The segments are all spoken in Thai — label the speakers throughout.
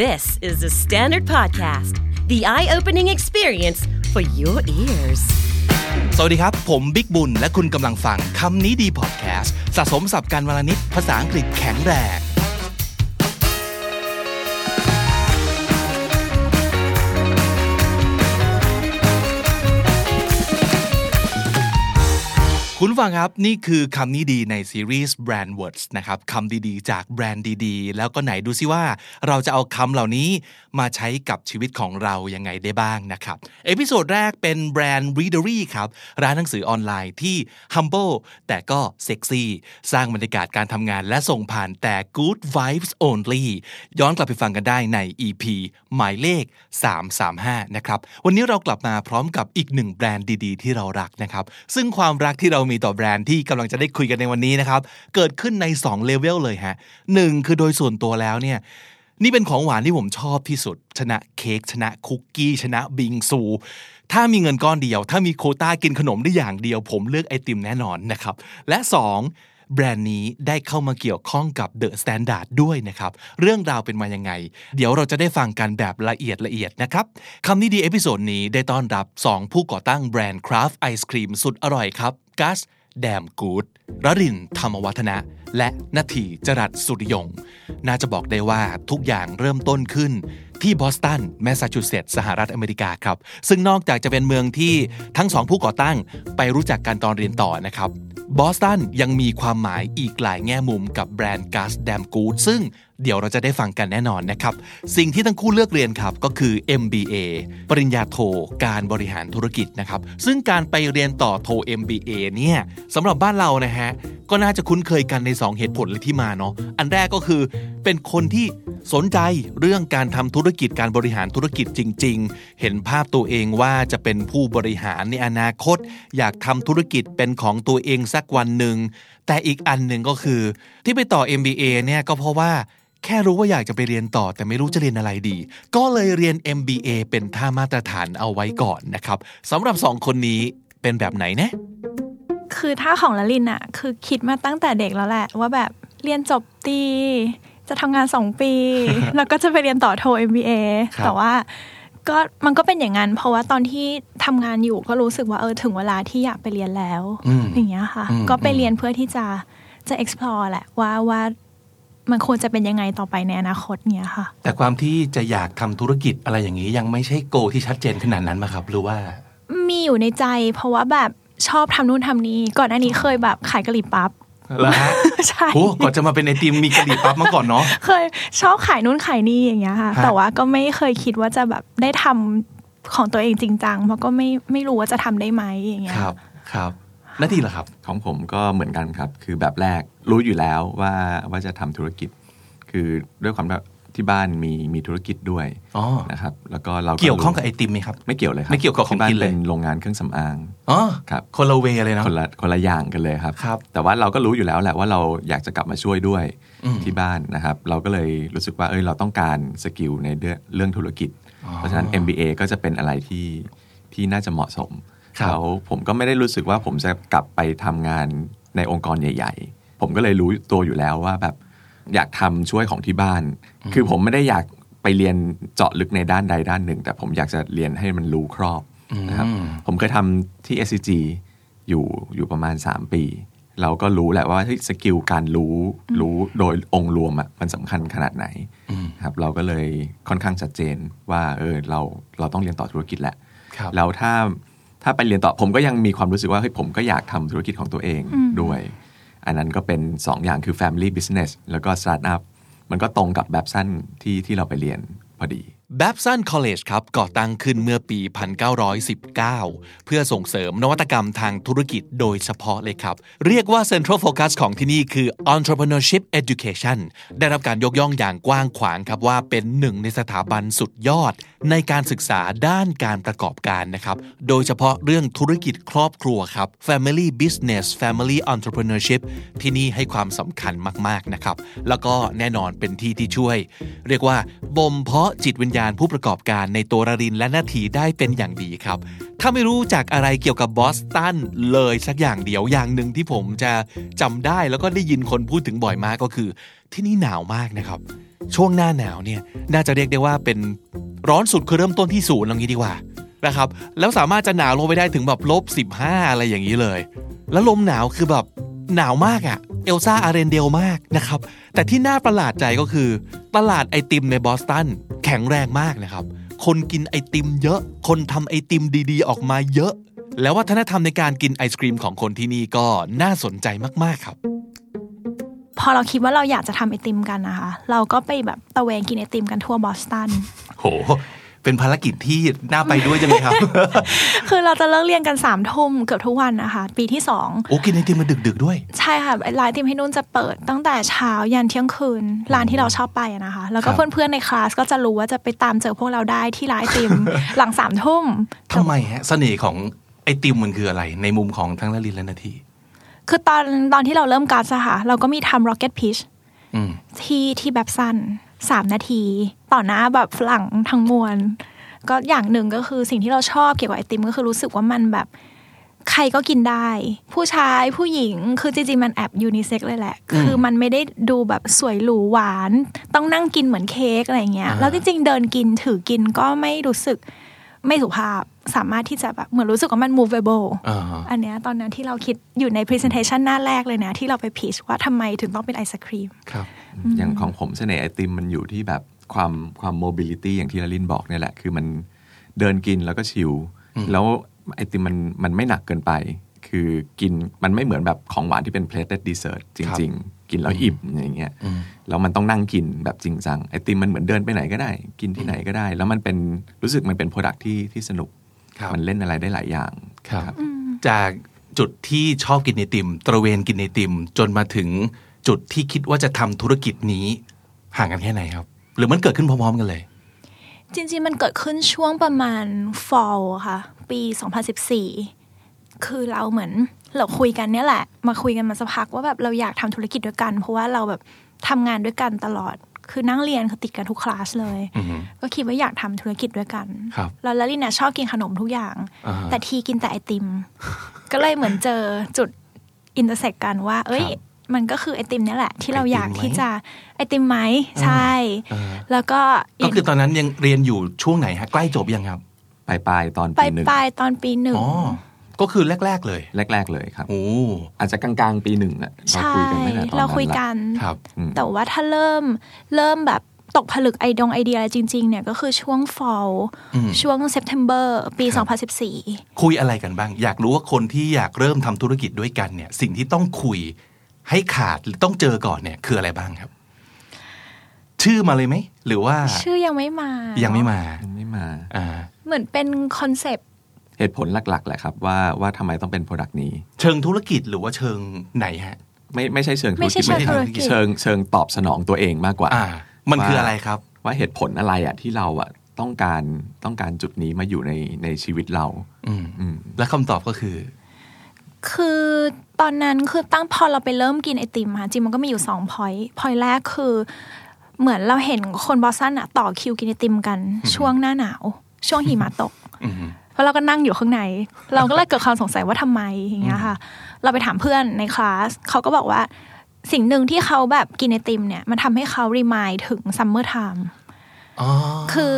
Speaker 1: This is the Standard Podcast, the eye opening experience for your ears.
Speaker 2: สวัสดีครับ ผมบิ๊กบุญ และคุณกำลังฟังคำนี้ดีพอดแคสต์สะสมสับการวลนิดภาษาอังกฤษแข็งแรง คุณผู้ฟังครับ นี่คือคำนี้ดีในซีรีส์ Brand Words นะครับคำดีๆ จากแบรนด์ดีๆ แล้วก็ไหนดูซิว่า เราจะเอาคำเหล่านี้มาใช้กับชีวิตของเรายังไงได้บ้างนะครับ เอพิโซดแรกเป็นแบรนด์ Readery ครับ ร้านหนังสือออนไลน์ที่ humble แต่ก็เซ็กซี่ สร้างบรรยากาศการทำงานและส่งผ่านแต่ good vibes only ย้อนกลับไปฟังกันได้ใน EP หมายเลข 335 นะครับ วันนี้เรากลับมาพร้อมกับอีกหนึ่งแบรนด์ดีๆ ที่เรารักนะครับ ซึ่งความรักที่เรามีต่อแบรนด์ที่กำลังจะได้คุยกันในวันนี้นะครับ เกิดขึ้นใน2เลเวลเลยฮะหนึ่งคือโดยส่วนตัวแล้วเนี่ย นี่เป็นของหวานที่ผมชอบที่สุด ชนะเค้กชนะคุกกี้ ชนะบิงซู ถ้ามีเงินก้อนเดียว ถ้ามีโควต้ากินขนมได้อย่างเดียว ผมเลือกไอติมแน่นอนนะครับ และสองแบรนด์นี้ได้เข้ามาเกี่ยวข้องกับเดอะสแตนดาร์ดด้วยนะครับ เรื่องราวเป็นมายังไง เดี๋ยวเราจะได้ฟังกันแบบละเอียดละเอียดนะครับคำนี้ดีเอพิโซดนี้ได้ต้อนรับ 2 ผู้ก่อตั้งแบรนด์คราฟไอศครีมสุดอร่อยครับกัส แดมกูดรรินทร์ธรรมวัฒนะ และนาทีจรัสสุริยง น่าจะบอกได้ว่าทุกอย่างเริ่มต้นขึ้น ที่บอสตัน แมสซาชูเซตส์ สหรัฐอเมริกาครับ ซึ่งนอกจากจะเป็นเมืองที่ทั้งสองผู้ก่อตั้งไปรู้จักกันตอนเรียนต่อนะครับ บอสตันยังมีความหมายอีกหลายแง่มุมกับแบรนด์ก s สแดมกูดซึ่งเดี๋ยวเราจะได้ฟังกันแน่นอนนะครับ สิ่งที่ทั้งคู่เลือกเรียนครับก็คือ MBA ปริญญาโท การบริหารธุรกิจนะครับ ซึ่งการไปเรียนต่อโท MBA เนี่ยสำหรับบ้านเรานะฮะ ก็น่าจะคุ้นเคยกันใน 2 เหตุผลเลยที่มาเนาะอันแรกก็คือเป็นคนที่สนใจเรื่องการทำธุรกิจการบริหารธุรกิจจริง ๆ เห็นภาพตัวเองว่าจะเป็นผู้บริหารในอนาคต อยากทำธุรกิจเป็นของตัวเองสักวันหนึ่งแต่อีกอันหนึ่งก็คือ ที่ไปต่อ MBA เนี่ยก็เพราะว่า แค่รู้ว่าอยากจะไปเรียนต่อแต่ไม่รู้จะเรียนอะไรดี ก็เลยเรียน MBA เป็นท่ามาตรฐานเอาไว้ก่อนนะครับสำหรับ 2 คนนี้เป็นแบบไหนนะ
Speaker 3: คือถ้าของละลินอะคือคิดมาตั้งแต่เด็กแล้วแหละ ว่าแบบเรียนจบตี จะทำงานสอง ปี แล้วก็จะไปเรียนต่อโท MBA
Speaker 2: ครับ
Speaker 3: แต่ว่าก็มันก็เป็นอย่างนั้น เพราะว่าตอนที่ทำงานอยู่ก็รู้สึกว่าเออถึงเวลาที่อยากไปเรียนแล้ว
Speaker 2: อืม
Speaker 3: อย่างเงี้ยค่ะ
Speaker 2: อืม
Speaker 3: ก็ไปเรียนเพื่อที่จะจะ explore แหละว่าว่ามันควรจะเป็นยังไงต่อไปในอนาคตเนี้ยค่ะ
Speaker 2: แต่ความที่จะอยากทำธุรกิจอะไรอย่างนี้ยังไม่ใช่โกที่ชัดเจนขนาดนั้นมาครับหรือว่า
Speaker 3: มีอยู่ในใจ เพราะว่าแบบชอบทำนู่นทำนี่ก่อนหน้านี้เคยแบบขายกะหรี่ปั๊บ
Speaker 2: แล้วฮะ
Speaker 3: ใช่
Speaker 2: โหก่อนจะมาเป็นไอติมมีกะหรี่ปั๊บมาก่อนเนาะ
Speaker 3: เคยชอบขายนู่นขายนี่อย่างเงี้ยค่ะ
Speaker 2: ฮะ
Speaker 3: แต่ว่าก็ไม่เคยคิดว่าจะแบบได้ทำของตัวเองจริงจังเพราะก็ไม่ไม่รู้ว่าจะทำได้ไหมอย่างเงี้ย
Speaker 2: ครับครับหนาทีเหรอครับ
Speaker 4: ของผมก็เหมือนกันครับ คือแบบแรกรู้อยู่แล้วว่าว่าจะทำธุรกิจ คือด้วยความแบบที่บ้านมีมีธุรกิจด้วย
Speaker 2: อ๋อ
Speaker 4: นะครับ แล้วก็เรา
Speaker 2: เกี่ยวข้องกับไอ
Speaker 4: รู้
Speaker 2: ติมไหมครับ
Speaker 4: ไม่เกี่ยวเลยครับ
Speaker 2: ไม่เกี่ยวกับของ
Speaker 4: ที่บ้า
Speaker 2: กินเลย
Speaker 4: เป็นโรงงานเครื่องสำอาง
Speaker 2: อ๋อ
Speaker 4: ครับ
Speaker 2: คนละเวเลยเนาะ
Speaker 4: คนละคนละอย่างกันเลยครับ
Speaker 2: ครับ
Speaker 4: แต่ว่าเราก็รู้อยู่แล้วแหละว่าเราอยากจะกลับมาช่วยด้วย
Speaker 2: อืม
Speaker 4: ที่บ้านนะครับ เราก็เลยรู้สึกว่าเอ้ยเราต้องการสกิลในเรื่องเรื่องธุรกิจ
Speaker 2: อ๋อ
Speaker 4: เพราะฉะนั้น MBA ก็จะเป็นอะไรที่ที่น่าจะเหมาะสม
Speaker 2: ครับ
Speaker 4: แล้วผมก็ไม่ได้รู้สึกว่าผมจะกลับไปทำงานในองค์กรใหญ่ ๆ ผมก็เลยรู้ตัวอยู่แล้วว่าแบบอยากทำช่วยของที่บ้าน คือผมไม่ได้อยากไปเรียนเจาะลึกในด้านใดด้านหนึ่ง แต่ผมอยากจะเรียนให้มันรู้ครอบ นะครับ
Speaker 2: อืม
Speaker 4: ผมเคยทำที่ SCG อยู่อยู่ประมาณ 3 ปี เราก็รู้แหละว่าเฮ้ยสกิลการรู้รู้โดยองค์รวมอะมันสำคัญขนาดไหน
Speaker 2: อืม
Speaker 4: ครับเราก็เลยค่อนข้างชัดเจนว่าเออเราเราต้องเรียนต่อธุรกิจแหละ
Speaker 2: ครับ
Speaker 4: แล้วถ้าถ้าไปเรียนต่อผมก็ยังมีความรู้สึกว่าเฮ้ยผมก็อยากทำธุรกิจของตัวเองด้วย อันนั้นก็เป็น 2 อย่างคือ Family Business แล้วก็ Startup มันก็ตรงกับแบบสั้นที่ที่เราไปเรียนพอดี
Speaker 2: b a b s o n College ครับก่อตั้งขึ้นเมื่อปี 1919 เพื่อส่งเสริมนวัตกรรมทางธุรกิจโดยเฉพาะเลยครับ เรียกว่า Central Focus ของที่นี่คือ Entrepreneurship Education ได้รับการยกย่องอย่างกว้างขวางครับว่าเป็นหนึ่งในสถาบันสุดยอด ในการศึกษาด้านการประกอบการนะครับ โดยเฉพาะเรื่องธุรกิจครอบครัวครับ Family Business Family Entrepreneurship ที่นี่ให้ความสำคัญมาก ๆ นะครับ แล้วก็แน่นอนเป็นที่ที่ช่วย เรียกว่าบ่มเพาะจิตวิญญาณผู้ประกอบการในตัวรรินและนาทีได้เป็นอย่างดีครับ ถ้าไม่รู้จากอะไรเกี่ยวกับบอสตันเลยสักอย่างเดียวอย่างหนึ่งที่ผมจะจำได้แล้วก็ได้ยินคนพูดถึงบ่อยมากก็คือ ที่นี่หนาวมากนะครับ ช่วงหน้าหนาวเนี่ยน่าจะเรียกได้ว่าเป็นร้อนสุดคือเริ่มต้นที่ศูนย์เอย่างนี้ดีกว่านะครับแล้วสามารถจะหนาวลงไปได้ถึงแบบลบสิบห้าอะไรอย่างนี้เลย แล้วลมหนาวคือแบบหนาวมากอะ่ะเอลซ่าอาเรนเดลมากนะครับแต่ที่น่าประหลาดใจก็คือตลาดไอติมในบอสตันแข็งแรงมากนะครับ คนกินไอติมเยอะ คนทำไอติมดีๆ ออกมาเยอะ แล้ววัฒนธรรมในการกินไอศครีมของคนที่นี่ก็น่าสนใจมากๆครับ
Speaker 3: พอเราคิดว่าเราอยากจะทำไอติมกันนะคะ เราก็ไปแบบตะเวนกินไอติมกันทั่วบอสตัน
Speaker 2: โห เป็นภารกิจที่น่าไปด้วยจังเลยครับ
Speaker 3: คือเราจะเลิกเรียนกันสามทุ่มเกือบทุกวันนะคะ ปีที่สอง
Speaker 2: โอ้กินไอติมมาดึก ๆ ด้วย
Speaker 3: ใช่ค่ะร้านไอติมที่นู่นจะเปิดตั้งแต่เช้ายันเที่ยงคืนร้านที่เราชอบไปอะนะคะ แล้ว
Speaker 2: ค
Speaker 3: ก็
Speaker 2: รับ
Speaker 3: เพื่อนๆในคลาสก็จะรู้ว่าจะไปตามเจอพวกเราได้ที่ร้านไอติ ม หลังสามทุ่ม
Speaker 2: ทำไมฮะ เสน่ห์ของไอติมมันคืออะไร ในมุมของทั้งละลินและนาที
Speaker 3: คือตอนตอนที่เราเริ่มการดอะค่ะเราก็มีทำ rocket pitch
Speaker 2: อืม
Speaker 3: ที่ที่แบบสั้นสามนาที ต่อหน้าแบบฝรั่งทั้งมวล ก็อย่างหนึ่งก็คือสิ่งที่เราชอบเกี่ยวกับไอติมก็คือรู้สึกว่ามันแบบใครก็กินได้ ผู้ชายผู้หญิงคือจริงๆ มันแอบยูนิเซ็กเลยแหละ คือมันไม่ได้ดูแบบสวยหรูหวาน ต้องนั่งกินเหมือนเค้กอะไรอย่างเงี้ย
Speaker 2: อ่า
Speaker 3: แล้วจริงๆ เดินกินถือกินก็ไม่รู้สึกไม่สุภาพสามารถที่จะแบบเหมือนรู้สึกว่ามัน movable
Speaker 2: อ่า
Speaker 3: อันเนี้ยตอนนั้นที่เราคิดอยู่ใน presentation หน้าแรกเลยนะ ที่เราไป pitch ว่าทำไมถึงต้องเป็นไอศครีม
Speaker 2: ครับ
Speaker 4: อย่างของผมเสน่ห์ไอติมมันอยู่ที่แบบความความโมบิลิตี้อย่างที่ลลินบอกเนี่ยแหละ คือมันเดินกินแล้วก็ชิลแล้วไอติมมันมันไม่หนักเกินไป คือกินมันไม่เหมือนแบบของหวานที่เป็น plated dessert จ
Speaker 2: ครับ
Speaker 4: ริง ๆ กินแล้วอิ่มอย่างเงี้ย
Speaker 2: อืม
Speaker 4: แล้วมันต้องนั่งกินแบบจริงจังไอติมมันเหมือนเดินไปไหนก็ได้ กินที่ไหนก็ได้ แล้วมันเป็นรู้สึกมันเป็น product ที่ที่สนุก
Speaker 2: ครับ
Speaker 4: มันเล่นอะไรได้หลายอย่าง
Speaker 2: ครับ จากจุดที่ชอบกินไอติม ตระเวนกินไอติม จนมาถึงจุดที่คิดว่าจะทำธุรกิจนี้ ห่างกันแค่ไหนครับ หรือมันเกิดขึ้นพร้อมๆกันเลย
Speaker 3: จริงๆ มันเกิดขึ้นช่วงประมาณ fall ค่ะ ปี 2014 คือเราเหมือนเราคุยกันเนี่ยแหละ มาคุยกันมาสักพักว่าแบบเราอยากทำธุรกิจด้วยกัน เพราะว่าเราแบบทำงานด้วยกันตลอด คือนั่งเรียนคือติดกันทุกคลาสเลย
Speaker 2: อือฮึ
Speaker 3: ก็คิดว่าอยากทำธุรกิจด้วยกัน
Speaker 2: ครับ
Speaker 3: เราลลินนะชอบกินขนมทุกอย่าง
Speaker 2: อ่าฮะ
Speaker 3: แต่ทีกินแต่ไอติม ก็เลยเหมือนเจอจุดอินเตอร์เซ็กกันว่า เอ้ย
Speaker 2: ครับ
Speaker 3: มันก็คือไอติมเนี่ยแหละ ที่เราอยาก
Speaker 2: ไอติมไหม
Speaker 3: ที่จะไอติมไหมใช่ แล้วก็อี
Speaker 2: ก็
Speaker 3: ก
Speaker 2: คือตอนนั้นยังเรียนอยู่ช่วงไหนฮะใกล้จบยังครับ
Speaker 4: ปลายปลายๆตอน
Speaker 3: ปลา
Speaker 4: ปี
Speaker 3: ย
Speaker 4: หนึ่ง
Speaker 3: ปลายๆตอนปีหนึ่ง
Speaker 2: อ๋อก็คือแรก ๆ เลย
Speaker 4: แรก ๆ เลยครับ
Speaker 2: โอ้
Speaker 4: อาจจะกลางๆ ปีหนึ่งอะเรา
Speaker 3: ใช่
Speaker 4: คุยกันตั้งแต่ตอนนั้น
Speaker 3: เราคุย
Speaker 4: ละ
Speaker 3: กัน
Speaker 2: ครับ
Speaker 4: อืม
Speaker 3: แต่ว่าถ้าเริ่มเริ่มแบบตกผลึกไอดงไอเดียอะไรจริง ๆ เนี่ยก็คือช่วง fall
Speaker 2: อืม
Speaker 3: ช่วง September ปี
Speaker 2: ครับ
Speaker 3: 2014
Speaker 2: คุยอะไรกันบ้าง อยากรู้ว่าคนที่อยากเริ่มทำธุรกิจด้วยกันเนี่ย สิ่งที่ต้องคุยให้ขาดหรือต้องเจอก่อนเนี่ยคืออะไรบ้างครับ ชื่อมาเลยไหม หรือว่า
Speaker 3: ชื่อยังไม่มา
Speaker 2: ยั
Speaker 3: ยัง
Speaker 2: ไม่มา
Speaker 4: ยังไม่มา
Speaker 2: อ่า
Speaker 3: เหมือนเป็นคอนเซปต์
Speaker 4: เหตุผลหลัก ๆ แหละครับ ว่าว่าทำไมต้องเป็น Product นี้
Speaker 2: เชิงธุรกิจหรือว่าเชิงไหนฮะ
Speaker 4: ไม่ไม่ใช่เชิงธุ
Speaker 3: ไม่
Speaker 4: ร
Speaker 3: ใช่
Speaker 4: กิจ
Speaker 3: เชิงธุรกิจ
Speaker 4: เชิงเชิงตอบสนองตัวเองมากกว่า
Speaker 2: อ่า มันคือ
Speaker 4: ว่า
Speaker 2: อะไรครับ
Speaker 4: ว่าเหตุผลอะไรอะที่เราอะต้องการต้องการจุดนี้มาอยู่ในในชีวิตเรา
Speaker 2: อืม
Speaker 4: อืม
Speaker 2: และคำตอบก็คือ
Speaker 3: คือตอนนั้นคือตั้งพอเราไปเริ่มกินไอติมค่ะจริงมันก็มีอยู่สองพอยต์พอยแรกคือ เหมือนเราเห็นคนบอสตันอะต่อคิวกินไอติมกัน ช่วงหน้าหนาว ช่วงหิมะตก
Speaker 2: อืม
Speaker 3: เพราะเราก็นั่งอยู่ข้างใน เราก็เลยเกิดความสงสัยว่าทำไมอย่างเงี้ยค่ะ เราไปถามเพื่อนในคลาสเขาก็บอกว่า สิ่งหนึ่งที่เขาแบบกินไอติมเนี่ย มันทำให้เขารีมายถึงซัมเมอร์ไทม์
Speaker 2: อ๋อ
Speaker 3: คือ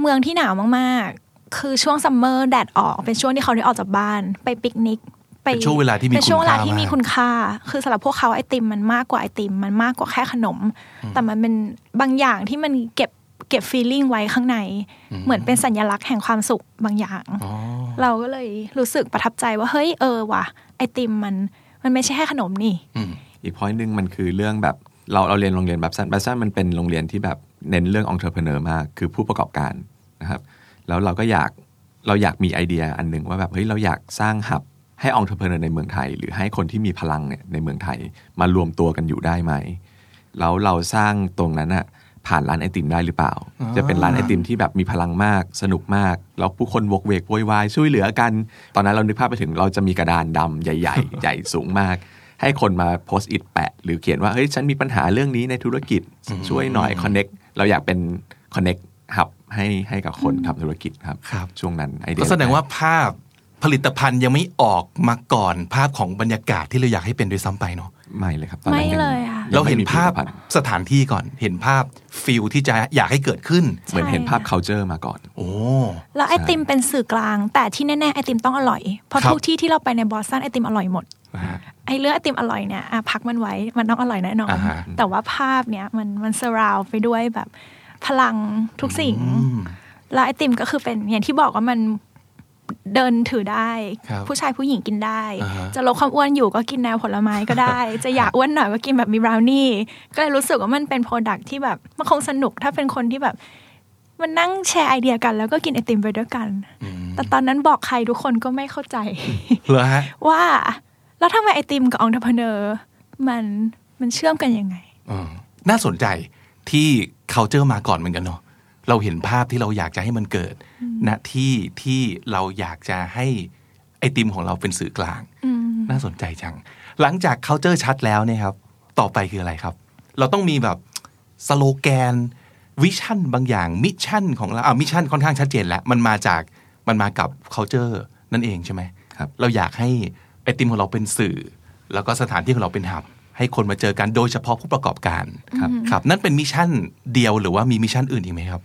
Speaker 3: เมืองที่หนาวมากๆ คือช่วงซัมเมอร์แดดออก เป็นช่วงที่เขาได้ออกจากบ้าน ไปปิกนิก ไป
Speaker 2: เป็นช่วงเวลาที่มี
Speaker 3: เป็นช่วงเวลาที่
Speaker 2: คุณค่ามาก
Speaker 3: มีคุณค่า คือสำหรับพวกเขาไอติมมันมากกว่าไอติมมันมากกว่าแค่ขนม แต่มันเป็นบางอย่างที่มันเก็บเก็บฟีลลิ่งไว้ข้างใน เหมือนเป็นสัญลักษณ์แห่งความสุขบางอย่าง
Speaker 2: อ๋อ
Speaker 3: เราก็เลยรู้สึกประทับใจว่าเฮ้ยเออว่ะไอติมมันมันไม่ใช่แค่ขนมนี่
Speaker 2: อืม
Speaker 4: อีก point หนึ่งมันคือเรื่องแบบเราเราเรียนโรงเรียนแบบสั้นแบบสั้นมันเป็นโรงเรียนที่แบบเน้นเรื่ององค์ประกอบมาก คือผู้ประกอบการนะครับ แล้วเราก็อยากเราอยากมีไอเดียอันหนึ่งว่าแบบเฮ้ยเราอยากสร้างหับให้องค์ประกอบในเมืองไทย หรือให้คนที่มีพลังเนี่ยในเมืองไทยมารวมตัวกันอยู่ได้ไหมแล้วเราสร้างตรงนั้นอะผ่านร้านไอติมได้หรือเปล่า จะเป็นร้านไอติมที่แบบมีพลังมากสนุกมาก แล้วผู้คนวกเวกโวยวายช่วยเหลือกัน ตอนนั้นเรานึกภาพไปถึงเราจะมีกระดานดำใหญ่ ๆ ใหญ่สูงมาก ให้คนมาโพสต์อิดแปะ หรือเขียนว่า เฮ้ย ฉันมีปัญหาเรื่องนี้ในธุรกิจช่วยหน่อยคอนเน็กเราอยากเป็นคอนเน็กหับให้ให้กับคนทำธุรกิจครับ
Speaker 2: ครับ
Speaker 4: ช่วงนั้นไอเดีย
Speaker 2: ก็แสดงว่าภาพผลิตภัณฑ์ยังไม่ออกมาก่อนภาพของบรรยากาศที่เราอยากให้เป็นด้วยซ้ำไปเนาะ
Speaker 4: ไม่เลยครับตอนนั้น
Speaker 3: ไม่
Speaker 4: ง
Speaker 3: เลยอะ
Speaker 4: ง
Speaker 2: เราเห็น
Speaker 4: ไม่มี
Speaker 2: ภาพ
Speaker 4: ผลิตภัณฑ์
Speaker 2: สถานที่ก่อน เห็นภาพฟิลที่จะอยากให้เกิดขึ้น
Speaker 4: เหมือนเห็นภาพ culture มาก่อน
Speaker 2: โอ้
Speaker 3: แล้วไอติมเป็นสื่อกลาง แต่ที่แน่ๆไอติมต้องอร่อย เพราะ
Speaker 2: ครับ
Speaker 3: ทุกที่ที่เราไปในบอสตันไอติมอร่อยหมด ไอเรื่องไอติมอร่อยเนี่ยอ่ะพักมันไว้มันต้องอร่อยแน่นอน
Speaker 2: อ่าฮะ
Speaker 3: แต่ว่าภาพเนี่ยมันมันสราวไปด้วยแบบพลังทุกสิ่ง
Speaker 2: อืม
Speaker 3: แล้วไอติมก็คือเป็นอย่างที่บอกว่ามันเดินถือได้
Speaker 2: ครับ
Speaker 3: ผู้ชายผู้หญิงกินได้
Speaker 2: อ่าฮะ
Speaker 3: จะลดความอ้วนอยู่ก็กินแนวผลไม้ก็ได้ จะอยากอ้วนหน่อยก็กินแบบมีบราวนี่ ก็เลยรู้สึกว่ามันเป็นโปรดักที่แบบมันคงสนุกถ้าเป็นคนที่แบบ มันนั่งแชร์ไอเดียกัน แล้วก็กินไอติมไปด้วยกัน แต่ตอนนั้นบอกใครทุกคนก็ไม่เข้าใจ
Speaker 2: เหรอฮะ
Speaker 3: ว่าแล้วทำไมไอติมกับองค์พเนอร์มันมันเชื่อมกันยังไง
Speaker 2: อืมน่าสนใจที่ culture มาก่อนเหมือนกันเนาะเราเห็นภาพที่เราอยากจะให้มันเกิดณที่ที่เราอยากจะให้ไอติมของเราเป็นสื่อกลาง
Speaker 3: อืม
Speaker 2: น่าสนใจจัง หลังจาก culture ชัดแล้วเนี่ยครับ ต่อไปคืออะไรครับ เราต้องมีแบบสโลแกน วิชั่นบางอย่าง มิชชั่นของเราอ่ามิชชั่นค่อนข้างชัดเจนแล้ว มันมาจากมันมากับ culture นั่นเองใช่ไหม
Speaker 4: ครับ
Speaker 2: เราอยากให้ไอติมของเราเป็นสื่อ แล้วก็สถานที่ของเราเป็นหับ ให้คนมาเจอกันโดยเฉพาะผู้ประกอบการ
Speaker 4: ครับ
Speaker 2: ครับ นั่นเป็นมิชชั่นเดียวหรือว่ามีมิชชั่นอื่นอีกไหมครับ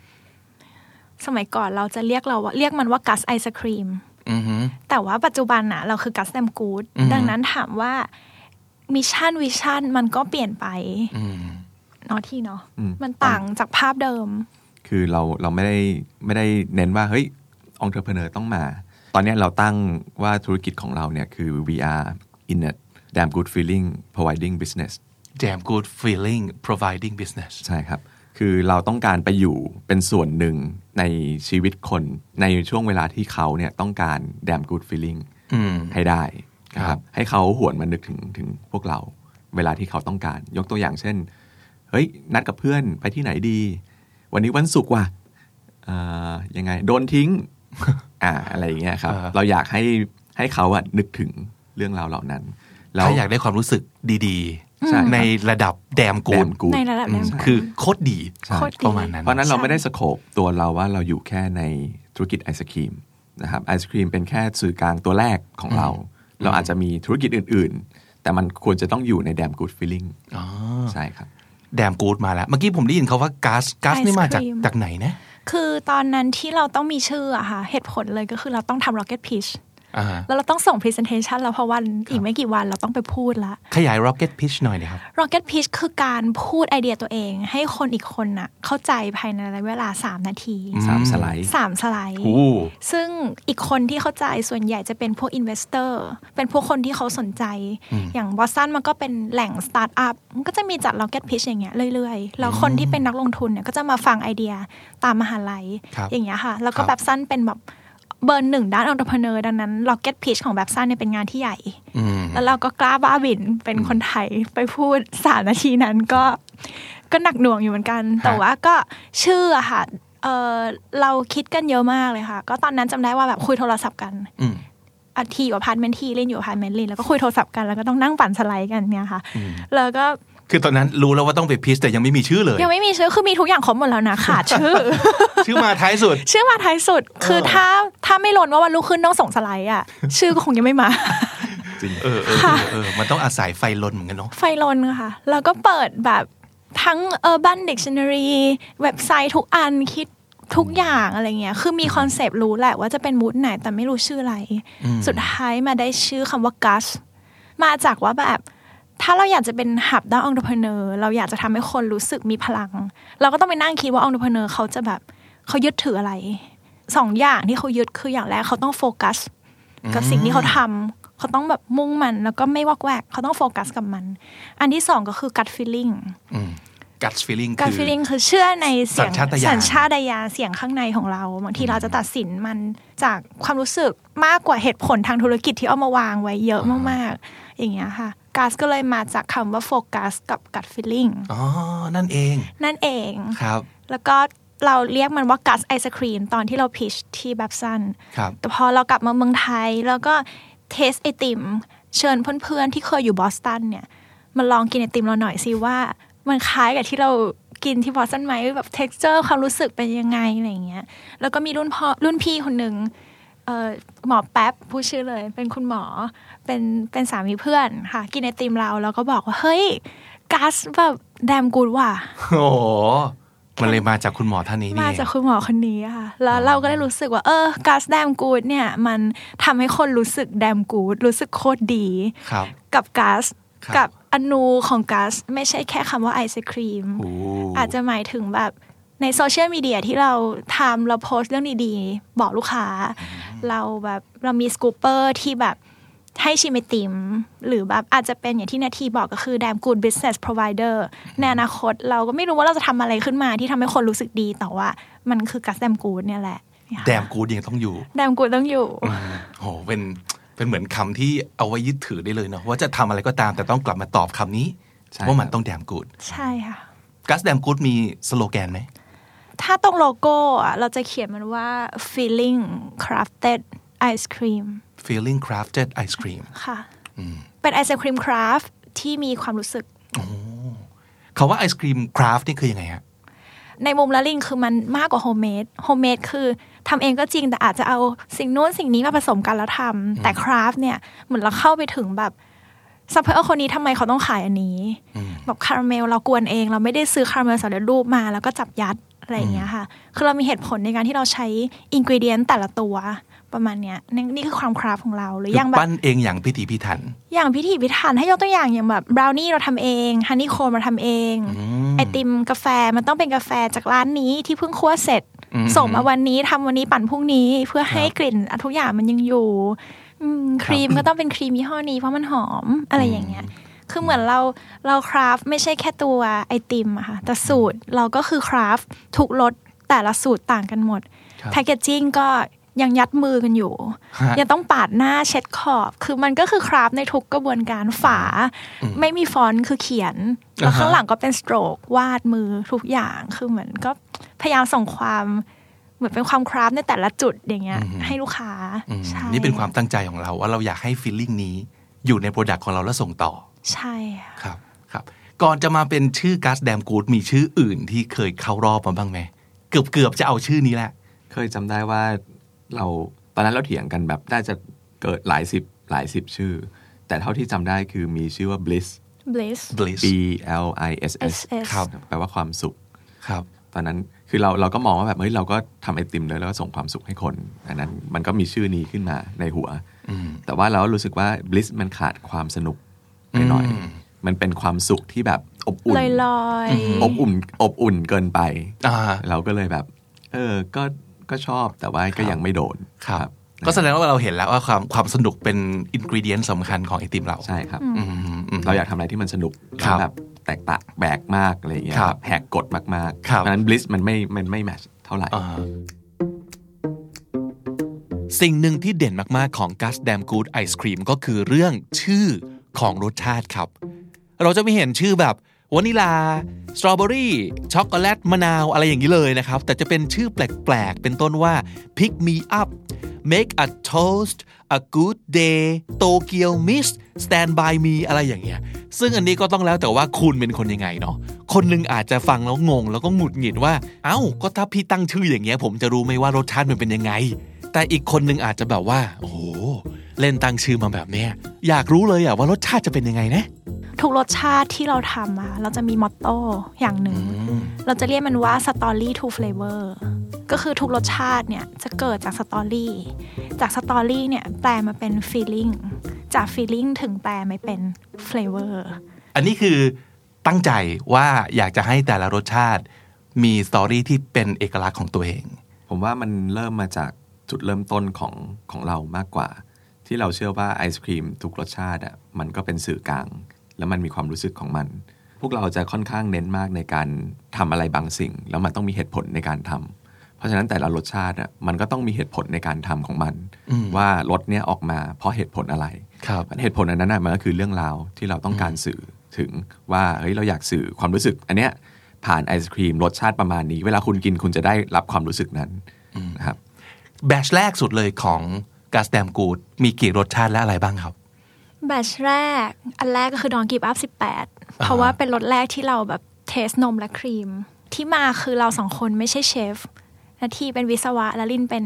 Speaker 3: สมัยก่อนเราจะเรียกเราว่าเรียกมันว่ากัสไอศครีม
Speaker 2: อือฮึ
Speaker 3: แต่ว่าปัจจุบันน่ะเราคือกัสแตมกูด
Speaker 2: อืม
Speaker 3: ดังนั้นถามว่ามิชชั่นวิชั่นมันก็เปลี่ยนไป
Speaker 2: อืม
Speaker 3: เนาะที่เนาะ
Speaker 4: อืม
Speaker 3: มันต่างจากภาพเดิม
Speaker 4: คือเราเราไม่ได้ไม่ได้เน้นว่าเฮ้ยองค์ประกอบต้องมา ตอนเนี้ยเราตั้งว่าธุรกิจของเราเนี่ยคือ VR in a damn good feeling providing business
Speaker 2: damn good feeling providing business
Speaker 4: ใช่ครับ คือเราต้องการไปอยู่เป็นส่วนหนึ่งในชีวิตคน ในช่วงเวลาที่เขาเนี่ยต้องการ damn good feeling
Speaker 2: อืม
Speaker 4: ให้ได้นะ
Speaker 2: ค
Speaker 4: ค
Speaker 2: รั
Speaker 4: รับ บ ให้เขาหวนมานึกถึงถึงพวกเรา เวลาที่เขาต้องการ ยกตัวอย่างเช่น เฮ้ย นัดกับเพื่อนไปที่ไหนดี วันนี้วันศุกร์ว่ะเอ่อยังไง โดนทิ้ง อ่าอะไรอย่างเงี้ยครับ เราอยากให้ให้เขาอะนึกถึงเรื่องราวเหล่านั้นแล้ว
Speaker 2: ถ้าอยากได้ความรู้สึกดี
Speaker 4: ใช่ครับ
Speaker 2: ๆ ในระดับแดมกูด
Speaker 4: Damn good
Speaker 3: ในระดับแดมกู๊ด
Speaker 2: คือโคตรดี
Speaker 4: ใช่
Speaker 3: โคตรดี
Speaker 2: ประมาณนั้น
Speaker 4: เพราะฉะนั้นเรา
Speaker 3: ใช่
Speaker 4: ไม่ได้สโคปตัวเราว่าเราอยู่แค่ในธุรกิจไอศครีมนะครับไอศครีมเป็นแค่สื่อกลางตัวแรกของเรา เราอาจจะมีธุรกิจอื่น ๆ แต่มันควรจะต้องอยู่ในแดมกูดฟีลิ่งใช่ครับ
Speaker 2: แดมกูดมาแล้ว เมื่อกี้ผมได้ยินเขาว่าก๊าซก๊าซ
Speaker 3: ไอศ
Speaker 2: นี่มาจาก
Speaker 3: ครีม
Speaker 2: จากไหนนะ
Speaker 3: คือตอนนั้นที่เราต้องมีชื่ออะค่ะ เหตุผลเลยก็คือเราต้องทำ Rocket Pitch
Speaker 2: อ่า
Speaker 3: แล้วเราต้องส่ง Presentation แล้วเพราะวันอีกไม่กี่วันเราต้องไปพูดละ
Speaker 2: ขยาย Rocket Pitch หน่อยนะครับ
Speaker 3: Rocket Pitch คือการพูดไอเดียตัวเอง ให้คนอีกคนน่ะเข้าใจภายในระยะเวลา 3 นาที
Speaker 4: สามสไลด์
Speaker 3: 3 สไลด์
Speaker 2: โอ้
Speaker 3: ซึ่งอีกคนที่เข้าใจส่วนใหญ่จะเป็นพวกอินเวสเตอร์ เป็นพวกคนที่เขาสนใจ อย่างบอสตันมันก็เป็นแหล่งสตาร์ทอัพ มันก็จะมีจัด Rocket Pitch อย่างเงี้ยเรื่อยๆ แล้วคนที่เป็นนักลงทุนเนี่ยก็จะมาฟังไอเดียตามมหาลัย
Speaker 2: ครับ
Speaker 3: อย่างเงี้ยค่ะ แล้ว
Speaker 2: ค
Speaker 3: ก็
Speaker 2: รับ
Speaker 3: แบบสั้นเป็นแบบเบอร์หนึ่งด้านองค์ประกอบดังนั้น Rocket Pitch ของแบบสั้นเนี่ยเป็นงานที่ใหญ่
Speaker 2: อืม
Speaker 3: แล้วเราก็กล้าบ้าบินเป็นคนไทยไปพูดสามนาทีนั้นก็ก็หนักหน่วงอยู่เหมือนกัน แต่ว่าก็ชื่ออะค่ะเออเราคิดกันเยอะมากเลยค่ะ ก็ตอนนั้นจำได้ว่าแบบคุยโทรศัพท์กัน
Speaker 2: อืม
Speaker 3: อาทีอยู่อพาร์ตเมนต์ทีเล่นอยู่อพาร์ตเมนต์ลินแล้วก็คุยโทรศัพท์กันแล้วก็ต้องนั่งปั่นสไลด์กันเนี่ยค่ะ แล้วก็
Speaker 2: คือตอนนั้นรู้แล้วว่าต้องไปพิชแต่ยังไม่มีชื่อเลย
Speaker 3: ยังไม่มีชื่อคือมีทุกอย่างครบหมดแล้วนะขาด ชื่อ
Speaker 2: ชื่อมาท้ายสุด
Speaker 3: ชื่อมาท้ายสุดคือถ้าถ้าไม่หล่นว่าวันรุ่งขึ้นต้องส่งสไลด์อ่ะชื่อก็คงยังไม่มา
Speaker 4: จริง
Speaker 2: เออเออเออเออมันต้องอาศัยไฟลนเหมือนกันเนาะ
Speaker 3: ไฟลนค่ะ แล้วก็เปิดแบบทั้ง Urban Dictionary เว็บไซต์ทุกอันคิดทุกอย่างอะไรเงี้ย คือมีคอนเซปต์รู้แหละว่าจะเป็นมูดไหน แต่ไม่รู้ชื่ออะไร
Speaker 2: อืม
Speaker 3: สุดท้ายมาได้ชื่อคำว่า Gus มาจากว่าแบบ ถ้าเราอยากจะเป็นหับด้านองค์ประกอบเราอยากจะทำให้คนรู้สึกมีพลัง เราก็ต้องไปนั่งคิดว่าองค์ประกอบเขาจะแบบเขายึดถืออะไรสองอย่างที่เขายึดคืออย่างแรกเขาต้องโฟกัส กับสิ่งที่เขาทำเขาต้องแบบมุ่งมันแล้วก็ไม่วอกแวก เขาต้องโฟกัสกับมัน อันที่สองก็คือ gut feeling
Speaker 2: อืม gut feeling
Speaker 3: การ
Speaker 2: คือ
Speaker 3: ฟีลิ่งคือเชื่อในเสีย
Speaker 2: สั
Speaker 3: ง
Speaker 2: ญชาตญาณ
Speaker 3: สัญชาตญาณเสียงข้างในของเราบางทีเราจะตัดสินมันจากความรู้สึกมากกว่าเหตุผลทางธุรกิจที่เอามาวางไว้เยอะมากๆ อย่างเงี้ยค่ะกาสก็เลยมาจากคำว่าโฟกัสกับกัดฟีลิ่ง
Speaker 2: อ๋อ นั่นเอง
Speaker 3: นั่นเอง
Speaker 2: ครับ
Speaker 3: แล้วก็เราเรียกมันว่ากัสไอศครีมตอนที่เราพิชที่แบบสั้น
Speaker 2: ครับ
Speaker 3: แต่พอเรากลับมาเมืองไทย แล้วก็เทสไอติม เชิญเพื่อนๆ ที่เคยอยู่บอสตันเนี่ยมาลองกินไอติมเราหน่อยสิว่า มันคล้ายกับที่เรากินที่บอสตันไหมแบบ t e x t อร์ความรู้สึกเป็นยังไงอะไรอย่างเงี้ยแล้วก็มีรุ่นพ่อรุ่นพี่คนหนึ่ง เอ่อหมอแป๊บพูดชื่อเลย เป็นคุณหมอเป็นเป็นสามีเพื่อนค่ะ กินไอติมเราแล้วก็บอกว่า เฮ้ยกัสแบบแดมกูดว่ะ
Speaker 2: โอ้โหมันเลยมาจากคุณหมอท่านนี้นี่
Speaker 3: มา
Speaker 2: เอง
Speaker 3: จากคุณหมอคนนี้ค่ะ แล้วเราก็ได้รู้สึกว่า เออกัสแดมกูดเนี่ย มันทำให้คนรู้สึกแดมกูดรู้สึกโคตรดี
Speaker 2: ครับ
Speaker 3: กับกัส
Speaker 2: ครับ
Speaker 3: กับอนูของกัสไม่ใช่แค่คำว่าไอศครีม
Speaker 2: โอ้
Speaker 3: อาจจะหมายถึงแบบในโซเชียลมีเดียที่เราทำเราโพสต์เรื่องดีๆ บอกลูกค้า เราแบบเรามีสกูปเปอร์ที่แบบให้ชิมไอติม หรือแบบอาจจะเป็นอย่างที่นาทีบอกก็คือแดมกูด business provider ในอนาคตเราก็ไม่รู้ว่าเราจะทำอะไรขึ้นมาที่ทำให้คนรู้สึกดีแต่ว่ามันคือกัสแดมกูดเนี่ยแหละ
Speaker 2: แดมกูดยังต้องอยู่
Speaker 3: แดมกูดต้องอยู่
Speaker 2: โหเป็นเป็นเหมือนคำที่เอาไว้ยึดถือได้เลยเนาะว่าจะทำอะไรก็ตามแต่ต้องกลับมาตอบคำนี้
Speaker 4: ใช่
Speaker 2: ว่ามันต้องแดมกูด
Speaker 3: ใช่ค่ะ
Speaker 2: กัสแดมกูดมีสโลแกนไหม
Speaker 3: ถ้าต้องโลโก้อะเราจะเขียนมันว่า feeling crafted ice cream
Speaker 2: feeling crafted ice cream
Speaker 3: ค่ะ เป็นไอศครีมคราฟที่มีความรู้สึก
Speaker 2: คาว่าไอศครีมคราฟนี่คือยังไงฮะ
Speaker 3: ในมุมละลิงคือมันมากกว่าโฮมเมดโฮมเมดคือทำเองก็จริงแต่อาจจะเอาสิ่งนู้นสิ่งนี้มาผสมกันแล้วทำแต่คราฟเนี่ย เหมือนเราเข้าไปถึงแบบซัพพลายเออร์คนนี้ทำไมเขาต้องขายอันนี้ แบบคาราเมลเรากวนเอง เราไม่ได้ซื้อคาราเมลสำเร็จรูปมาแล้วก็จับยัดอะไรอย่างเงี้ยค่ะ คือเรามีเหตุผลในการที่เราใช้อินกิเดียนแต่ละตัวประมาณเนี้ยนี่นี่คือความคราฟของเราหรือ
Speaker 2: คือ อย่าง
Speaker 3: แบบ
Speaker 2: ปั้นเองอย่างพิถีพิถัน
Speaker 3: อย่างพิถีพิถันให้ยกตัวอย่างอย่างแบบบราวนี่เราทำเองฮันนี่โคมเราทำเอง ไอติมกาแฟมันต้องเป็นกาแฟจากร้านนี้ที่เพิ่งคั่วเสร็จ ส่งมาวันนี้ทำวันนี้ปั่นพรุ่งนี้เพื่อให้กลิ่นทุกอย่างมันยังอยู่อืมครีมก็ต้องเป็นครีมยี่ห้อนี้เพราะมันหอมอะไรอย่างเงี้ย คือเหมือนเราเราคราฟไม่ใช่แค่ตัวไอติมอะค่ะแต่สูตรเราก็คือคราฟทุกรสแต่ละสูตรต่างกันหมด
Speaker 2: ครับ
Speaker 3: แพคเกจจิ้งก็ยังยัดมือกันอยู่ ยังต้องปาดหน้าเช็ดขอบ คือมันก็คือคราฟในทุกกระบวนการฝา ไม่มีฟอนต์คือเขียน แล้วข้างหลังก็เป็นสโตรกวาดมือทุกอย่างคือเหมือนก็พยายามส่งความ เหมือนเป็นความคราฟในแต่ละจุดอย่างเงี้ย ให้ลูกค้า
Speaker 2: อืม
Speaker 3: ใช่
Speaker 2: นี่เป็นความตั้งใจของเราว่าเราอยากให้ฟีลลิ่งนี้อยู่ในโปรดักต์ของเราแล้วส่งต่อ
Speaker 3: ใช่
Speaker 2: ค
Speaker 3: ค่ะ
Speaker 2: รับครับ ก่อนจะมาเป็นชื่อกัสแดมกูดมีชื่ออื่นที่เคยเข้ารอบมาบ้างไหม เกือบเกือบจะเอาชื่อนี้แหละ
Speaker 4: เคยจำได้ว่าเราตอนนั้นเราเถียงกันแบบน่าจะเกิดหลายสิบหลายสิบชื่อ แต่เท่าที่จำได้คือมีชื่อว่า bliss
Speaker 3: บลิส
Speaker 2: bliss
Speaker 4: B L I S S
Speaker 3: SS
Speaker 2: ครับ
Speaker 4: แปลว่าความสุข
Speaker 2: ครับ
Speaker 4: ตอนนั้นคือเราเราก็มองว่าแบบเฮ้ยเราก็ทำไอติมเลยแล้วก็ส่งความสุขให้คนอันนั้นมันก็มีชื่อนี้ขึ้นมาในหัว แต่ว่าเรารู้สึกว่า bliss มันขาดความสนุกไปหน่อย
Speaker 2: อืม
Speaker 4: มันเป็นความสุขที่แบบอบอุ่น
Speaker 3: ลอยลอย
Speaker 4: อบอุ่นอบอุ่นเกินไป
Speaker 2: อ่า
Speaker 4: เราก็เลยแบบ เออ ก็ก็ชอบแต่ว่าก็ยังไม่โดน
Speaker 2: ครับ ก็แสดงว่าเราเห็นแล้วว่าความความสนุกเป็นอินกริเดียนสำคัญของไอติมเรา
Speaker 4: ใช่ครับ
Speaker 2: อืมอืม
Speaker 4: เราอยากทำอะไรที่มันสนุก
Speaker 2: ครับ
Speaker 4: แบบแตกตะแบกมากอะไรอย่างเงี้ย
Speaker 2: ครับ
Speaker 4: แหกกฎมาก
Speaker 2: ครับ
Speaker 4: ๆเพราะฉะนั้น bliss มันไม่มันไม่แมทช์เท่าไหร่
Speaker 2: อ่าสิ่งหนึ่งที่เด่นมาก ๆ ของกัสแดมกูดไอศครีมก็คือเรื่องชื่อของรสชาติครับ เราจะไม่เห็นชื่อแบบวานิลา สตรอเบอรี่ ช็อกโกแลต มะนาว อะไรอย่างนี้เลยนะครับ แต่จะเป็นชื่อแปลก ๆ เป็นต้นว่า Pick Me Up Make a Toast a Good Day Tokyo Mist Stand by Me อะไรอย่างเงี้ย ซึ่งอันนี้ก็ต้องแล้วแต่ว่าคุณเป็นคนยังไงเนาะ คนหนึงอาจจะฟังแล้วงง แล้วก็หงุดหงิดว่า เอ้า ก็ถ้าพี่ตั้งชื่ออย่างเงี้ย ผมจะรู้ไหมว่ารสชาติมันเป็นยังไง แต่อีกคนหนึงอาจจะแบบว่า โอ้โห เล่นตั้งชื่อมาแบบเนี้ย อยากรู้เลยอะว่ารสชาติจะเป็นยังไงนะ
Speaker 3: ทุกรสชาติที่เราทำอะเราจะมีมอตโต้อย่างหนึ่ง เราจะเรียกมันว่า Story to Flavor ก็คือทุกรสชาติเนี่ยจะเกิดจากสตอรี่ จากสตอรี่เนี่ยแปลมาเป็น feeling จาก feeling ถึงแปลมาเป็น flavor
Speaker 2: อันนี้คือตั้งใจว่าอยากจะให้แต่ละรสชาติ มีสตอรี่ที่เป็นเอกลักษณ์ของตัวเอง
Speaker 4: ผมว่ามันเริ่มมาจากจุดเริ่มต้นของของเรามากกว่า ที่เราเชื่อว่าไอศครีมทุกรสชาติอ่ะมันก็เป็นสื่อกลาง แล้วมันมีความรู้สึกของมัน พวกเราจะค่อนข้างเน้นมากในการทำอะไรบางสิ่ง แล้วมันต้องมีเหตุผลในการทำเพราะฉะนั้นแต่ละรสชาติอ่ะมันก็ต้องมีเหตุผลในการทำของมัน ว่ารสเนี้ยออกมาเพราะเหตุผลอะไร
Speaker 2: ครับ
Speaker 4: เหตุผลอันนั้นน่ะมันก็คือเรื่องราวที่เราต้องการสื่อถึงว่าเฮ้ยเราอยากสื่อความรู้สึก อันเนี้ยผ่านไอศครีมรสชาติประมาณนี้ เวลาคุณกินคุณจะได้รับความรู้สึกนั้นนะครับ
Speaker 2: แบชแรกสุดเลยของกาสแดมกูดมีกี่รสชาติและอะไรบ้างครับ
Speaker 3: แบตชแรก อันแรกก็คือดองกีบอัพ18 เพราะว่าเป็นรสแรกที่เราแบบเทสนมและครีม ที่มาคือเราสองคนไม่ใช่เชฟนาทีเป็นวิศวะและลินเป็น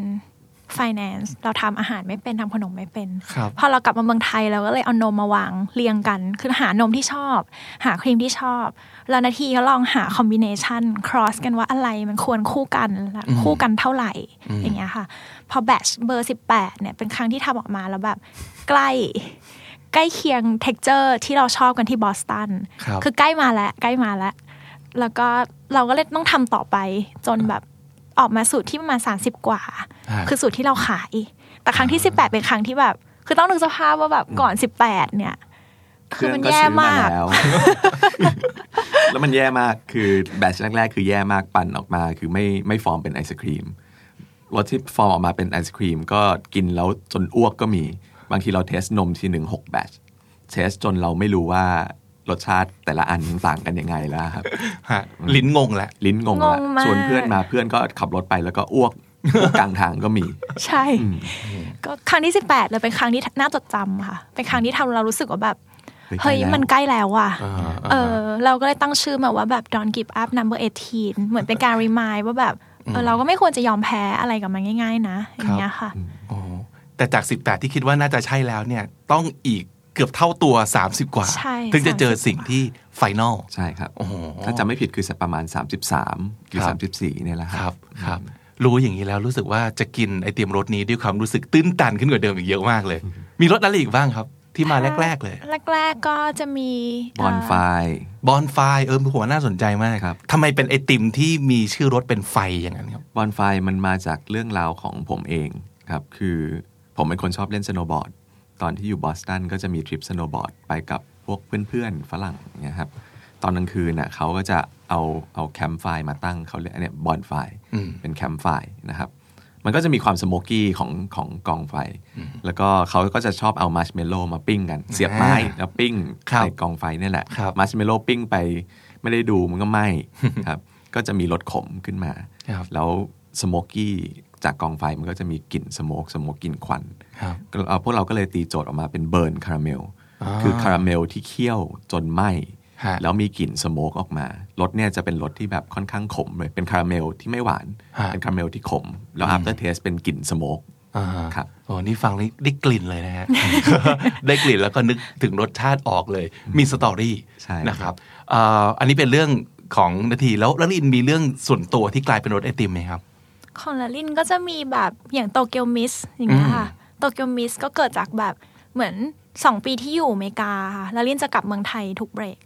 Speaker 3: finance เราทำอาหารไม่เป็นทำขนมไม่เป็น
Speaker 2: ครับ
Speaker 3: พอเรากลับมาเมืองไทยเราก็เลยเอานมมาวางเรียงกัน คือหานมที่ชอบ หาครีมที่ชอบ แล้วนาทีก็ลองหาคอมบิเนชันครอสกันว่าอะไรมันควรคู่กันและ
Speaker 2: อืม
Speaker 3: คู่กันเท่าไหร่
Speaker 2: อืม
Speaker 3: อย่างเงี้ยค่ะ พอแบตชเบอร์ 18เนี่ยเป็นครั้งที่ทำออกมาแล้วแบบ ใกล้ ใกล้เคียงเท็กเจอร์ที่เราชอบกันที่บอสตัน
Speaker 2: ครับ
Speaker 3: คือใกล้มาแล้วใกล้มาแล้ว แล้วก็เราก็เลยต้องทำต่อไป จนแบบออกมาสูตรที่ประมาณสาสิบกว่า
Speaker 2: อ่า
Speaker 3: คือสูตรที่เราขาย แต่ครั้งที่สิบแปดเป็นครั้งที่แบบ คือต้องนึกสภาพว่าแบบก่อนสิบแปดเนี่ย คือมันแย่มาก
Speaker 4: เครื่องก็ซื้อ แล้ว แล้วมันแย่มากคือแบตชแรกๆ คือแย่มากปั่นออกมา คือไม่ไม่ฟอร์มเป็นไอศครีมรสที่ฟอร์มออกมาเป็นไอศครีม ก็กินแล้วจนอ้วกก็มี บางทีเราเทสนมทีหนึ่งหกแบตชเทสจนเราไม่รู้ว่ารสชาติแต่ละอันต่างกันยังไงแล้วครับ
Speaker 2: ฮะลิ้นงงแหละ
Speaker 4: ลิ้นงงละ
Speaker 3: งงมาก
Speaker 4: ชวนเพื่อนมาเพื่อนก็ขับรถไปแล้วก็อ้วก อ้วกกลางทางก็มี
Speaker 3: ใช่ ก็ครั้งที่สิบแปดเลยเป็นครั้งที่น่าจดจำค่ะ เป็นครั้งที่ทำเรารู้สึกว่าแบบ
Speaker 4: เฮ้
Speaker 3: เฮ้
Speaker 4: ย
Speaker 3: ย
Speaker 4: ใกล้แล้ว
Speaker 3: มันใกล้แล้วว่ะ
Speaker 2: อ่าอ่า
Speaker 3: เออเราก็เลยตั้งชื่อมาว่าแบบ don't give up number 18 เหมือนเป็นการ remind ว่าแบบเออเราก็ไม่ควรจะยอมแพ้อะไรกับมันง่าย ๆ นะ อย่างเงี้ยค่ะ
Speaker 2: อ๋อแต่จาก 18 ที่คิดว่าน่าจะใช่แล้วเนี่ย ต้องอีกเกือบเท่าตัว 30 กว่า
Speaker 3: ใช่
Speaker 2: ถึงจะเจอ
Speaker 3: 30
Speaker 2: สิ่งที่ไฟนอล
Speaker 4: ใช่ครับ
Speaker 2: โอ้โห
Speaker 4: ถ้าจำไม่ผิดคือสักประมาณ 33 หรือ
Speaker 2: ครับ
Speaker 4: 34เนี่ยแหละค
Speaker 2: ค
Speaker 4: รั
Speaker 2: รับ บครับ รู้อย่างนี้แล้วรู้สึกว่าจะกินไอติมรสนี้ด้วยความรู้สึกตื้นตันขึ้นกว่าเดิมอีกเยอะมากเลย มีรสอะไรอีกบ้างครับ ที่มาแรก ๆ เลย
Speaker 3: แรกๆก็จะมี
Speaker 4: บอนไฟ
Speaker 3: เ
Speaker 2: บอนไฟเออหัวน่าสนใจมาก
Speaker 4: ครับ
Speaker 2: ทำไมเป็นไอติมที่มีชื่อรสเป็นไฟอย่างนั้นครับ
Speaker 4: บอนไฟมันมาจากเรื่องราวของผมเองครับ คือผมเป็นคนชอบเล่นสโนว์บอร์ด ตอนที่อยู่บอสตันก็จะมีทริปสโนว์บอร์ดไปกับพวกเพื่อนๆ ฝรั่งเนี่ยครับ ตอนกลางคืนน่ะเขาก็จะเอาเอาแคมป์ไฟมาตั้งเขาเรียกอันเนี่ยบอนไฟ
Speaker 2: อืม
Speaker 4: เป็นแคมป์ไฟนะครับ มันก็จะมีความสโมกกี้ของของกองไฟ แล้วก็เขาก็จะชอบเอามาร์ชเมลโล่มาปิ้งกัน เสียบไม้แล้วปิ้ง
Speaker 2: ครับ
Speaker 4: ในกองไฟเนี่ยแหละ
Speaker 2: ครับ
Speaker 4: มาร์ชเมลโล่ปิ้งไปไม่ได้ดูมันก็ไหม้ ครับ ก็จะมีรสขมขึ้นมา
Speaker 2: ครับ
Speaker 4: แล้วสโมกกี้จากกองไฟมันก็จะมีกลิ่นสโมกสโมกกลิ่นควัน
Speaker 2: ครับ
Speaker 4: ก็เอ่อพวกเราก็เลยตีโจทย์ออกมาเป็นเบิร์นคาราเมล
Speaker 2: อ่า
Speaker 4: คือคาราเมลที่เคี่ยวจนไหม
Speaker 2: ฮะ
Speaker 4: แล้วมีกลิ่นสโมกออกมารสเนี่ยจะเป็นรสที่แบบค่อนข้างขมเลยเป็นคาราเมลที่ไม่หวาน
Speaker 2: ฮะ
Speaker 4: เป็นคาราเมลที่ขม แล้ว after taste เป็นกลิ่นสโมก
Speaker 2: อ่าฮะ
Speaker 4: ครับ
Speaker 2: โอ้นี่ฟังนี่ได้กลิ่นเลย นะฮะ ได้กลิ่นแล้วก็นึกถึงรสชาติออกเลย มีสตอรี่
Speaker 4: ใช่
Speaker 2: นะครับเอ่ออันนี้เป็นเรื่องของนาทีแล้วแล้วลินมีเรื่องส่วนตัวที่กลายเป็นรสไอติมไหมครับ
Speaker 3: ของลาลินก็จะมีแบบอย่างโตเกียวมิสอย่างเงี้ยค่ะโตเกียวมิสก็เกิดจากแบบเหมือนสองปีที่อยู่อเมริกาค่ะลาลินจะกลับเมืองไทยทุกเบรก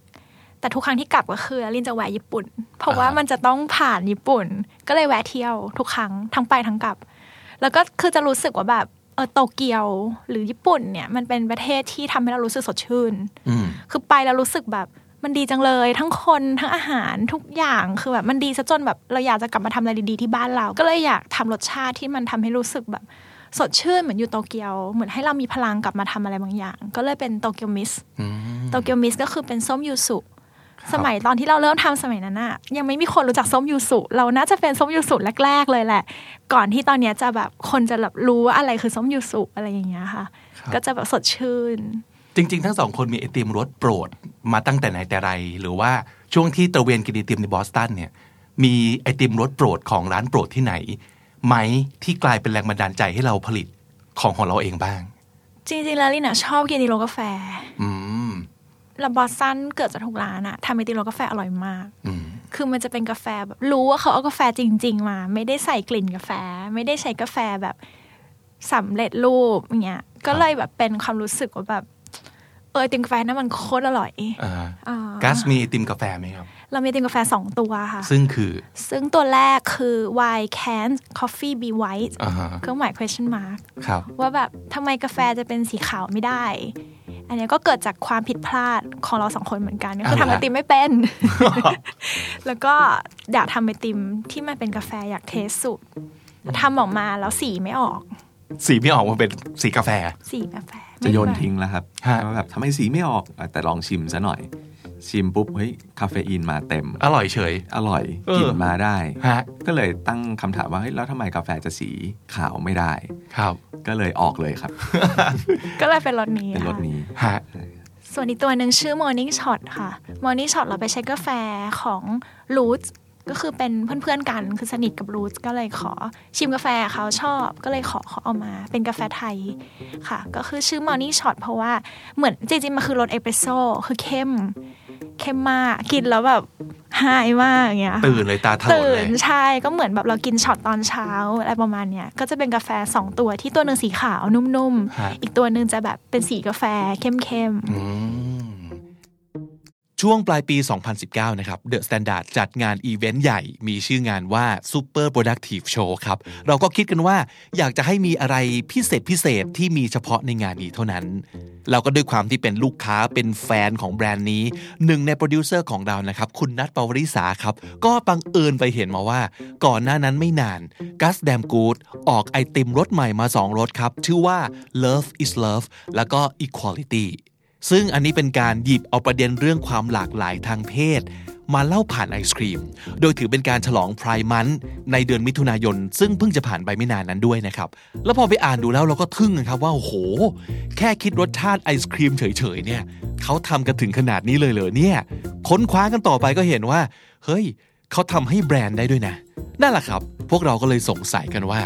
Speaker 3: แต่ทุกครั้งที่กลับก็คือลาลินจะแวะญี่ปุ่น เพราะว่า
Speaker 2: อ่ามั
Speaker 3: มันจะต้องผ่านญี่ปุ่น ก็เลยแวะเที่ยวทุกครั้งทั้งไปทั้งกลับ แล้วก็คือจะรู้สึกว่าแบบเออโตเกียวหรือญี่ปุ่นเนี่ยมันเป็นประเทศที่ทำให้เรารู้สึกสดชื่น
Speaker 2: อืม
Speaker 3: คือไปแล้วรู้สึกแบบมันดีจังเลย ทั้งคนทั้งอาหารทุกอย่างคือแบบมันดีซะจนแบบเราอยากจะกลับมาทำอะไรดีๆที่บ้านเรา ก็เลยอยากทำรสชาติที่มันทำให้รู้สึกแบบสดชื่นเหมือนอยู่โตเกียว เหมือนให้เรามีพลังกลับมาทำอะไรบางอย่าง ก็เลยเป็นโตเกียวมิส
Speaker 2: อืม
Speaker 3: โตเกียวมิสก็คือเป็นส้มยูสุสมัยตอนที่เราเริ่มทำสมัยนั้นอะยังไม่มีคนรู้จักส้มยูสุเราน่าจะเป็นส้มยูสุแรก ๆ เลยแหละ ก่อนที่ตอนเนี้ยจะแบบคนจะแบบรู้ว่าอะไรคือส้มยูสุอะไรอย่างเงี้ยค่ะ
Speaker 2: ครับ
Speaker 3: ก็จะแบบสดชื่น
Speaker 2: จริง ๆ ทั้งสองคนมีไอติมรสโปรดมาตั้งแต่ไหนแต่ไร หรือว่าช่วงที่ตระเวนกินไอติมในบอสตันเนี่ย มีไอติมรสโปรดของร้านโปรดที่ไหน ไหมที่กลายเป็นแรงบันดาลใจให้เราผลิตของของเราเองบ้าง
Speaker 3: จริงๆแล้วลินอะชอบกินดีโรกาแฟ
Speaker 2: อืม
Speaker 3: แล้วบอสตันเกิดจากทุกร้านอะทำไอติมรสกาแฟอร่อยมาก
Speaker 2: อืม
Speaker 3: คือมันจะเป็นกาแฟแบบรู้ว่าเขาเอากาแฟจริง ๆ มา ไม่ได้ใส่กลิ่นกาแฟ ไม่ได้ใช้กาแฟแบบสำเร็จรูปอย่างเงี้ย ก็เลยแบบเป็นความรู้สึกว่าแบบ เออไอติมกาแฟนั้นมันโคตรอร่อย
Speaker 2: อ่า
Speaker 3: อ่า
Speaker 2: กัสมีไอติมกาแฟไหมครับ
Speaker 3: เรามีไอติมกาแฟสองตัวค่ะ
Speaker 2: ซึ่งคือ
Speaker 3: ซึ่งตัวแรกคือ why can't coffee be white
Speaker 2: อ่าฮะ
Speaker 3: เครื่องหมาย question mark
Speaker 2: ครับ
Speaker 3: ว่าแบบทำไมกาแฟจะเป็นสีขาวไม่ได้ อันเนี้ยก็เกิดจากความผิดพลาดของเราสองคนเหมือนกันก็คือทำไอติมไม่เป็น แล้วก็อยากทำไอติมที่มันเป็นกาแฟอยากเทสสุดทำออกมาแล้วสีไม่ออก
Speaker 2: สีไม่ออกมาเป็นสีกาแฟ
Speaker 3: สีกาแฟ
Speaker 4: จะโยน
Speaker 3: ไม่เหมือ
Speaker 4: ทิ้งแล้วครับ
Speaker 2: ฮะ
Speaker 4: ว่าแบบทำไมสีไม่ออกอ่ะแต่ลองชิมซะหน่อย ชิมปุ๊บเฮ้ยคาเฟอีนมาเต็ม
Speaker 2: อร่อยเฉย
Speaker 4: อร่อย
Speaker 2: เออ
Speaker 4: กลิ่นมาได้
Speaker 2: ฮะ
Speaker 4: ก็เลยตั้งคำถามว่าเฮ้ยแล้วทำไมกาแฟจะสีขาวไม่ได้
Speaker 2: ครับ
Speaker 4: ก็เลยออกเลยครับ
Speaker 3: ก็เลยเป็นรสนี้
Speaker 4: เป็นรถ
Speaker 3: ค่ะ
Speaker 4: นี้
Speaker 2: ฮะ
Speaker 3: ส่วนอีกตัวหนึ่งชื่อ Morning Shot ค่ะ Morning Shot เราไปใช้กาแฟของ Roots ก็คือเป็นเพื่อนๆกันคือสนิทกับรูทก็เลยขอชิมกาแฟเขาชอบก็เลยขอเขาเอามา เป็นกาแฟไทยค่ะ ก็คือชื่อ Morning Shot เพราะว่าเหมือนจริงๆมันคือรสเอสเปรสโซ่คือเข้ม เข้มมากกินแล้วแบบไฮมากอย่างเงี้ยค่ะ
Speaker 2: ตื่นเลยตาถลน
Speaker 3: ตื่
Speaker 2: เล
Speaker 3: น
Speaker 2: ย
Speaker 3: ใช่ก็เหมือนแบบเรากินช็อตตอนเช้าอะไรประมาณเนี้ยก็จะเป็นกาแฟ 2 ตัวที่ตัวหนึ่งสีขาวนุ่ม
Speaker 2: ฮะ
Speaker 3: ๆ อีกตัวหนึ่งจะแบบเป็นสีกาแฟเข้ม
Speaker 2: อืมช่วงปลายปี 2019 นะครับ The Standard จัดงานอีเวนต์ใหญ่มีชื่องานว่า Super Productive Show ครับ เราก็คิดกันว่าอยากจะให้มีอะไรพิเศษพิเศษที่มีเฉพาะในงานนี้เท่านั้น เราก็ด้วยความที่เป็นลูกค้าเป็นแฟนของแบรนด์นี้ หนึ่งในโปรดิวเซอร์ของเรานะครับ คุณนัทปวริษาครับ ก็บังเอิญไปเห็นมาว่า ก่อนหน้านั้นไม่นานกัสแดมกูดออกไอติมรสใหม่มาสองรสครับ ชื่อว่า Love is Love แล้วก็ Equality ซึ่งอันนี้เป็นการหยิบเอาประเด็นเรื่องความหลากหลายทางเพศ มาเล่าผ่านไอศครีม โดยถือเป็นการฉลองไพร์มันในเดือนมิถุนายน ซึ่งเพิ่งจะผ่านไปไม่นานนั้นด้วยนะครับ แล้วพอไปอ่านดูแล้วเราก็ทึ่งนะครับว่า โอ้โห แค่คิดรสชาติไอศครีมเฉยๆเนี่ยเขาทำกันถึงขนาดนี้เลยเหรอเนี่ย ค้นคว้ากันต่อไปก็เห็นว่า เฮ้ย เขาทำให้แบรนด์ได้ด้วยนะ นั่นแหละครับ พวกเราก็เลยสงสัยกันว่า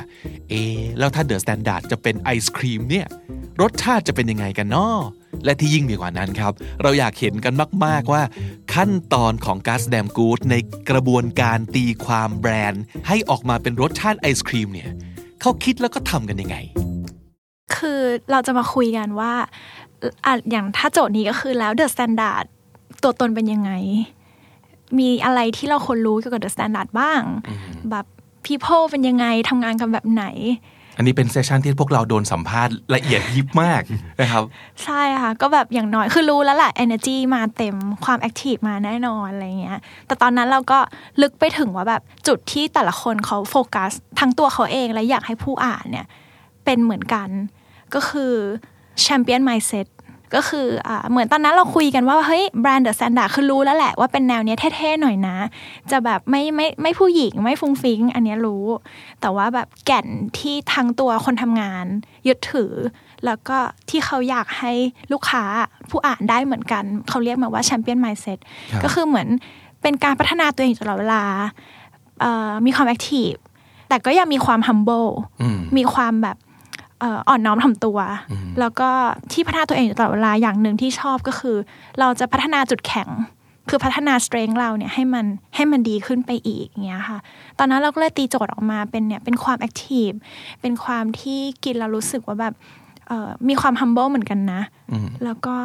Speaker 2: เอะแล้วถ้าเดอะสแตนดาร์ดจะเป็นไอศครีมเนี่ย รสชาติจะเป็นยังไงกันเนาะและที่ยิ่งไปกว่านั้นครับ เราอยากเห็นกันมาก ๆ ว่า ขั้นตอนของก s สแดมกูดในกระบวนการตีความแบรนด์ ให้ออกมาเป็นรสชาติไอศครีมเนี่ยเขาคิดแล้วก็ทำกันยังไง
Speaker 3: ๆ คือเราจะมาคุยกันว่าอ่ะอย่างถ้าโจทย์นี้ก็คือแล้วเดอะสแตนดาร์ดตัวตนเป็นยังไง มีอะไรที่เราควรรู้เกี่ยวกับเดอะสแตนดาร์ดบ้าง แบบ people เป็นยังไงทำงานกันแบบไหน
Speaker 2: อันนี้เป็นเซสชันที่พวกเราโดนสัมภาษณ์ละเอียดยิบมาก นะครับ
Speaker 3: ใช่ค่ะ ก็แบบอย่างน้อยคือรู้แล้วแหละ energy มาเต็มความ active มาแน่นอนอะไรเงี้ย แต่ตอนนั้นเราก็ลึกไปถึงว่าแบบจุดที่แต่ละคนเขาโฟกัส ทั้งตัวเขาเองและอยากให้ผู้อ่านเนี่ย เป็นเหมือนกันก็คือ champion mindset ก็คืออ่าเหมือนตอนนั้นเราคุยกันว่า เฮ้ยแบรนด์เดอะแซนด์คือรู้แล้วแหละว่าเป็นแนวเนี้ยเท่ๆหน่อยนะ จะแบบไม่ไม่ไม่ผู้หญิงไม่ฟุ้งฟิ้งอันเนี้ยรู้ แต่ว่าแบบแก่นที่ทั้งตัวคนทำงาน ยึดถือ แล้วก็ที่เขาอยากให้ลูกค้าผู้อ่านได้เหมือนกัน เขาเรียกมาว่าแชมเปี้ยนไมซ์เซ็ต
Speaker 2: ครับ
Speaker 3: ก็คือเหมือนเป็นการพัฒนาตัวเองอยู่ตลอดเวลาเอ่อมีความแอคทีฟแต่ก็ยังมีความ humble
Speaker 2: อืม
Speaker 3: มีความแบบเอ่ออ่อนน้อมถ่อมตัว
Speaker 2: อืม
Speaker 3: แล้วก็ที่พัฒนาตัวเองอยู่ตลอดเวลาอย่างหนึ่งที่ชอบก็คือ เราจะพัฒนาจุดแข็ง คือพัฒนาสเตรงเราเนี่ยให้มันให้มันดีขึ้นไปอีกอย่างเงี้ยค่ะ ตอนนั้นเราก็เลยตีโจทย์ออกมาเป็นเนี่ยเป็นความแอคทีฟเป็นความที่กินเรารู้สึกว่าแบบเอ่อมีความ humble เหมือนกันนะ
Speaker 2: อืม
Speaker 3: แล้วก็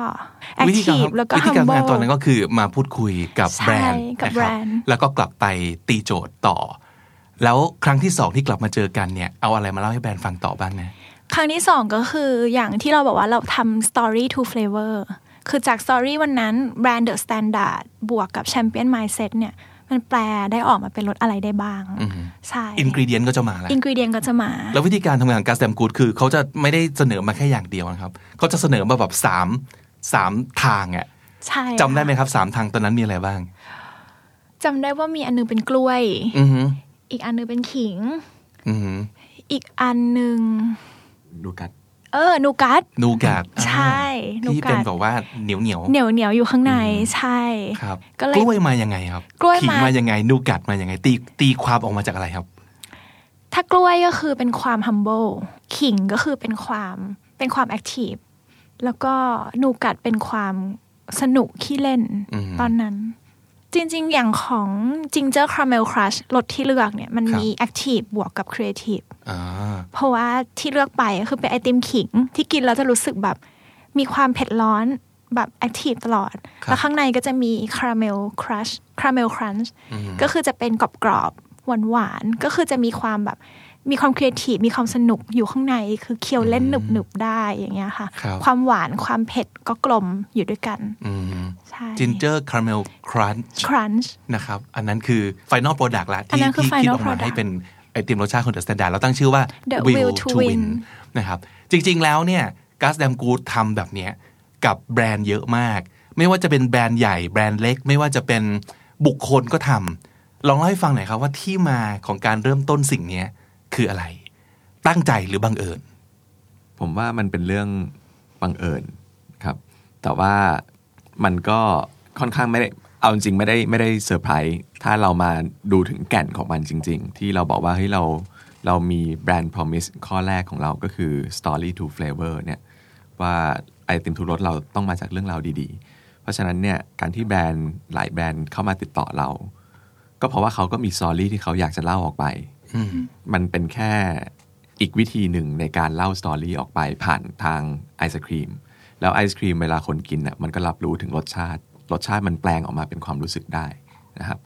Speaker 3: แอค
Speaker 2: วิธีกา
Speaker 3: ที
Speaker 2: ร
Speaker 3: ฟแล้วก็
Speaker 2: วิธีการทำงาน
Speaker 3: humble
Speaker 2: ตอนนั้นก็คือมาพูดคุยกับ
Speaker 3: ใช่
Speaker 2: แบรนด์
Speaker 3: กับ
Speaker 2: นะครับ
Speaker 3: แบรนด์
Speaker 2: แล้วก็กลับไปตีโจทย์ต่อ แล้วครั้งที่สองที่กลับมาเจอกันเนี่ยเอาอะไรมาเล่าให้แบรนด์ฟังต่อบ้างนะ
Speaker 3: ครั้งที่สองก็คืออย่างที่เราบอกว่าเราทำ story to flavor คือจาก story วันนั้นแบรนด์ The Standard บวกกับ Champion Mindset เนี่ยมันแปลได้ออกมาเป็นรสอะไรได้บ้าง
Speaker 2: อืม
Speaker 3: ใช่
Speaker 2: อินกรีเดียนก็จะมาแล้ว
Speaker 3: อินกรีเดียนก็จะมา
Speaker 2: แล้ววิธีการทำงานของการแซมกูดคือเขาจะไม่ได้เสนอมาแค่อย่างเดียวนะครับเขาจะเสนอมาแบบสามสามทางอะ
Speaker 3: ใช่
Speaker 2: จำได้ไหมครับสามทางตอนนั้นมีอะไรบ้าง
Speaker 3: จำได้ว่ามีอันหนึงเป็นกล้วย
Speaker 2: อือหือ
Speaker 3: อีกอันหนึงเป็นขิง
Speaker 2: อือหือ
Speaker 3: อีกอันหนึ่ง
Speaker 4: ดูกัด
Speaker 3: เออนูกัส
Speaker 2: นูกาด
Speaker 3: ใช่นู
Speaker 2: ที่
Speaker 3: กั
Speaker 2: เป็น
Speaker 3: ส
Speaker 2: แบบว่าเหนียวเหนียวๆ
Speaker 3: เหนียวเหนียวๆอยู่ข้างในใช่
Speaker 2: ครับ
Speaker 3: ก็เลย
Speaker 2: กล้วยมายังไงครับ
Speaker 3: กล้วย
Speaker 2: ขิง
Speaker 3: มา
Speaker 2: มายังไงนูกาดมายังไง ตีตีความออกมาจากอะไรครับ
Speaker 3: ถ้ากล้วยก็คือเป็นความ humble ขิงก็คือเป็นความเป็นความ active แล้วก็นูกัดเป็นความสนุกขี้เล่น
Speaker 2: อืม
Speaker 3: ตอนนั้น จริงๆ อย่างของ Ginger Caramel Crush รสที่เลือกเนี่ยมัน
Speaker 2: ครับ
Speaker 3: มี active บวกกับ creative
Speaker 2: อ่า
Speaker 3: เพราะว่าที่เลือกไปก็คือเป็นไอติมขิง ที่กินเราจะรู้สึกแบบมีความเผ็ดร้อนแบบแอคทีฟตลอด แล้วข้างในก็จะมีคาราเมลครัชคาราเมลครันช์ก็คือจะเป็นกรอบๆหวานๆ ก็คือจะมีความแบบมีความครีเอทีฟมีความสนุกอยู่ข้างใน คือเคี้ยวเล่นหนึบๆ ได้อย่างเงี้ยค่ะ
Speaker 2: ครับ
Speaker 3: ความหวานความเผ็ดก็กลมอยู่ด้วยกัน
Speaker 2: อืม
Speaker 3: ใช่
Speaker 2: จินเจอร์คาราเมลครันช์
Speaker 3: ครันช์
Speaker 2: นะครับ อันนั้นคือไฟนอลโปรดักต์ละ
Speaker 3: อัน
Speaker 2: ที่
Speaker 3: นั้นคือ
Speaker 2: ที่คิด
Speaker 3: final
Speaker 2: ออกมาให้
Speaker 3: product
Speaker 2: เป็นไอติมรสชาติของเดอะสแตนดาร์ดเราตั้งชื่อว่า
Speaker 3: The Will to Win
Speaker 2: นะครับจริง ๆ แล้วเนี่ยกัสแดมกูดทำแบบเนี้ยกับแบรนด์เยอะมาก ไม่ว่าจะเป็นแบรนด์ใหญ่แบรนด์เล็ก ไม่ว่าจะเป็นบุคคลก็ทำลองเล่าให้ฟังหน่อยครับว่าที่มาของการเริ่มต้นสิ่งเนี้ยคืออะไร ตั้งใจหรือบังเอิญ
Speaker 4: ผมว่ามันเป็นเรื่องบังเอิญครับ แต่ว่ามันก็ค่อนข้างไม่ได้ เอาจริงๆไม่ได้ไม่ได้เซอร์ไพรส์ถ้าเรามาดูถึงแก่นของมันจริง ๆ ที่เราบอกว่าเฮ้ยเราเรามีแบรนด์ promise ข้อแรกของเราก็คือ story to flavor เนี่ยว่าไอติมทุกรสเราต้องมาจากเรื่องราวดีๆ เพราะฉะนั้นเนี่ยการที่แบรนด์หลายแบรนด์เข้ามาติดต่อเรา ก็เพราะว่าเขาก็มี story ที่เขาอยากจะเล่าออกไป มันเป็นแค่อีกวิธีหนึ่งในการเล่าสตอรี่ออกไปผ่านทางไอศครีม แล้วไอศครีมเวลาคนกินน่ะมันก็รับรู้ถึงรสชาติ รสชาติมันแปลงออกมาเป็นความรู้สึกได้นะครับ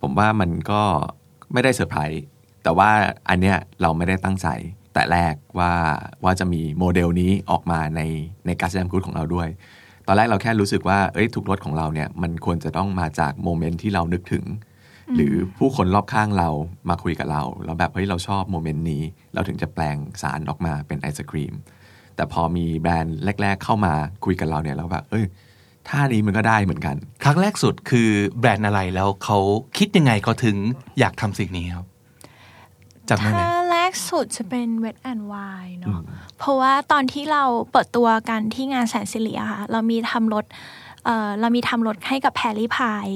Speaker 4: ผมว่ามันก็ไม่ได้เซอร์ไพรส์แต่ว่าอันเนี้ยเราไม่ได้ตั้งใจ แต่แรกว่าว่าจะมีโมเดลนี้ออกมาในในการแสดงคูดของเราด้วย ตอนแรกเราแค่รู้สึกว่าเอ้ยทุกรสของเราเนี่ยมันควรจะต้องมาจากโมเมนต์ที่เรานึกถึง หรือผู้คนรอบข้างเรามาคุยกับเรา แล้วแบบเฮ้ยเราชอบโมเมนต์นี้ เราถึงจะแปลงสารออกมาเป็นไอศครีม แต่พอมีแบรนด์แรก ๆ เข้ามาคุยกับเราเนี่ยเราแบบเอ้ยท่านี้มันก็ได้เหมือนกัน
Speaker 2: ครั้งแรกสุดคือแบรนด์อะไรแล้วเขาคิดยังไงเขาถึงอยากทำสิ่งนี้ครับจำได้ไหม
Speaker 3: ถ้าแรกสุดจะเป็นเวทแอนวายเนาะเพราะว่าตอนที่เราเปิดตัวกันที่งานแสนสิริอะค่ะ เรามีทำรถเอ่อเรามีทำรถให้กับแพรรี่พาย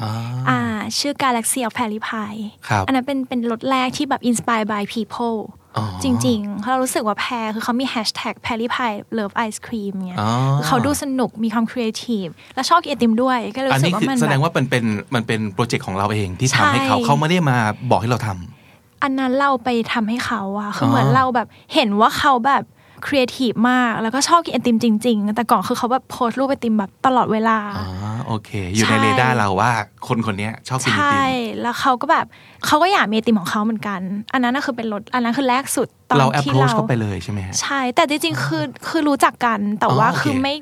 Speaker 2: อ่า
Speaker 3: อ่า ชื่อ Galaxy of Perry Pie
Speaker 2: ครับ
Speaker 3: อันนั้นเป็นเป็นรถแรกที่แบบ inspired by people
Speaker 2: อ๋อ
Speaker 3: จริงๆเพราะเรารู้สึกว่าแพรคือเขามี hashtag Perry Pie Love Ice Cream เนี่ย
Speaker 2: อ๋อ
Speaker 3: เขาดูสนุกมีความ creative และชอบกินไอติมด้วย ก็เลย
Speaker 2: อัน
Speaker 3: รู้สึ
Speaker 2: นี้
Speaker 3: กว่า
Speaker 2: คือ
Speaker 3: มัน
Speaker 2: แสดง
Speaker 3: แบบ
Speaker 2: ว่ามันเป็นมันเป็นโปรเจกต์ของเราเองที่ทำให้เขา
Speaker 3: ใช่
Speaker 2: เขาไม่ได้มาบอกให้เราทำ
Speaker 3: อันนั้นเราไปทำให้เขาอะคืออ
Speaker 2: อ
Speaker 3: เหมือนเราแบบเห็นว่าเขาแบบครีเอทีฟมาก แล้วก็ชอบกินไอติมจริง ๆ แต่ก่อนคือเขาแบบโพสต์รูปไอติมแบบตลอดเวลา
Speaker 2: อ๋อโอเค อยู่ในเรดาร์เราว่าคนคนเนี้ยชอบกินไอ
Speaker 3: ใช่
Speaker 2: ติม
Speaker 3: แล้วเขาก็แบบเขาก็อยากมีไอติมของเขาเหมือนกัน อันนั้นน่ะคือเป็นรถอันนั้นคือแรกสุดตอน
Speaker 2: เราแอป
Speaker 3: ที่
Speaker 2: โรส
Speaker 3: เรา
Speaker 2: เข้าไปเลยใช่ไหมฮะ
Speaker 3: ใช่ แต่จริงๆคือคือรู้จักกันแต่
Speaker 2: อ๋อ
Speaker 3: ว่า
Speaker 2: โอเค
Speaker 3: คือไม่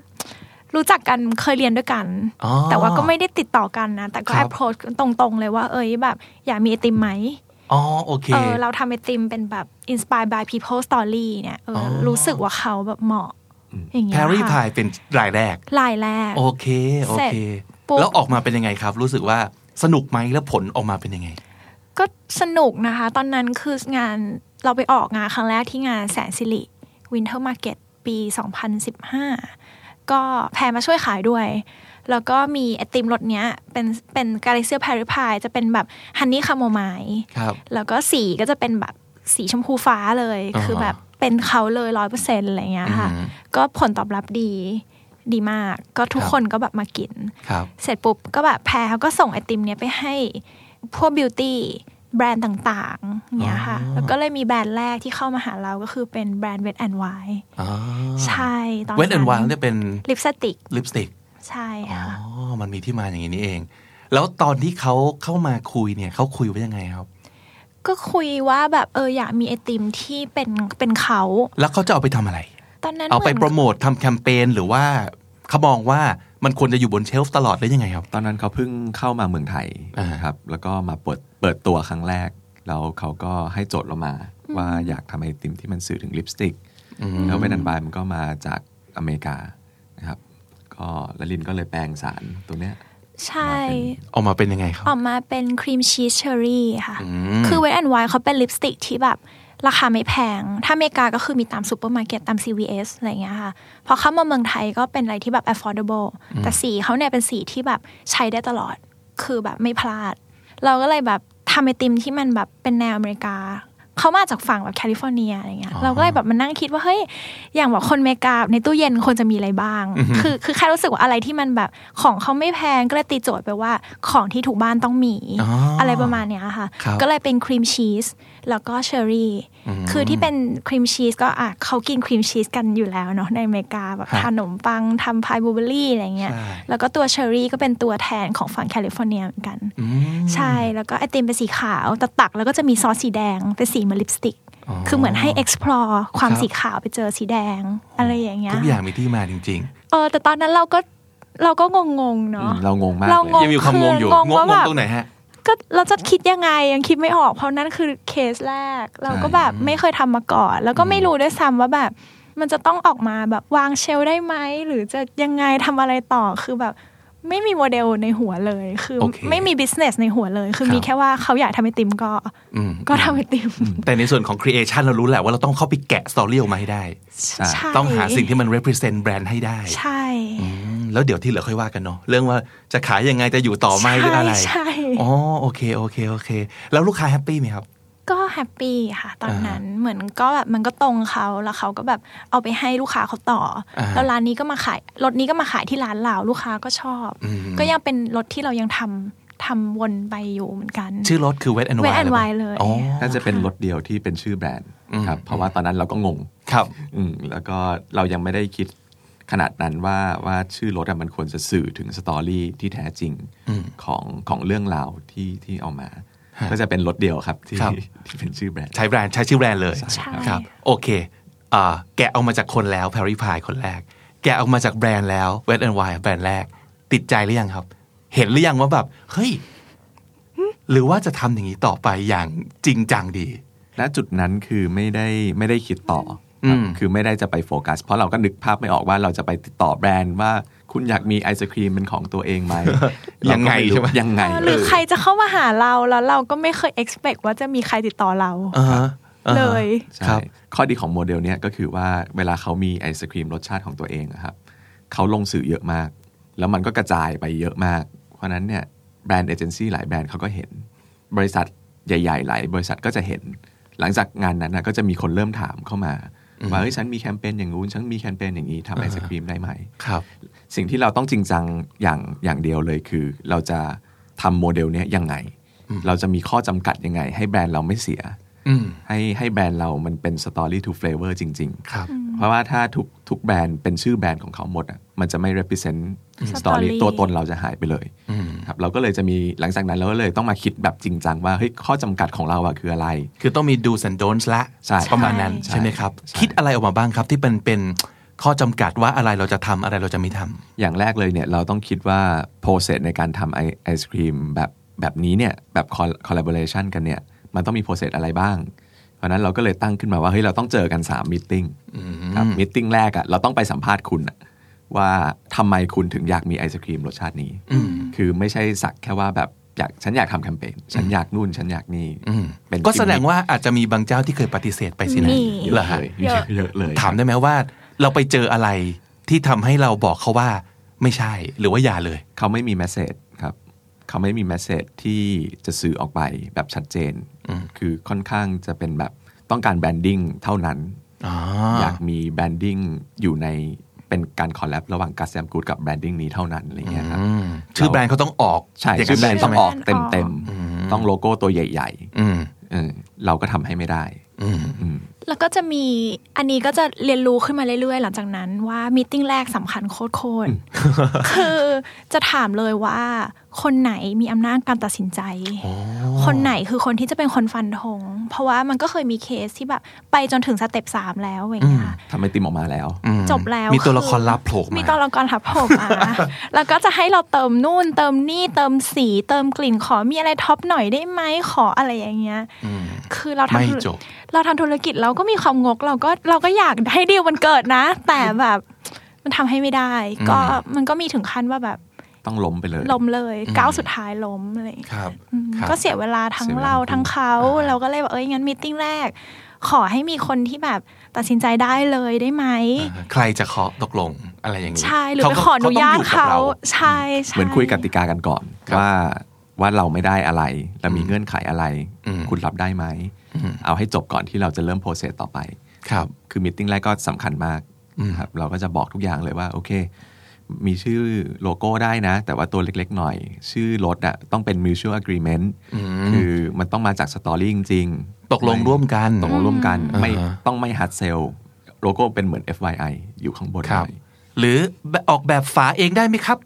Speaker 3: รู้จักกันเคยเรียนด้วยกัน
Speaker 2: อ๋อ
Speaker 3: แต่ว่าก็ไม่ได้ติดต่อกันนะ แต่ก็
Speaker 2: ครั
Speaker 3: แอบ ปโพสตรงๆเลยว่า เอ้ยแบบอยากมีไอติมไหม
Speaker 2: อ๋อโอเค
Speaker 3: เออเราทำไอติมเป็นแบบ inspired by people story เนี่ยเอออ
Speaker 2: อ
Speaker 3: รู้สึกว่าเขาแบบเหมาะ อย่างเงี้
Speaker 2: แพ
Speaker 3: ย
Speaker 2: รรี่
Speaker 3: ค่ะ
Speaker 2: พายเป็นรายแรก
Speaker 3: ลายแรก
Speaker 2: โอเคโอ
Speaker 3: เสร็จ
Speaker 2: เค
Speaker 3: ปุ๊บ
Speaker 2: แล้วออกมาเป็นยังไงครับ รู้สึกว่าสนุกไหมแล้วผลออกมาเป็นยังไง
Speaker 3: ก็สนุกนะคะ ตอนนั้นคืองานเราไปออกงานครั้งแรกที่งานแสนสิริ Winter Market ปี 2015 ก็แพรมาช่วยขายด้วย แล้วก็มีไอติมรสเนี้ยเป็นเป็นกาลิเซียแพรริพายจะเป็นแบบฮันนี่คาโมไมล์
Speaker 2: ครับ
Speaker 3: แล้วก็สีก็จะเป็นแบบสีชมพูฟ้าเลย
Speaker 2: อ่าฮะ
Speaker 3: คือแบบเป็นเขาเลยร้อยเปอร์เซ็นต์อะไรเงี้ยค่ะ
Speaker 2: อือฮึ
Speaker 3: ก็ผลตอบรับดีดีมาก ก็ทุกคนก็แบบมากิน
Speaker 2: ครับ
Speaker 3: เสร็จปุ๊บก็แบบแพรเขาก็ส่งไอติมเนี้ยไปให้พวกบิวตี้แบรนด์ต่างๆเนี้ยค่ะ
Speaker 2: อ๋อ
Speaker 3: แล้วก็เลยมีแบรนด์แรกที่เข้ามาหาเราก็คือเป็นแบรนด์เวทแอนด์ไว
Speaker 2: อ๋อ
Speaker 3: ใช่ตอน
Speaker 2: เวทแอนด์วานเนี่ยเป็น
Speaker 3: ลิปสติก
Speaker 2: ลิปสติก
Speaker 3: ใช่
Speaker 2: อ๋อ
Speaker 3: ค่ะ
Speaker 2: มันมีที่มาอย่างนี้นี่เอง แล้วตอนที่เขาเข้ามาคุยเนี่ยเขาคุยว่ายังไงครับ
Speaker 3: ก็คุยว่าแบบเอออยากมีไอติมที่เป็นเป็นเขา
Speaker 2: แล้วเขาจะเอาไปทำอะไร
Speaker 3: ตอนนั้น
Speaker 2: เอาไป
Speaker 3: หมืน
Speaker 2: โปรโมททำแคมเปญหรือว่าเขามองว่ามันควรจะอยู่บนเชลฟ์ตลอดได้ยังไงครับ
Speaker 4: ตอนนั้นเขาเพิ่งเข้ามาเมืองไทย
Speaker 2: อ่า
Speaker 4: ครับ แล้วก็มาเปิดเปิดตัวครั้งแรก แล้วเขาก็ให้โจทย์เรามา ว่าอยากทำไอติมที่มันสื่อถึงลิปสติก แล้วเวนันบายมันก็มาจากอเมริกานะครับ ก็ลลินก็เลยแปลงสารตัวเนี้ย
Speaker 3: ใช่
Speaker 4: มาเป็น
Speaker 2: ออกมาเป็นยังไงครับ
Speaker 3: ออกมาเป็นครีมชีสเชอรี่ค่ะ
Speaker 2: ม
Speaker 3: คือเวทแอนด์ไวเขาเป็นลิปสติกที่แบบราคาไม่แพง ถ้าอเมริกาก็คือมีตามซูเปอร์มาร์เก็ตตาม CVS อะไรอย่างเงี้ยค่ะ พอเข้ามาเมืองไทยก็เป็นอะไรที่แบบ affordable แต่สีเขาเนี่ยเป็นสีที่แบบใช้ได้ตลอด คือแบบไม่พลาด เราก็เลยแบบทำไอติมที่มันแบบเป็นแนวอเมริกา เขามาจากฝั่งแบบแคลิฟอร์เนียอะไรเงี้ย เราก็เลยแบบมานั่งคิดว่าเฮ้ย อย่างแบบคนอเมริกาในตู้เย็นควรจะมีอะไรบ้าง คือคือแค่รู้สึกว่าอะไรที่มันแบบของเขาไม่แพงก็เลยตีโจทย์ไปว่าของที่ถูกบ้านต้องมี
Speaker 2: อ๋ออ
Speaker 3: อะไรประมาณเนี้ยค่ะ
Speaker 2: ครับ
Speaker 3: ก็เลยเป็นครีมชีสแล้วก็เชอรี่ คือที่เป็นครีมชีสก็อ่ะเขากินครีมชีสกันอยู่แล้วเนาะในอเมริกาแบบ
Speaker 2: ครับ
Speaker 3: ทานขนมปังทำพายบลูเบอร์รี่อะไรเงี้ย
Speaker 2: ใช่
Speaker 3: แล้วก็ตัวเชอรี่ก็เป็นตัวแทนของฝั่งแคลิฟอร์เนียเหมือนกัน
Speaker 2: อืม
Speaker 3: ใช่ แล้วก็ไอติมเป็นสีขาวแต่ตักแล้วก็จะมีซอสสีแดง เป็นสีเหมือนลิปสติก คือเหมือนให้ explore ควา
Speaker 2: ค
Speaker 3: ม
Speaker 2: รับ
Speaker 3: สีขาวไปเจอสีแดง อะไรอย่างเงี้ย
Speaker 2: ทุกอย่างมีที่มาจริง
Speaker 3: เออ แต่ตอนนั้นเราก็เราก็งงๆ เนาะ
Speaker 4: อืมเรางงมาก
Speaker 3: เรา
Speaker 4: เลย
Speaker 3: ง
Speaker 2: ๆ ยังมีความงงอยู่
Speaker 3: คือง ง
Speaker 2: ง
Speaker 3: งว่าแบบ
Speaker 2: ตรงไหนฮะ
Speaker 3: ก็เราจะคิดยังไงยังคิดไม่ออก เพราะนั่นคือเคสแรก เราก็แบบไม่เคยทำมาก่อน แล้วก็ไม่รู้ด้วยซ้ำว่าแบบ มันจะต้องออกมาแบบวางเชลฟ์ได้ไหม หรือจะยังไงทำอะไรต่อคือแบบไม่มีโมเดลในหัวเลย คือ
Speaker 2: โอเค
Speaker 3: ไม่มี business ในหัวเลย คือ
Speaker 2: ครับ
Speaker 3: มีแค่ว่าเขาอยากทำไอติมก็
Speaker 2: อืม
Speaker 3: ก็ทำไอติม
Speaker 2: แต่ในส่วนของครีเอชันเรารู้แหละว่าเราต้องเข้าไปแกะสตอรี่ออกมาให้ได้
Speaker 3: ใช่
Speaker 2: ต้องหาสิ่งที่มัน represent แบรนด์ให้ได้
Speaker 3: ใช่
Speaker 2: อืม แล้วเดี๋ยวที่เหลือค่อยว่ากันเนาะเรื่องว่าจะขายยังไงจะอยู่ต่อไหมหรืออะไร
Speaker 3: ใช่ใช่
Speaker 2: อ๋อโอเคโอเคโอเค แล้วลูกค้าแฮปปี้ไหมครับ
Speaker 3: ก็แฮปปี้ค่ะ ตอน
Speaker 2: อ่าฮะ
Speaker 3: นั้นเหมือนก็แบบมันก็ตรงเขาแล้วเขาก็แบบเอาไปให้ลูกค้าเขาต่ออา
Speaker 2: ฮะ
Speaker 3: แล้วร้านนี้ก็มาขายรถนี้ก็มาขายที่ร้านเราลูกค้าก็ชอบ
Speaker 2: อืม
Speaker 3: ก็ยังเป็นรถที่เรายังทำทำวนไปอยู่เหมือนกัน
Speaker 2: ชื่อรถคือ Wet and Wild
Speaker 3: Wet and
Speaker 2: หรือปา
Speaker 3: Wild เลย
Speaker 2: อ๋อ
Speaker 4: น่าจะเป็นรถเดียวที่เป็นชื่อแบรนด์ครับเพราะว่าตอนนั้นเราก็งง
Speaker 2: ครับ
Speaker 4: อืมแล้วก็เรายังไม่ได้คิดขนาดนั้นว่าว่าชื่อรถอะมันควรจะสื่อถึงสตอรี่ที่แท้จริงของของเรื่องราวที่ที่เอามา ก็จะเป็นรถเดียวครับที่
Speaker 2: ครับ
Speaker 4: ที่เป็นชื่อแบรนด์
Speaker 2: ใช้แบรนด์ใช้ชื่อแบรนด์เลย
Speaker 3: ใช่
Speaker 2: ครับโอเคอ่าแกะเอามาจากคนแล้วแพร r ี่พายคนแรก แกะเอามาจากแบรนด์แล้ว Wet and Wild แบรนด์แรก ติดใจหรือยังครับ เห็นหรือยังว่าแบบ เฮ้ย หรือว่าจะทำอย่างนี้ต่อไปอย่างจริงจังดี
Speaker 4: ณจุดนั้นคือไม่ได้ไม่ได้คิดต่ออครับ
Speaker 2: ม
Speaker 4: คือไม่ได้จะไปโฟกัส เพราะเราก็นึกภาพไม่ออกว่าเราจะไปติดต่อแบรนด์ว่าคุณอยากมีไอศครีมเป็นของตัวเองไหม
Speaker 2: ยังไงใช่ไหม
Speaker 4: เราก็รู้ยังไง
Speaker 3: เออหรือ
Speaker 4: เออ
Speaker 3: ใครจะเข้ามาหาเราแล้วเราก็ไม่เคย expect ว่าจะมีใครติดต่อเรา
Speaker 2: อ่าฮะอ่าฮะ
Speaker 3: เลย
Speaker 4: ใช่
Speaker 2: ครับ
Speaker 4: ข้อดีของโมเดลเนี้ยก็คือว่าเวลาเขามีไอศครีมรสชาติของตัวเองอะครับเขาลงสื่อเยอะมาก แล้วมันก็กระจายไปเยอะมาก เพราะฉะนั้นเนี่ยแบรนด์เอเจนซี่หลายแบรนด์เขาก็เห็น บริษัทใหญ่ๆ หลายบริษัทก็จะเห็น หลังจากงานนั้นนะก็จะมีคนเริ่มถามเข้ามา ว่าเฮ้ยฉันมีแคมเปญอย่างงู้นฉันมีแคมเปญอย่างนี้ทำไอศครีมได้ไหม
Speaker 2: ครับ
Speaker 4: สิ่งที่เราต้องจริงจังอย่างอย่างเดียวเลยคือ เราจะทำโมเดลเนี้ยยังไง เราจะมีข้อจำกัดยังไง ให้แบรนด์เราไม่เสีย
Speaker 2: อืม
Speaker 4: ให้ให้แบรนด์เรามันเป็น Story to Flavor จริง
Speaker 2: ครับ
Speaker 4: ๆ เพราะว่าถ้าทุกทุกแบรนด์เป็นชื่อแบรนด์ของเขาหมดอ่ะ มันจะไม่ represent
Speaker 3: Story
Speaker 4: story ตัวตนเราจะหายไปเลย
Speaker 2: อืม
Speaker 4: ครับ เราก็เลยจะมีหลังจากนั้นเราก็เลยต้องมาคิดแบบจริงจังว่าเฮ้ยข้อจำกัดของเราอ่ะคืออะไร
Speaker 2: คือต้องมีดูสันโดนละ
Speaker 4: ใช่
Speaker 2: ประมาณนั้น
Speaker 4: ใช่
Speaker 2: ใช่ไหมครับ
Speaker 4: ใช่
Speaker 2: คิดอะไรออกมาบ้างครับที่เป็นเป็นข้อจำกัดว่าอะไรเราจะทำอะไรเราจะไม่ทำ
Speaker 4: อย่างแรกเลยเนี่ยเราต้องคิดว่า process ในการทำไอไอศครีมแบบแบบนี้เนี่ยแบบ col- collaboration กันเนี่ยมันต้องมี process อะไรบ้าง เพราะฉะนั้นเราก็เลยตั้งขึ้นมาว่าเฮ้ยเราต้องเจอกัน3มิ팅ครับมิ팅แรกอะ่ะเราต้องไปสัมภาษณ์คุณอะว่าทำไมคุณถึงอยากมีไอศครีมรสชาตินี้ คือไม่ใช่สักแค่ว่าแบบอยากฉันอยากทำแคมเปญฉันอยากนู่นฉันอยากนี่เป็น
Speaker 2: ก็แสดง
Speaker 4: gimmick
Speaker 2: ว่าอาจจะมีบางเจ้าที่เคยปฏิเสธไปสินะ
Speaker 3: มี
Speaker 2: เหรอฮะ
Speaker 4: เลยเยอะเยอะเลย
Speaker 2: ถามได้ไหมว่าเราไปเจออะไรที่ทำให้เราบอกเขาว่าไม่ใช่หรือว่าอย่าเลย
Speaker 4: เขาไม่มีแมสเซจครับ เขาไม่มีแมสเซจที่จะสื่อออกไปแบบชัดเจน คือค่อนข้างจะเป็นแบบต้องการแบรนดิ้งเท่านั้น อยากมีแบรนดิ้งอยู่ในเป็นการคอลแลบระหว่างกัสแซมกูดกับแบรนดิ้งนี้เท่านั้นอะไรเงี้ยครับ
Speaker 2: ชื่อแบรนด์เขาต้องออก
Speaker 4: ใช่
Speaker 2: ย่าง
Speaker 4: ชื่อแบรนด์
Speaker 2: ใช่
Speaker 4: ต้อ
Speaker 2: ไห
Speaker 4: ง
Speaker 2: ม
Speaker 4: ออกเต็มเต็มๆต้องโลโก้ตัวใหญ่
Speaker 2: อืม
Speaker 4: ๆเออเราก็ทำให้ไม่ได้
Speaker 2: อืม
Speaker 4: อืม
Speaker 3: แล้วก็จะมีอันนี้ก็จะเรียนรู้ขึ้นมาเรื่อยๆ หลังจากนั้นว่ามีตติ้งแรกสำคัญโคตรๆ คือจะถามเลยว่า คนไหนมีอำนาจการตัดสินใจ คนไหนคือคนที่จะเป็นคนฟันธงเพราะว่ามันก็เคยมีเคสที่แบบไปจนถึงสเต็ปสามแล้วอย่างเงี้ยค่ะ
Speaker 4: ทำไอติมออกมาแล้ว
Speaker 2: อืม
Speaker 3: จบแล้ว
Speaker 2: มีตัว
Speaker 3: อ
Speaker 2: ละครลับโผล่มามี
Speaker 3: ตัวละครลับโผล่ มา แล้วก็จะให้เราเติมนู่น เติมนี่เติมสีเติมกลิ่นขอมีอะไรท็อปหน่อยได้ไหมขออะไรอย่างเงี้ย คือเรา
Speaker 2: ไม่
Speaker 3: ทำธุร
Speaker 2: จบ
Speaker 3: เราทำธุรกิจเราก็มีความงกเราก็เราก็อยากให้ดีลมันเกิดนะ แต่แบบมันทำให้ไม่ได้ ก็มันก็มีถึงขั้นว่าแบบ
Speaker 4: ต้องล้มไปเลย
Speaker 3: ล้มเลยก้าวสุดท้ายล้มอะไรอย่างเงี้ย
Speaker 2: ครับ
Speaker 3: อืม
Speaker 2: ครับ
Speaker 3: ก็เสียเวลาทั้ง
Speaker 4: เสียเวลา
Speaker 3: เรา
Speaker 4: ทั้
Speaker 3: ทั้
Speaker 4: ง
Speaker 3: ง
Speaker 4: คู่
Speaker 3: เขาเราก็เลยแบบเอ้ยงั้นมีตติ้งแรก ขอให้มีคนที่แบบตัดสินใจได้เลยได้ไหม
Speaker 2: ใครจะเคาะตกลงอะไรอย่างนี้
Speaker 3: ใช่หรือไป
Speaker 2: ก็
Speaker 3: ขออนุญาต
Speaker 2: ต้องอยู่กับ
Speaker 3: เขา
Speaker 2: ร
Speaker 3: ใช่ใช่
Speaker 4: เหมือนคุยกติกากันก่อน
Speaker 2: ครับ
Speaker 4: ว่าว่าเราไม่ได้อะไรเรามีเงื่อนไขอะไร
Speaker 2: อืม
Speaker 4: คุณรับได้ไหม
Speaker 2: อืม
Speaker 4: เอาให้จบก่อนที่เราจะเริ่มโปรเซสต่อไป
Speaker 2: ครับ
Speaker 4: คือมิ e แรกก็สำคัญมาก
Speaker 2: อืม
Speaker 4: ครับเราก็จะบอกทุกอย่างเลยว่า โอเค มีชื่อโลโก้ได้นะ แต่ว่าตัวเล็กๆหน่อย ชื่อรถอะต้องเป็น mutual agreement คือมันต้องมาจากสตอรี่จริงๆ
Speaker 2: ตกลงร่วมกัน
Speaker 4: ตกลงร่วมกันไม่
Speaker 2: อ่าฮะ
Speaker 4: ต้องไม่ hard sell โลโก้เป็นเหมือน FYI อยู่ข้างบน
Speaker 2: ครับ
Speaker 4: หน่อย
Speaker 2: หรือออกแบบฝาเองได้ไหมครับ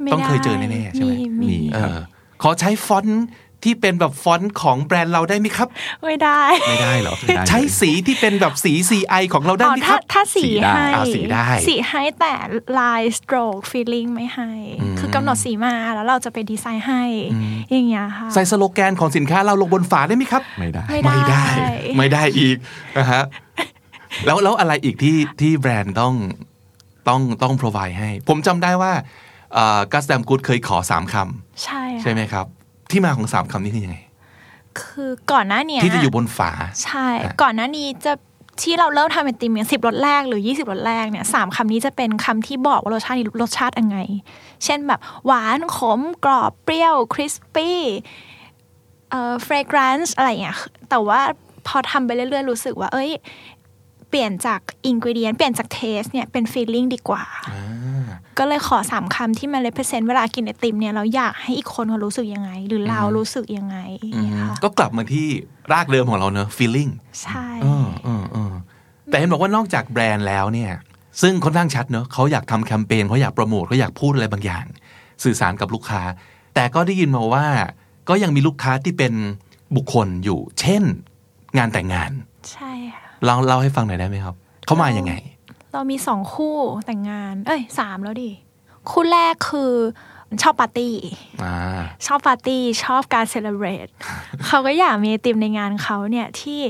Speaker 3: ไม่
Speaker 2: ต้องเคย
Speaker 3: ได้
Speaker 2: เจอแน่ๆใช่ไหม
Speaker 3: มี
Speaker 4: มี
Speaker 2: เออขอใช้ฟอนต์ที่เป็นแบบฟอนต์ของแบรนด์เราได้ไหมครับ
Speaker 3: ไม่ได้
Speaker 4: ไม่ได้เหรอไม่ได้เลย
Speaker 2: ใช้สีที่เป็นแบบสี CI ของเราได้
Speaker 3: อ๋อ
Speaker 2: ไหมค
Speaker 3: ถ้า
Speaker 2: รับ
Speaker 3: ถ้าสี
Speaker 4: สีได้
Speaker 3: ให้
Speaker 2: อ่าสีได้
Speaker 3: สีให้แต่ลายสโตรกฟีลลิ่งไม่ให้ คือกำหนดสีมาแล้วเราจะไปดีไซน์ให้ อย่างเงี้ยค่ะ
Speaker 2: ใส่สโลแกนของสินค้าเราลงบนฝาได้ไหมครับ
Speaker 4: ไม่ได้
Speaker 3: ไม่ได้
Speaker 2: ไม่ได้อีกนะฮะแล้วแล้วอะไรอีกที่ที่แบรนด์ต้องต้องต้อง provide ให้ ผมจำได้ว่ากัสแดมกูดเคยขอสามค
Speaker 3: ใช่
Speaker 2: ำ
Speaker 3: ค่ะ
Speaker 2: ใช่ไหมครับ ที่มาของสามคำนี้คือยังไง
Speaker 3: คือก่อนหน้าเนี้ย
Speaker 2: ที่จะอยู่บนฝา
Speaker 3: ใช่ ก่อนหน้านี้จะ ที่เราเริ่มทำไอติมเนี่ยสิบรสแรกหรือยี่สิบรสแรกเนี่ยสามคำนี้จะเป็นคำที่บอกว่ารสชาตินี้รสชาติยังไง เช่นแบบหวานขมกรอบเปรี้ยวคริสปี้เอ่อเฟรกรันซ์อะไรอย่างเงี้ยแต่ว่าพอทำไปเรื่อยๆ รู้สึกว่า เอ้ย เปลี่ยนจากอินกิเดียนเปลี่ยนจากเทสเนี่ยเป็นฟีลลิ่งดีกว่า ก็เลยขอสามคำที่มัน represent เวลากินไอติมเนี่ยเราอยากให้อีกคนเขารู้สึกยังไง หรือเรารู้สึกยังไง
Speaker 2: อืม
Speaker 3: เนี่ยค่ะ
Speaker 2: ก็กลับมาที่รากเดิมของเราเนอะ feeling
Speaker 3: ใช่
Speaker 2: เออเออเออแต่เห็นบอกว่านอกจากแบรนด์แล้วเนี่ย ซึ่งค่อนข้างชัดเนอะเขาอยากทำแคมเปญเขาอยากโปรโมทเขาอยากพูดอะไรบางอย่าง สื่อสารกับลูกค้า แต่ก็ได้ยินมาว่า ก็ยังมีลูกค้าที่เป็นบุคคลอยู่ เช่น งานแต่งงาน
Speaker 3: ใช่ค่ะ
Speaker 2: เล่าเล่าให้ฟังหน่อยได้ไหมครับ เขามายังไง
Speaker 3: เรามีสองคู่แต่งงาน เอ้ยสามแล้วดิ คู่แรกคือชอบปาร์ตี้
Speaker 2: อ่า
Speaker 3: ชอบปาร์ตี้ ชอบการเซเลบรต เขาก็อยากมีไอติมในงานเขาเนี่ยที่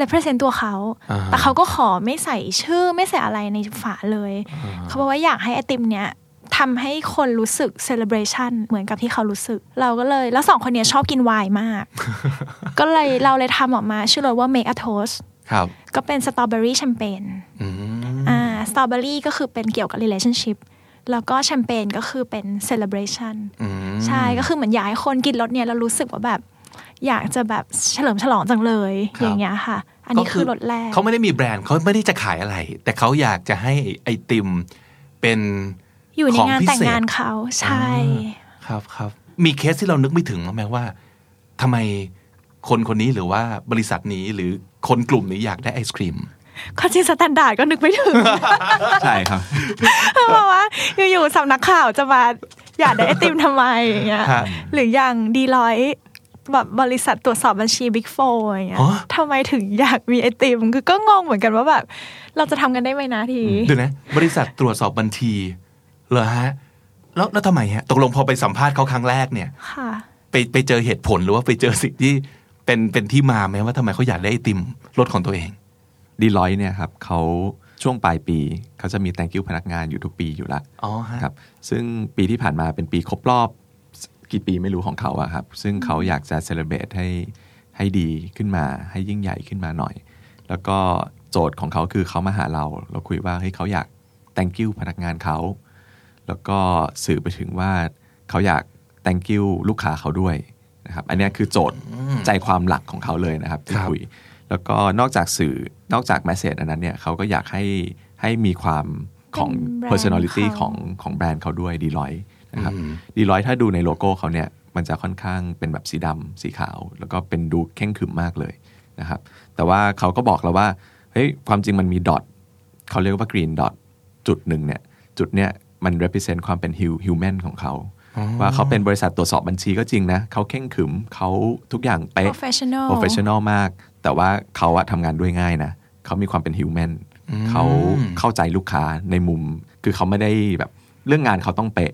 Speaker 3: represent ตัวเขา
Speaker 2: อ่าฮะ
Speaker 3: แต่เขาก็ขอไม่ใส่ชื่อไม่ใส่อะไรในฝาเลย เขาบอกว่าอยากให้ไอติมเนี่ยทำให้คนรู้สึกเซเลบร t i o n เหมือนกับที่เขารู้สึก เราก็เลย แล้วสองคนเนี้ยชอบกินไวน์มาก ก็เลยเราเลยทำออกมาชื่อรสว่า make a toast
Speaker 2: ครับ
Speaker 3: ก็เป็นสตรอเบอรี่แชมเปญ
Speaker 2: อืม
Speaker 3: อ่าสตรอเบอรี่ก็คือเป็นเกี่ยวกับ relationship แล้วก็แชมเปญก็คือเป็น celebration
Speaker 2: อืม
Speaker 3: ใช่ก็คือเหมือนอยากให้คนกินรสเนี่ยเรารู้สึกว่าแบบ อยากจะแบบเฉลิมฉลองจังเลย อย่างเงี้ยค่ะ อันนี้คือรสแรก
Speaker 2: เขาไม่ได้มีแบรนด์เขาไม่ได้จะขายอะไร แต่เขาอยากจะให้ไอติมเป็น
Speaker 3: อยู่ใน
Speaker 2: ของ
Speaker 3: งาน
Speaker 2: พิเศษ
Speaker 3: แต่งงานเขาใช่
Speaker 2: ครับครับมีเคสที่เรานึกไม่ถึงบ้างไหมว่าทำไมคนคนนี้หรือว่าบริษัทนี้หรือคนกลุ่มนี้อยากได้ไอศครีม
Speaker 3: ความจริงสแตนดาร์ดก็นึกไม่ถึง
Speaker 4: ใช่ครับ
Speaker 3: เพราะว่าอยู่ๆสำนักข่าวจะมาอยากได้ไอติมทำไมอย่างเงี้ย
Speaker 2: ฮะ
Speaker 3: หรืออย่างดีร้อยแบบบริษัทตรวจสอบบัญชีบิ๊กโฟอย่างเงี้ย
Speaker 2: อ๋อ
Speaker 3: ทำไมถึงอยากมีไอติมคือก็งงเหมือนกันว่าแบบเราจะทำกันได้ไหมนะที
Speaker 2: เดูนะ บริษัทตรวจสอบบัญชีเหรอฮะ แล้วแล้วทำไมฮะ ตกลงพอไปสัมภาษณ์เขาครั้งแรกเนี่ย
Speaker 3: ค่ะ
Speaker 2: ไปไปเจอเหตุผลหรือว่าไปเจอสิ่งที่เป็นเป็นที่มาไหมว่าทำไมเขาอยากได้ไอติมรถของตัวเอง
Speaker 4: ดีลอยเนี่ยครับเขาช่วงปลายปี เขาจะมี thank you พนักงานอยู่ทุกปีอยู่ละ
Speaker 2: อ๋อฮะ
Speaker 4: ครับซึ่งปีที่ผ่านมาเป็นปีครบรอบกี่ปีไม่รู้ของเขาอะครับ ซึ่งเขาอยากจะเซเลบ a t e ให้ให้ดีขึ้นมาให้ยิ่งใหญ่ขึ้นมาหน่อย แล้วก็โจทย์ของเขาคือเขามาหาเรา เราคุยว่าเฮ้ยเขาอยาก thank you พนักงานเขา แล้วก็สื่อไปถึงว่าเขาอยาก thank you ลูกค้าเขาด้วยนะครับ อันเนี้ยคือโจทย์ใจความหลักของเขาเลยนะครับที่
Speaker 2: ครับ
Speaker 4: คุย แล้วก็นอกจากสื่อนอกจากแมสเซจอันนั้นเนี่ยเขาก็อยากให้ให้มีความของ
Speaker 3: เป็นแบรนด์
Speaker 4: personality
Speaker 3: เขา
Speaker 4: ของของแบรนด์เขาด้วยดีลอยนะครับดีลอยถ้าดูในโลโก้เขาเนี่ยมันจะค่อนข้างเป็นแบบสีดำสีขาว แล้วก็เป็นดูเข่งขรึมมากเลยนะครับ แต่ว่าเขาก็บอกเราว่าเฮ้ยความจริงมันมีดอทเขาเรียกว่ากรีนดอทจุดหนึ่งเนี่ยจุดเนี่ยมัน represent ความเป็น hu- human ของเขา ว่าเขาเป็นบริษัทตรวจสอบบัญชีก็จริงนะเขาเข่งขรึมเขาทุกอย่างเป๊ะ
Speaker 3: professional
Speaker 4: โปรเฟชชั่นอลมาก แต่ว่าเขาอะทำงานด้วยง่ายนะ เขามีความเป็นฮิวแมนเขาเข้าใจลูกค้าในมุม คือเขาไม่ได้แบบเรื่องงานเขาต้องเป๊ะ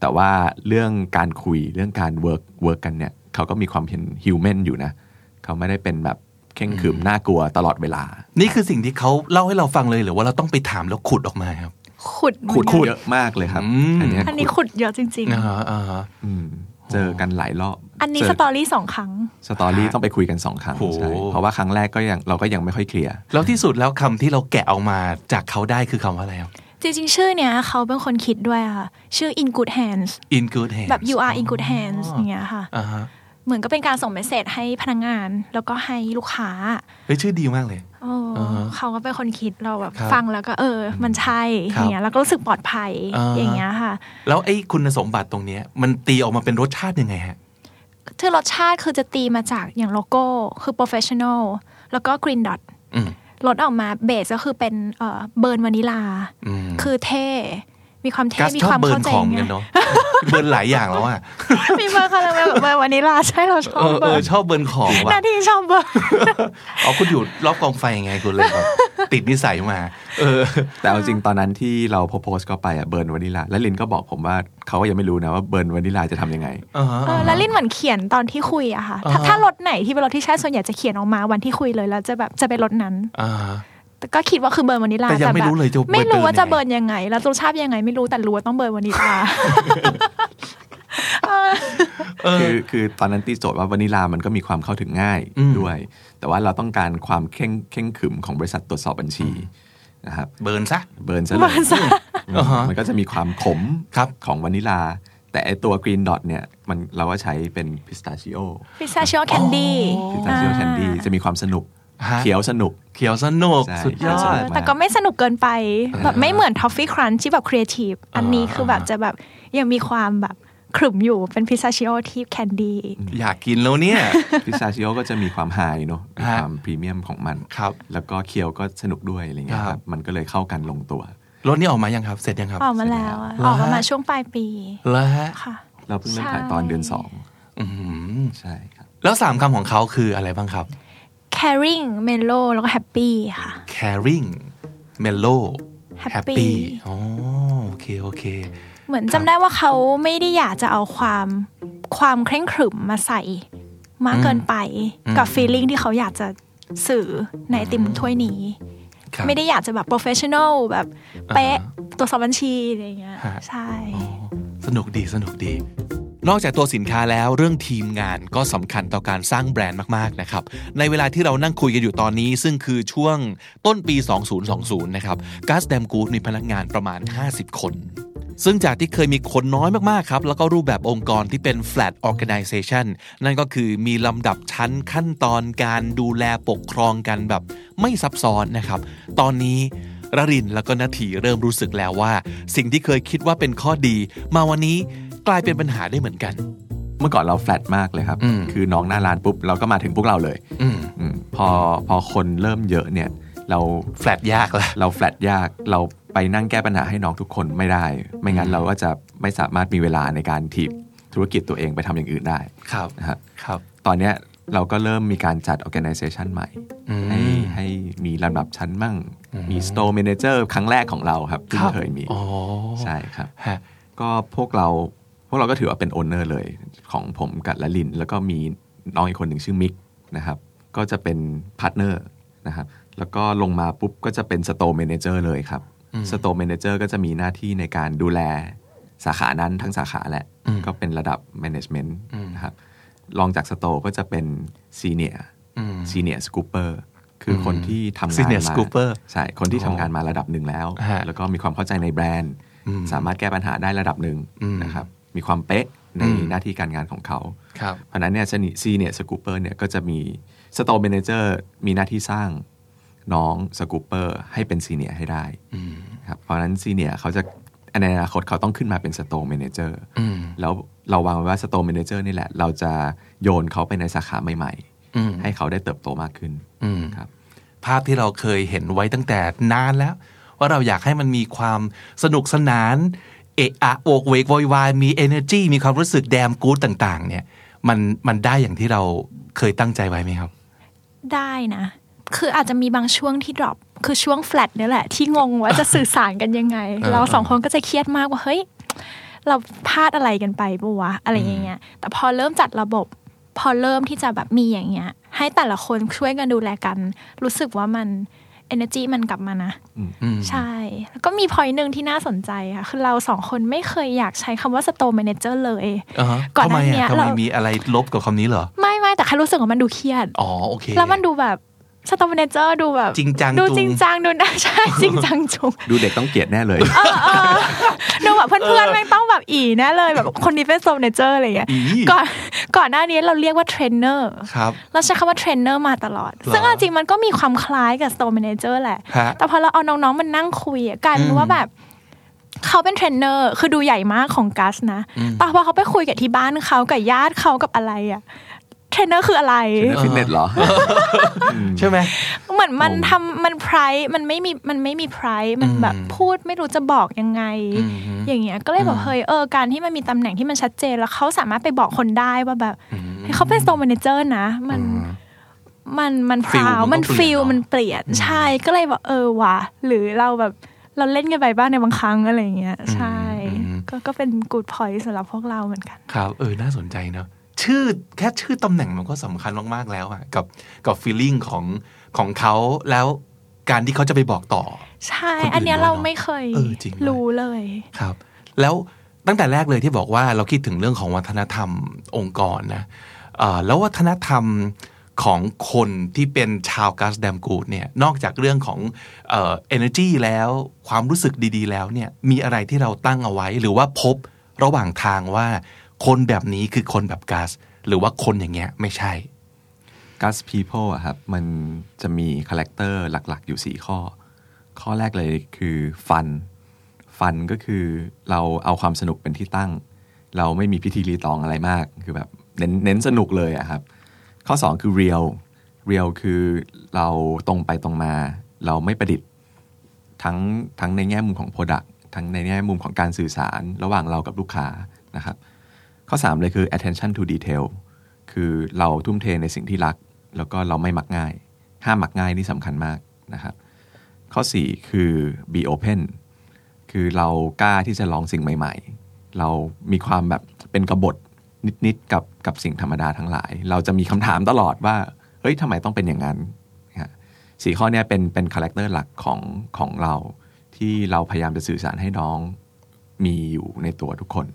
Speaker 4: แต่ว่าเรื่องการคุยเรื่องการเวิร์กเวิร์กกันเนี่ยเขาก็มีความเป็นฮิวแมนอยู่นะ เขาไม่ได้เป็นแบบเข่งขรึมน่ากลัวตลอดเวลา
Speaker 2: นี่คือสิ่งที่เขาเล่าให้เราฟังเลยหรือว่าเราต้องไปถามแล้วขุดออกมาครับ
Speaker 3: ขุด
Speaker 4: ขุด
Speaker 3: เหมือนกัน
Speaker 4: เยอะมากเลยครับ
Speaker 2: อืม
Speaker 4: อันเนี้ย
Speaker 3: อันนี้ขุดเยอะจริง
Speaker 2: อ่าฮะอ่าฮะ
Speaker 4: อืมเจอกันหลายรอบ
Speaker 3: ๆ อันนี้
Speaker 4: เจ
Speaker 3: สตอรี่สองครั้ง
Speaker 4: สตอรี่ต้องไปคุยกันสองครั้ง
Speaker 2: โอ้โห
Speaker 4: ใช่เพราะว่าครั้งแรกก็ยังเราก็ยังไม่ค่อยเคลียร์
Speaker 2: แล้วที่สุดแล้วคำที่เราแกะออกมาจากเขาได้คือคำว่าอะไรครับ
Speaker 3: จริงๆ ชื่อเนี้ยเขาเป็นคนคิดด้วยค่ะ ชื่อ in good hands
Speaker 2: in good hands
Speaker 3: แบบ you are in good hands อย่างเงี้ยค่ะ
Speaker 2: อ่าฮะ
Speaker 3: เหมือนก็เป็นการส่งเมสเซจให้พนักงาน แล้วก็ให้ลูกค้า
Speaker 2: เฮ้ยชื่อดีมากเลย
Speaker 3: โอ้
Speaker 2: อ่าฮะ
Speaker 3: เขาก็เป็นคนคิดเราแบบ
Speaker 2: ครับ
Speaker 3: ฟังแล้วก็เออ มันใช่
Speaker 2: ค
Speaker 3: อ
Speaker 2: รับ
Speaker 3: ย่างเงี้ยแล้วก็รู้สึกปลอดภัย
Speaker 2: อ่าฮะ
Speaker 3: อย่างเงี้ยค่ะ
Speaker 2: แล้วไอ้คุณสมบัติตรงเนี้ยมันตีออกมาเป็นรสชาติยังไงฮะ
Speaker 3: ชื่อรสชาติคือจะตีมาจากอย่างโลโก้คือ professional แล้วก็ green dot
Speaker 2: อืม
Speaker 3: รสออกมาเบสก็คือเป็นเอ่อเบิร์นวานิลา
Speaker 2: อืม
Speaker 3: คือเท่ มีความเท่
Speaker 2: กัส
Speaker 3: มี
Speaker 2: ชอบ
Speaker 3: ความ
Speaker 2: เบิร์
Speaker 3: เข้าน ใจ
Speaker 2: ของ
Speaker 3: ไง
Speaker 2: กันเนาะ เบิร์นหลายอย่างแล้วอ่ะ
Speaker 3: มีเบอร์คาราเมลกับเบอร์วานิลลาใช่เรา ชอ
Speaker 2: เอบ อ
Speaker 3: เบ
Speaker 2: เอ
Speaker 3: อ
Speaker 2: อ
Speaker 3: ร์
Speaker 2: ชอบเบิร์นของว่ะ
Speaker 3: หน้าที่ชอบเบอร์
Speaker 2: อ๋อคุณอยู่รอบกองไฟยังไงคุณเลย แบบติดนิสัยมา เออ
Speaker 4: แต่เอาจริงตอนนั้นที่เราโพสต์ก็ไปอะเบิร์นวานิลา และลินก็บอกผมว่าเขาก็ยังไม่รู้นะว่าเบิร์นวานิลาจะทำยังไง
Speaker 2: อ่าฮะ
Speaker 3: เออแล้วลินเหมือนเขียนตอนที่คุยอะค่ะถ้า
Speaker 2: อ่าฮะ
Speaker 3: ถ้ารถไหนที่เป็นรถที่ใช่ส่วนใหญ่จะเขียนออกมาวันที่คุยเลยแล้วจะแบบจะเป็นรถนั้น
Speaker 2: อ่าฮะ
Speaker 3: แต่ก็คิดว่าคือเบิร์นวานิลา
Speaker 2: แต่ยังไม่
Speaker 3: บบ
Speaker 2: รู้เลยจะเบิร์น
Speaker 3: ไม่รู้ว่าจะ
Speaker 2: เบิ
Speaker 3: เบิ
Speaker 2: ร์น
Speaker 3: ร์น
Speaker 2: ยั
Speaker 3: ยัง ง
Speaker 2: ไง
Speaker 3: ไง แล้วรสชาติยังไงไม่รู้แต่รู้ว่าต้องเบิร์นวานิลา
Speaker 4: คือคือตอนนั้นตีโจทย์ว่าวานิลามันก็มีความเข้าถึงง่าย
Speaker 2: อืม
Speaker 4: ด้วย แต่ว่าเราต้องการความเข่งเข่งขรึมของบริษัทตรวจสอบบัญชีนะครับ
Speaker 2: เบิร์นซะ
Speaker 4: เบิร์นซะเล
Speaker 3: เบิ
Speaker 4: ย
Speaker 3: ร์นซะ
Speaker 4: อืม
Speaker 2: อ่าฮะ
Speaker 4: มันก็จะมีความขม
Speaker 2: ครับ
Speaker 4: ของวานิลา แต่ไอตัวกรีนดอทเนี่ยมันเราก็ใช้เป็นพิสตาชิโอ
Speaker 3: พิซซ่าชิโอแคนดี้
Speaker 4: พิสตาชิโอแคนดี้จะมีความสนุก
Speaker 2: ฮะ
Speaker 4: เขียวสนุก
Speaker 2: เขียวสนุก
Speaker 4: ใช่
Speaker 2: สุดยอ
Speaker 4: เขียวสนุ
Speaker 2: ด
Speaker 4: ก
Speaker 3: แต่ก็ไม่สนุกเกินไป แบบไม่เหมือนทอฟฟี่ครันช์ที่แบบครีเอทีฟอันนี้คือแบบจะแบบยังมีความแบบขรึมอยู่เป็นพิซซ่าชิโอที่แคนดี้
Speaker 2: อยากกินแล้วเนี่ย
Speaker 4: พิสตาชิโอก็จะมีความไฮเนอะมี
Speaker 2: ฮะ
Speaker 4: ความพรีเมียมของมัน
Speaker 2: ครับ
Speaker 4: แล้วก็เคียวก็สนุกด้วยอะไรเงี้ย
Speaker 2: ค
Speaker 4: ค
Speaker 2: รั
Speaker 4: รับ บมันก็เลยเข้ากันลงตัว
Speaker 2: รถนี่ออกมายังครับ เสร็จยังครับ
Speaker 3: ออกมาแล้วอะ
Speaker 2: แล้ว
Speaker 3: ออกมา
Speaker 2: ฮะ
Speaker 3: มาช่วงปลายปี
Speaker 2: แล้วฮะ
Speaker 3: ค่ะ
Speaker 4: เราเพิ่งเริ่ม
Speaker 3: ใช่
Speaker 4: ถ่ายตอนเดือนสอง
Speaker 2: อื้อหือ
Speaker 4: ใช่ครับ
Speaker 2: แล้วสามคำของเขาคืออะไรบ้างครับ
Speaker 3: caring mellow แล้วก็ happy ค่ะ
Speaker 2: caring mellow
Speaker 3: Happy
Speaker 2: อ๋อโอเคโอเค
Speaker 3: เหมือนจำได้ว่าเขาไม่ได้อยากจะเอาความความเคร่งขรึมมาใส่มากเกินไปกับ feeling ที่เขาอยากจะสื่อในไอติมถ้วยนี้
Speaker 2: ครับ
Speaker 3: ไม่ได้อยากจะแบบ professional แบบเป๊ะ
Speaker 2: อ่าฮ
Speaker 3: ตัวจสอบบัญชีอะไรอย่างเงี้ย
Speaker 2: ฮะ
Speaker 3: ใช่
Speaker 2: สนุกดีสนุกดี นอกจากตัวสินค้าแล้วเรื่องทีมงานก็สำคัญต่อการสร้างแบรนด์มาก ๆ นะครับ ในเวลาที่เรานั่งคุยกันอยู่ตอนนี้ ซึ่งคือช่วงต้นปี 2020 นะครับก s ส a ดมกูดมีพนักงานประมาณ 50 คน ซึ่งจากที่เคยมีคนน้อยมาก ๆ ครับ แล้วก็รูปแบบองค์กรที่เป็น flat organization นั่นก็คือมีลำดับชั้นขั้นตอนการดูแลปกครองกันแบบไม่ซับซ้อนนะครับ ตอนนี้ รรินแล้วก็นาทีเริ่มรู้สึกแล้วว่า สิ่งที่เคยคิดว่าเป็นข้อดี มาวันนี้กลายเป็นปัญหาได้เหมือนกัน
Speaker 4: เมื่อก่อนเราแฟลตมากเลยครับ
Speaker 2: อืม
Speaker 4: คือน้องหน้าร้านปุ๊บเราก็มาถึงพวกเราเลย
Speaker 2: อืม
Speaker 4: อมพอพอคนเริ่มเยอะเนี่ย เรา
Speaker 2: แฟลตยากละ
Speaker 4: เราแฟลตยากเราไปนั่งแก้ปัญหาให้น้องทุกคนไม่ได้ ไม่งั้นเราก็จะไม่สามารถมีเวลาในการถีบธุรกิจตัวเองไปทำอย่างอื่นได้
Speaker 2: ครับ
Speaker 4: นะฮะ
Speaker 2: ครับ
Speaker 4: ตอนเนี้ยเราก็เริ่มมีการจัด organization ใหม่
Speaker 2: อืม
Speaker 4: ให้ให้มีลำดับชั้นมั่ง มี store manager ครั้งแรกของเราครับที่งเคยมี
Speaker 2: อ๋อ
Speaker 4: ใช่ครับ
Speaker 2: ฮะ
Speaker 4: ก็พวกเราพวกเราก็ถือว่าเป็นโอนเนอร์เลย ของผมกับละลิน แล้วก็มีน้องอีกคนหนึ่งชื่อมิกนะครับ ก็จะเป็นพาร์ทเนอร์นะครับ แล้วก็ลงมาปุ๊บก็จะเป็นสโตร์เมเนเจอร์เลยครับ
Speaker 2: อืม
Speaker 4: สโตร์เมเนเจอร์ก็จะมีหน้าที่ในการดูแลสาขานั้นทั้งสาขาแหละ
Speaker 2: อืม
Speaker 4: ก็เป็นระดับแม n จเมนต์
Speaker 2: อืม
Speaker 4: นะครับรองจากสโตร์ก็จะเป็นซีเนีย
Speaker 2: อืม
Speaker 4: ซีเนียสกูเปอร์คือคนที่ทำงานมา
Speaker 2: Senior scooper
Speaker 4: ใช่คนที่ทำงานมาระดับหนึ่งแล้ว
Speaker 2: ฮะ
Speaker 4: แล้วก็มีความเข้าใจในแบรนด์
Speaker 2: อืม
Speaker 4: สามารถแก้ปัญหาได้ระดับหนึ่ง
Speaker 2: อืม
Speaker 4: นะครับ มีความเป๊ะใน
Speaker 2: อืม
Speaker 4: หน้าที่การงานของเขา
Speaker 2: ครับ
Speaker 4: เพราะฉะนั้นเนี่ยซีเนี่ยสกูเปอร์เนี่ยก็จะมีสโตเ m เนเจอร์มีหน้าที่สร้างน้องสกูเปอร์ให้เป็นซีเนียให้ได้
Speaker 2: อืม
Speaker 4: ครับเพราะฉะนั้นซีเนียเขาจะในอนาคตเขาต้องขึ้นมาเป็นสโตเ m เนเจอร์
Speaker 2: อืม
Speaker 4: แล้วเราวางไว้ว่าสโตเ m เนเจอร์นี่แหละ เราจะโยนเขาไปในสาขาใหม่
Speaker 2: อืม
Speaker 4: ๆ ให้เขาได้เติบโตมากขึ้น
Speaker 2: อืม
Speaker 4: ครับ
Speaker 2: ภาพที่เราเคยเห็นไว้ตั้งแต่นานแล้ว ว่าเราอยากให้มันมีความสนุกสนาน เอะอะโอกเวกโวยวายมี energy มีความรู้สึกแดมกู๊ดต่าง ๆ เนี่ย มันมันได้อย่างที่เราเคยตั้งใจไว้ไหมครับ
Speaker 3: ได้นะ คืออาจจะมีบางช่วงที่ดรอปคือช่วงแฟลตเนี่ยแหละ ที่งงว่าจะสื่อสารกันยังไง
Speaker 2: เออ
Speaker 3: เราสองคนก็จะเครียดมากว่า เฮ้ย เราพลาดอะไรกันไปปะวะ อะไรอย่างเงี้ย แต่พอเริ่มจัดระบบ พอเริ่มที่จะแบบมีอย่างเงี้ย ให้แต่ละคนช่วยกันดูแลกัน รู้สึกว่ามัน energy มันกลับมานะ ใช่ แล้วก็มีพอยหนึ่งที่น่าสนใจค่ะ คือเราสองคนไม่เคยอยากใช้คำว่า store manager เลย
Speaker 2: าฮะ
Speaker 3: ก่อน
Speaker 2: ทำ
Speaker 3: ห
Speaker 2: ไม
Speaker 3: น้าเนี้
Speaker 2: อ่ะ
Speaker 3: ย
Speaker 2: ทำไม
Speaker 3: เรา
Speaker 2: มีอะไรลบกับคำนี้เหรอ
Speaker 3: ไม่ไม่แต่แค่รู้สึกว่ามันดูเครียด
Speaker 2: อ๋อ โอเค
Speaker 3: แล้วมันดูแบบสตอมเนเจอร์ดูแบบ
Speaker 2: จริงจัง
Speaker 3: ดู
Speaker 2: จุง
Speaker 3: จริงจังดูน่า ใช่ จริงจังจุง
Speaker 4: ดูเด็กต้องเกลียดแน่เลย
Speaker 3: ดูแบบเพื่อนๆแม่งต้องแบบอีแนะเลยแบบคนนี้เป็นสตอมเนเจอร์อะไรอย่างเงี้ย
Speaker 2: อี
Speaker 3: ก่อนก่อนหน้านี้เราเรียกว่าเทรนเนอร์
Speaker 2: ครับ
Speaker 3: เราใช้คำว่าเทรนเนอร์มาตลอด
Speaker 2: หรอ
Speaker 3: ซึ่งจริงๆมันก็มีความคล้ายกับสตอมเนเจอร์แหละ
Speaker 2: ฮะ
Speaker 3: แต่พอเราเอาน้องๆมันนั่งคุยอะกลายเป็นว่า
Speaker 2: อืม
Speaker 3: แบบเขาเป็นเทรนเนอร์คือดูใหญ่มากของกัสนะ
Speaker 2: อืม
Speaker 3: แต่พอเขาไปคุยกับที่บ้านเขากับญาติเขากับอะไรอะเทรนเนอร์คืออะไร
Speaker 4: ฟิตเนสเหรอ
Speaker 2: ใช่ไหม
Speaker 3: เหมือนมัน
Speaker 4: งง
Speaker 3: ทำมันไพรมันไม่มีมันไม่มีไพรมันแบบพูดไม่รู้จะบอกยังไง
Speaker 2: อืมฮึ
Speaker 3: อย่างเงี้ยก็เลยแบบเฮ้ยเออการที่มันมีตำแหน่งที่มันชัดเจนแล้วเขาสามารถไปบอกคนได้ว่าแบบเฮ้ยเขาเป็นโซม m นเจอร์นะ มันมันมันพ
Speaker 2: Feel
Speaker 3: ราว
Speaker 2: มั
Speaker 3: มันน
Speaker 2: ต้องเปลี่
Speaker 3: ฟิ
Speaker 2: ยนเน
Speaker 3: ล
Speaker 2: อะ
Speaker 3: มันเปลี่ยนใช่ก็เลยแบบเออว่ะหรือเราแบบเราเล่นกันไปบ้างในบางครั้งอะไรอย่างเงี้ยใช่ ก็ก็เป็นกูดพอยต์สำหรับพวกเราเหมือนกัน
Speaker 2: ครับ เออ น่าสนใจเนอะชื่อแค่ชื่อตำแหน่งมันก็สำคัญมาก ๆ แล้วอะกับกับ feeling ของของเขาแล้วการที่เขาจะไปบอกต่อ
Speaker 3: ใช่
Speaker 2: คนอื่น
Speaker 3: อันเนี้ย
Speaker 2: ด้วย
Speaker 3: เรา
Speaker 2: เนอะ
Speaker 3: ไม่เคย
Speaker 2: เออจริงด้วย
Speaker 3: รู้เลย
Speaker 2: ครับ แล้ว ตั้งแต่แรกเลยที่บอกว่าเราคิดถึงเรื่องของวัฒนธรรมองค์กรนะเอ่อแล้ววัฒนธรรมของคนที่เป็นชาวกัสแดมกูดเนี่ยนอกจากเรื่องของเอ่อ energy แล้วความรู้สึกดีๆ แล้วเนี่ยมีอะไรที่เราตั้งเอาไว้ หรือว่าพบระหว่างทางว่า คนแบบนี้คือคนแบบกัสหรือว่าคนอย่างเงี้ยไม่ใช่
Speaker 4: Gus People อะครับ มันจะมีคาแรคเตอร์หลักๆ อยู่ 4 ข้อ ข้อแรกเลยคือฟัน ฟันก็คือเราเอาความสนุกเป็นที่ตั้ง เราไม่มีพิธีรีตองอะไรมาก คือแบบเน้นเน้นสนุกเลยอะครับ ข้อ 2 คือเรียลเรียลคือเราตรงไปตรงมา เราไม่ประดิษฐ์ ทั้งทั้งในแง่มุมของ Product ทั้งในแง่มุมของการสื่อสารระหว่างเรากับลูกค้านะครับ ข้อ 3 เลยคือ attention to detail คือเราทุ่มเทในสิ่งที่รัก แล้วก็เราไม่มักง่าย ห้ามมักง่ายนี่สำคัญมากนะครับ ข้อ 4 คือ be open คือเรากล้าที่จะลองสิ่งใหม่ ๆ เรามีความแบบเป็นกบฏนิดๆกับกับสิ่งธรรมดาทั้งหลาย เราจะมีคำถามตลอดว่า เฮ้ยทำไมต้องเป็นอย่างนั้นนะฮะสี่ข้อเนี้ยเป็นเป็นคาแรคเตอร์หลักของของเรา ที่เราพยายามจะสื่อสารให้น้องมีอยู่ในตัวทุกคน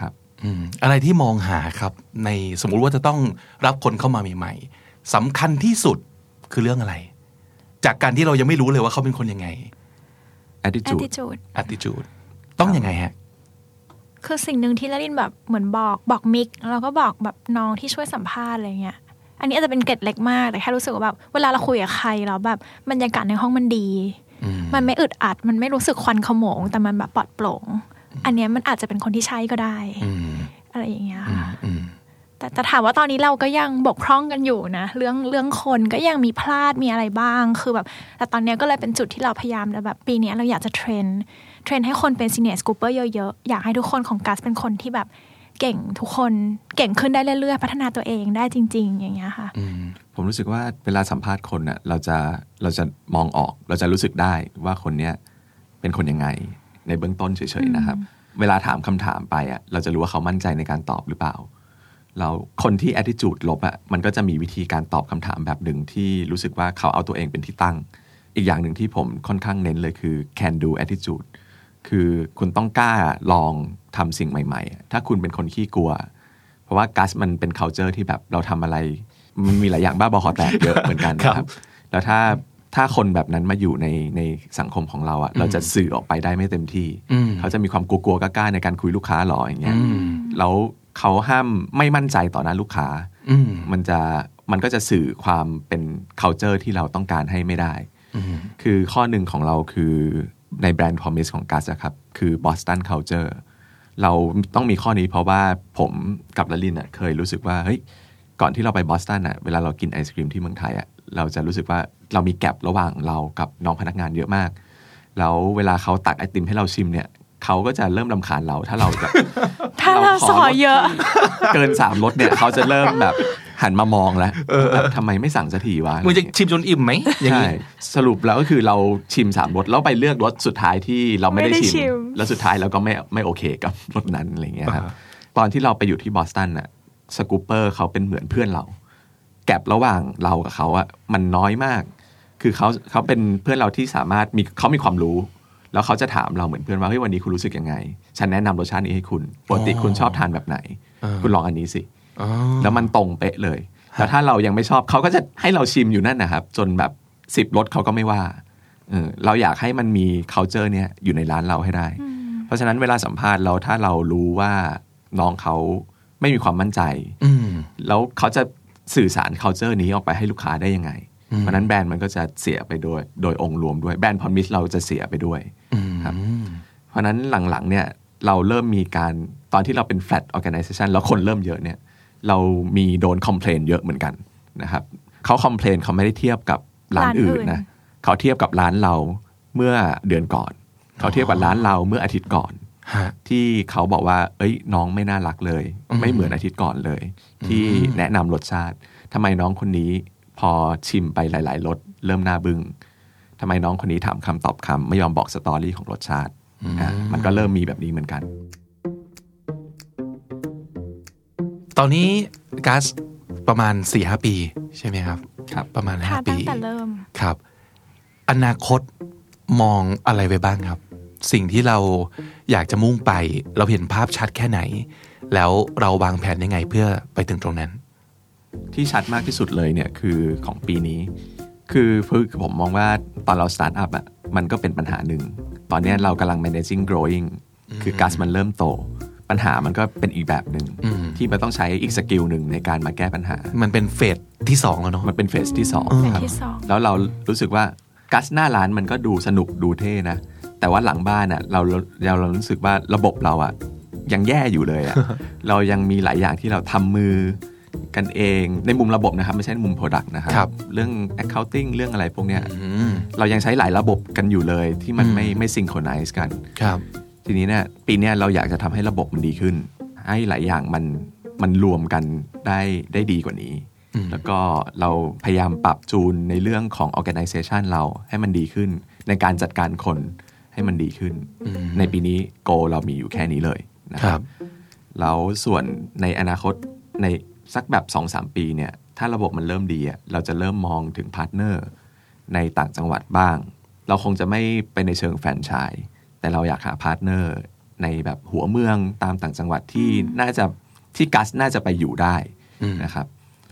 Speaker 4: ครับ
Speaker 2: อืมอะไรที่มองหาครับ ในสมมุติว่าจะต้องรับคนเข้ามาใหม่ๆสำคัญที่สุดคือเรื่องอะไร จากการที่เรายังไม่รู้เลยว่าเขาเป็นคนยังไง
Speaker 4: attitude
Speaker 3: attitude
Speaker 2: attitude ต้องยังไงฮะ
Speaker 3: คือสิ่งหนึ่งที่ละลินแบบเหมือนบอกบอกมิกแล้วก็บอกแบบน้องที่ช่วยสัมภาษณ์อะไรเงี้ย อันนี้อาจจะเป็นเกร็ดเล็กมากแต่แค่รู้สึกว่าแบบเวลาเราคุยกับใครแล้วแบบบรรยากาศในห้องมันดี มันไม่อึดอัด มันไม่รู้สึกควันขโมง แต่มันแบบปลอดโปร่ง อันเนี้ยมันอาจจะเป็นคนที่ใช่ก็ได้
Speaker 2: อืม
Speaker 3: อะไรอย่างเงี้ย
Speaker 2: อืม
Speaker 3: ค่ะ
Speaker 2: อืม
Speaker 3: แต่แต่ถามว่าตอนนี้เราก็ยังบกพร่องกันอยู่นะ เรื่องเรื่องคนก็ยังมีพลาดมีอะไรบ้างคือแบบ แต่ตอนเนี้ยก็เลยเป็นจุดที่เราพยายามจะแบบปีเนี้ยเราอยากจะเทรนเทรนให้คนเป็นซีเนียร์สกูเปอร์เยอะๆ อยากให้ทุกคนของกัสเป็นคนที่แบบเก่งทุกคนเก่งขึ้นได้เรื่อยๆ พัฒนาตัวเองได้จริง ๆ อย่างเงี้ยค่ะ
Speaker 2: อืม
Speaker 4: ผมรู้สึกว่าเวลาสัมภาษณ์คนน่ะเราจะเราจะมองออก เราจะรู้สึกได้ว่าคนเนี้ยเป็นคนยังไง ในเบื้องต้นเฉยๆนะครับ เวลาถามคำถามไปอ่ะเราจะรู้ว่าเขามั่นใจในการตอบหรือเปล่า เราคนที่ attitude ลบอ่ะมันก็จะมีวิธีการตอบคำถามแบบหนึ่งที่รู้สึกว่าเขาเอาตัวเองเป็นที่ตั้ง อีกอย่างหนึ่งที่ผมค่อนข้างเน้นเลยคือ can do attitude คือคุณต้องกล้าลองทำสิ่งใหม่ๆ ถ้าคุณเป็นคนขี้กลัว เพราะว่ากัสมันเป็น c u l t u r e ที่แบบเราทำอะไร มันมีหลายอย่างบ้าบอคอแตกเยอะเหมือนกันนะครับ แล้วถ้าถ้าคนแบบนั้นมาอยู่ในในสังคมของเราอะเราจะสื่อออกไปได้ไม่เต็มที่ เขาจะมีความกลัวๆกล้าๆในการคุยลูกค้าหรออย่างเงี้ยแล้วเขาห้ามไม่มั่นใจต่อหน้าลูกค้า
Speaker 2: อืม
Speaker 4: มันจะมันก็จะสื่อความเป็น culture ที่เราต้องการให้ไม่ได้ คือข้อหนึ่งของเราคือในแบรนด์ promise ของกัสครับ คือ Boston culture เราต้องมีข้อนี้เพราะว่าผมกับละลินอ่ะเคยรู้สึกว่าเฮ้ยก่อนที่เราไปบอสตันอ่ะเวลาเรากินไอศครีมที่เมืองไทยอ่ะเราจะรู้สึกว่าเรามีแกลบระหว่างเรากับน้องพนักงานเยอะมาก แล้วเวลาเขาตักไอติมให้เราชิมเนี่ยเขาก็จะเริ่มลำคาญเราถ้าเราแบบ
Speaker 3: ถ้าเราสอเยอะ
Speaker 4: เกินสามรสเนี่ยเขาจะเริ่มแบบหันมามองแล้วแบบทำไมไม่สั่งสักทีวะ
Speaker 2: มึงจะชิมจนอิ่มไหมอย่าง
Speaker 4: ใช่
Speaker 2: นี้
Speaker 4: สรุปแล้วก็คือเราชิมสามรสแล้วไปเลือกรสสุดท้ายที่เราไม่ได้
Speaker 3: ไม่ได้
Speaker 4: ชิม
Speaker 3: ชิม
Speaker 4: แล้วสุดท้ายเราก็ไม่ไม่โอเคกับรสนั้นอะไรเงี้ยครับตอนที่เราไปอยู่ที่บอสตันน่ะสกูปเปอร์เขาเป็นเหมือนเพื่อนเรา แกลบระหว่างเรากับเขาอะมันน้อยมาก คือเขาเขาเป็นเพื่อนเราที่สามารถมีเขามีความรู้ แล้วเขาจะถามเราเหมือนเพื่อนว่าเฮ้ยวันนี้คุณรู้สึกยังไง ฉันแนะนำรสชาตินี้ให้คุณปกติคุณชอบทานแบบไหน คุณลองอันนี้สิ
Speaker 2: อ๋อ
Speaker 4: แล้วมันตรงเป๊ะเลย แล้วถ้าเรายังไม่ชอบเขาก็จะให้เราชิมอยู่นั่นนะครับ จนแบบสิบรสเขาก็ไม่ว่าเออเราอยากให้มันมี c u l t u r e เนี่ยอยู่ในร้านเราให้ได้ เพราะฉะนั้นเวลาสัมภาษณ์เราถ้าเรารู้ว่าน้องเขาไม่มีความมั่นใจ
Speaker 2: อืม
Speaker 4: แล้วเขาจะสื่อสาร c u l t u r e นี้ออกไปให้ลูกค้าได้ยังไง เพราะฉะนั้นแบรนด์มันก็จะเสียไปโดยโดยองค์รวมด้วย แบรนด์พอมิสเราจะเสียไปด้วยครับ เพราะฉะนั้นหลังๆเนี่ยเราเริ่มมีการตอนที่เราเป็น flat organization แล้วคนเริ่มเยอะเนี่ยเรามีโดน complain เยอะเหมือนกันนะครับเขา complain เขาไม่ได้เทียบกับร้าน
Speaker 3: ร้านอื่
Speaker 4: อื่
Speaker 3: น
Speaker 4: นนะเขาเทียบกับร้านเราเมื่อเดือนก่อน เขาเทียบกับร้านเราเมื่ออาทิตย์ก่อน
Speaker 2: ฮะ
Speaker 4: ที่เขาบอกว่า เอ้ย น้องไม่น่ารักเลย ไม่เหมือนอาทิตย์ก่อนเลย ที่แนะนำรสชาติทำไมน้องคนนี้พอชิมไปหลาย ๆรสเริ่มหน้าบึง้งทำไมน้องคนนี้ถามคำตอบคำไม่ยอมบอกสตอรี่ของรสชาติอ่ะมันก็เริ่มมีแบบนี้เหมือนกัน
Speaker 2: ตอนนี้กัสประมาณ4ี่ห้าปี ใช่ไหมครับ
Speaker 4: ครับ
Speaker 2: ประมาณ
Speaker 3: ค่ะ
Speaker 2: 5ปี
Speaker 3: ตั้งแต่เริ่ม
Speaker 2: ครับ อนาคตมองอะไรไปบ้างครับ สิ่งที่เราอยากจะมุ่งไป เราเห็นภาพชัดแค่ไหน แล้วเราวางแผนยังไงเพื่อไปถึงตรงนั้น
Speaker 4: ที่ชัดมากที่สุดเลยเนี่ยคือของปีนี้ คือคือผมมองว่าตอนเราสตาร์ทอัพอ่ะมันก็เป็นปัญหาหนึ่ง ตอนเนี้ยเรากำลัง managing growing คือก๊าซมันเริ่มโต ปัญหามันก็เป็นอีกแบบหนึ่ง
Speaker 2: อืม
Speaker 4: ที่มันต้องใช้อีกสกิลหนึ่งในการมาแก้ปัญหา
Speaker 2: มันเป็นเฟสที่สองแล้วเนาะ
Speaker 4: มันเป็นเฟสที่สอง
Speaker 2: อืม
Speaker 4: ครับ
Speaker 3: ที่สอง
Speaker 4: แล้วเรารู้สึกว่ากัสหน้าร้านมันก็ดูสนุกดูเท่นะ แต่ว่าหลังบ้านอ่ะเราเราเรารู้สึกว่าระบบเราอ่ะยังแย่อยู่เลย อ่ะ เรายังมีหลายอย่างที่เราทำมือกันเองในมุมระบบนะครับ ไม่ใช่ในมุม Product นะครั
Speaker 2: ครับ
Speaker 4: เรื่อง accounting เรื่องอะไรพวกเนี้ย
Speaker 2: อืม
Speaker 4: เรายังใช้หลายระบบกันอยู่เลยที่มัน
Speaker 2: อืม
Speaker 4: ไม่ไม่ซิงโครไนซ์กัน
Speaker 2: ครับ
Speaker 4: ทีนี้เนี่ยปีเนี้ยเราอยากจะทำให้ระบบมันดีขึ้น ให้หลายอย่างมันมันรวมกันได้ได้ดีกว่านี้
Speaker 2: อืม
Speaker 4: แล้วก็เราพยายามปรับจูนในเรื่องของ organization เราให้มันดีขึ้น ในการจัดการคนให้มันดีขึ้น
Speaker 2: อืม
Speaker 4: ในปีนี้โกเรามีอยู่แค่นี้เลยนะ
Speaker 2: ค
Speaker 4: ค
Speaker 2: รั
Speaker 4: รับ บแล้วส่วนในอนาคตในสักแบบ 2-3 ปีเนี่ยถ้าระบบมันเริ่มดีอะเราจะเริ่มมองถึงพาร์ทเนอร์ในต่างจังหวัดบ้าง เราคงจะไม่ไปในเชิงแฟรนไชส์แต่เราอยากหาพาร์ทเนอร์ในแบบหัวเมืองตามต่างจังหวัดที่น่าจะที่กัสน่าจะไปอยู่ได้
Speaker 2: อืม
Speaker 4: นะครับ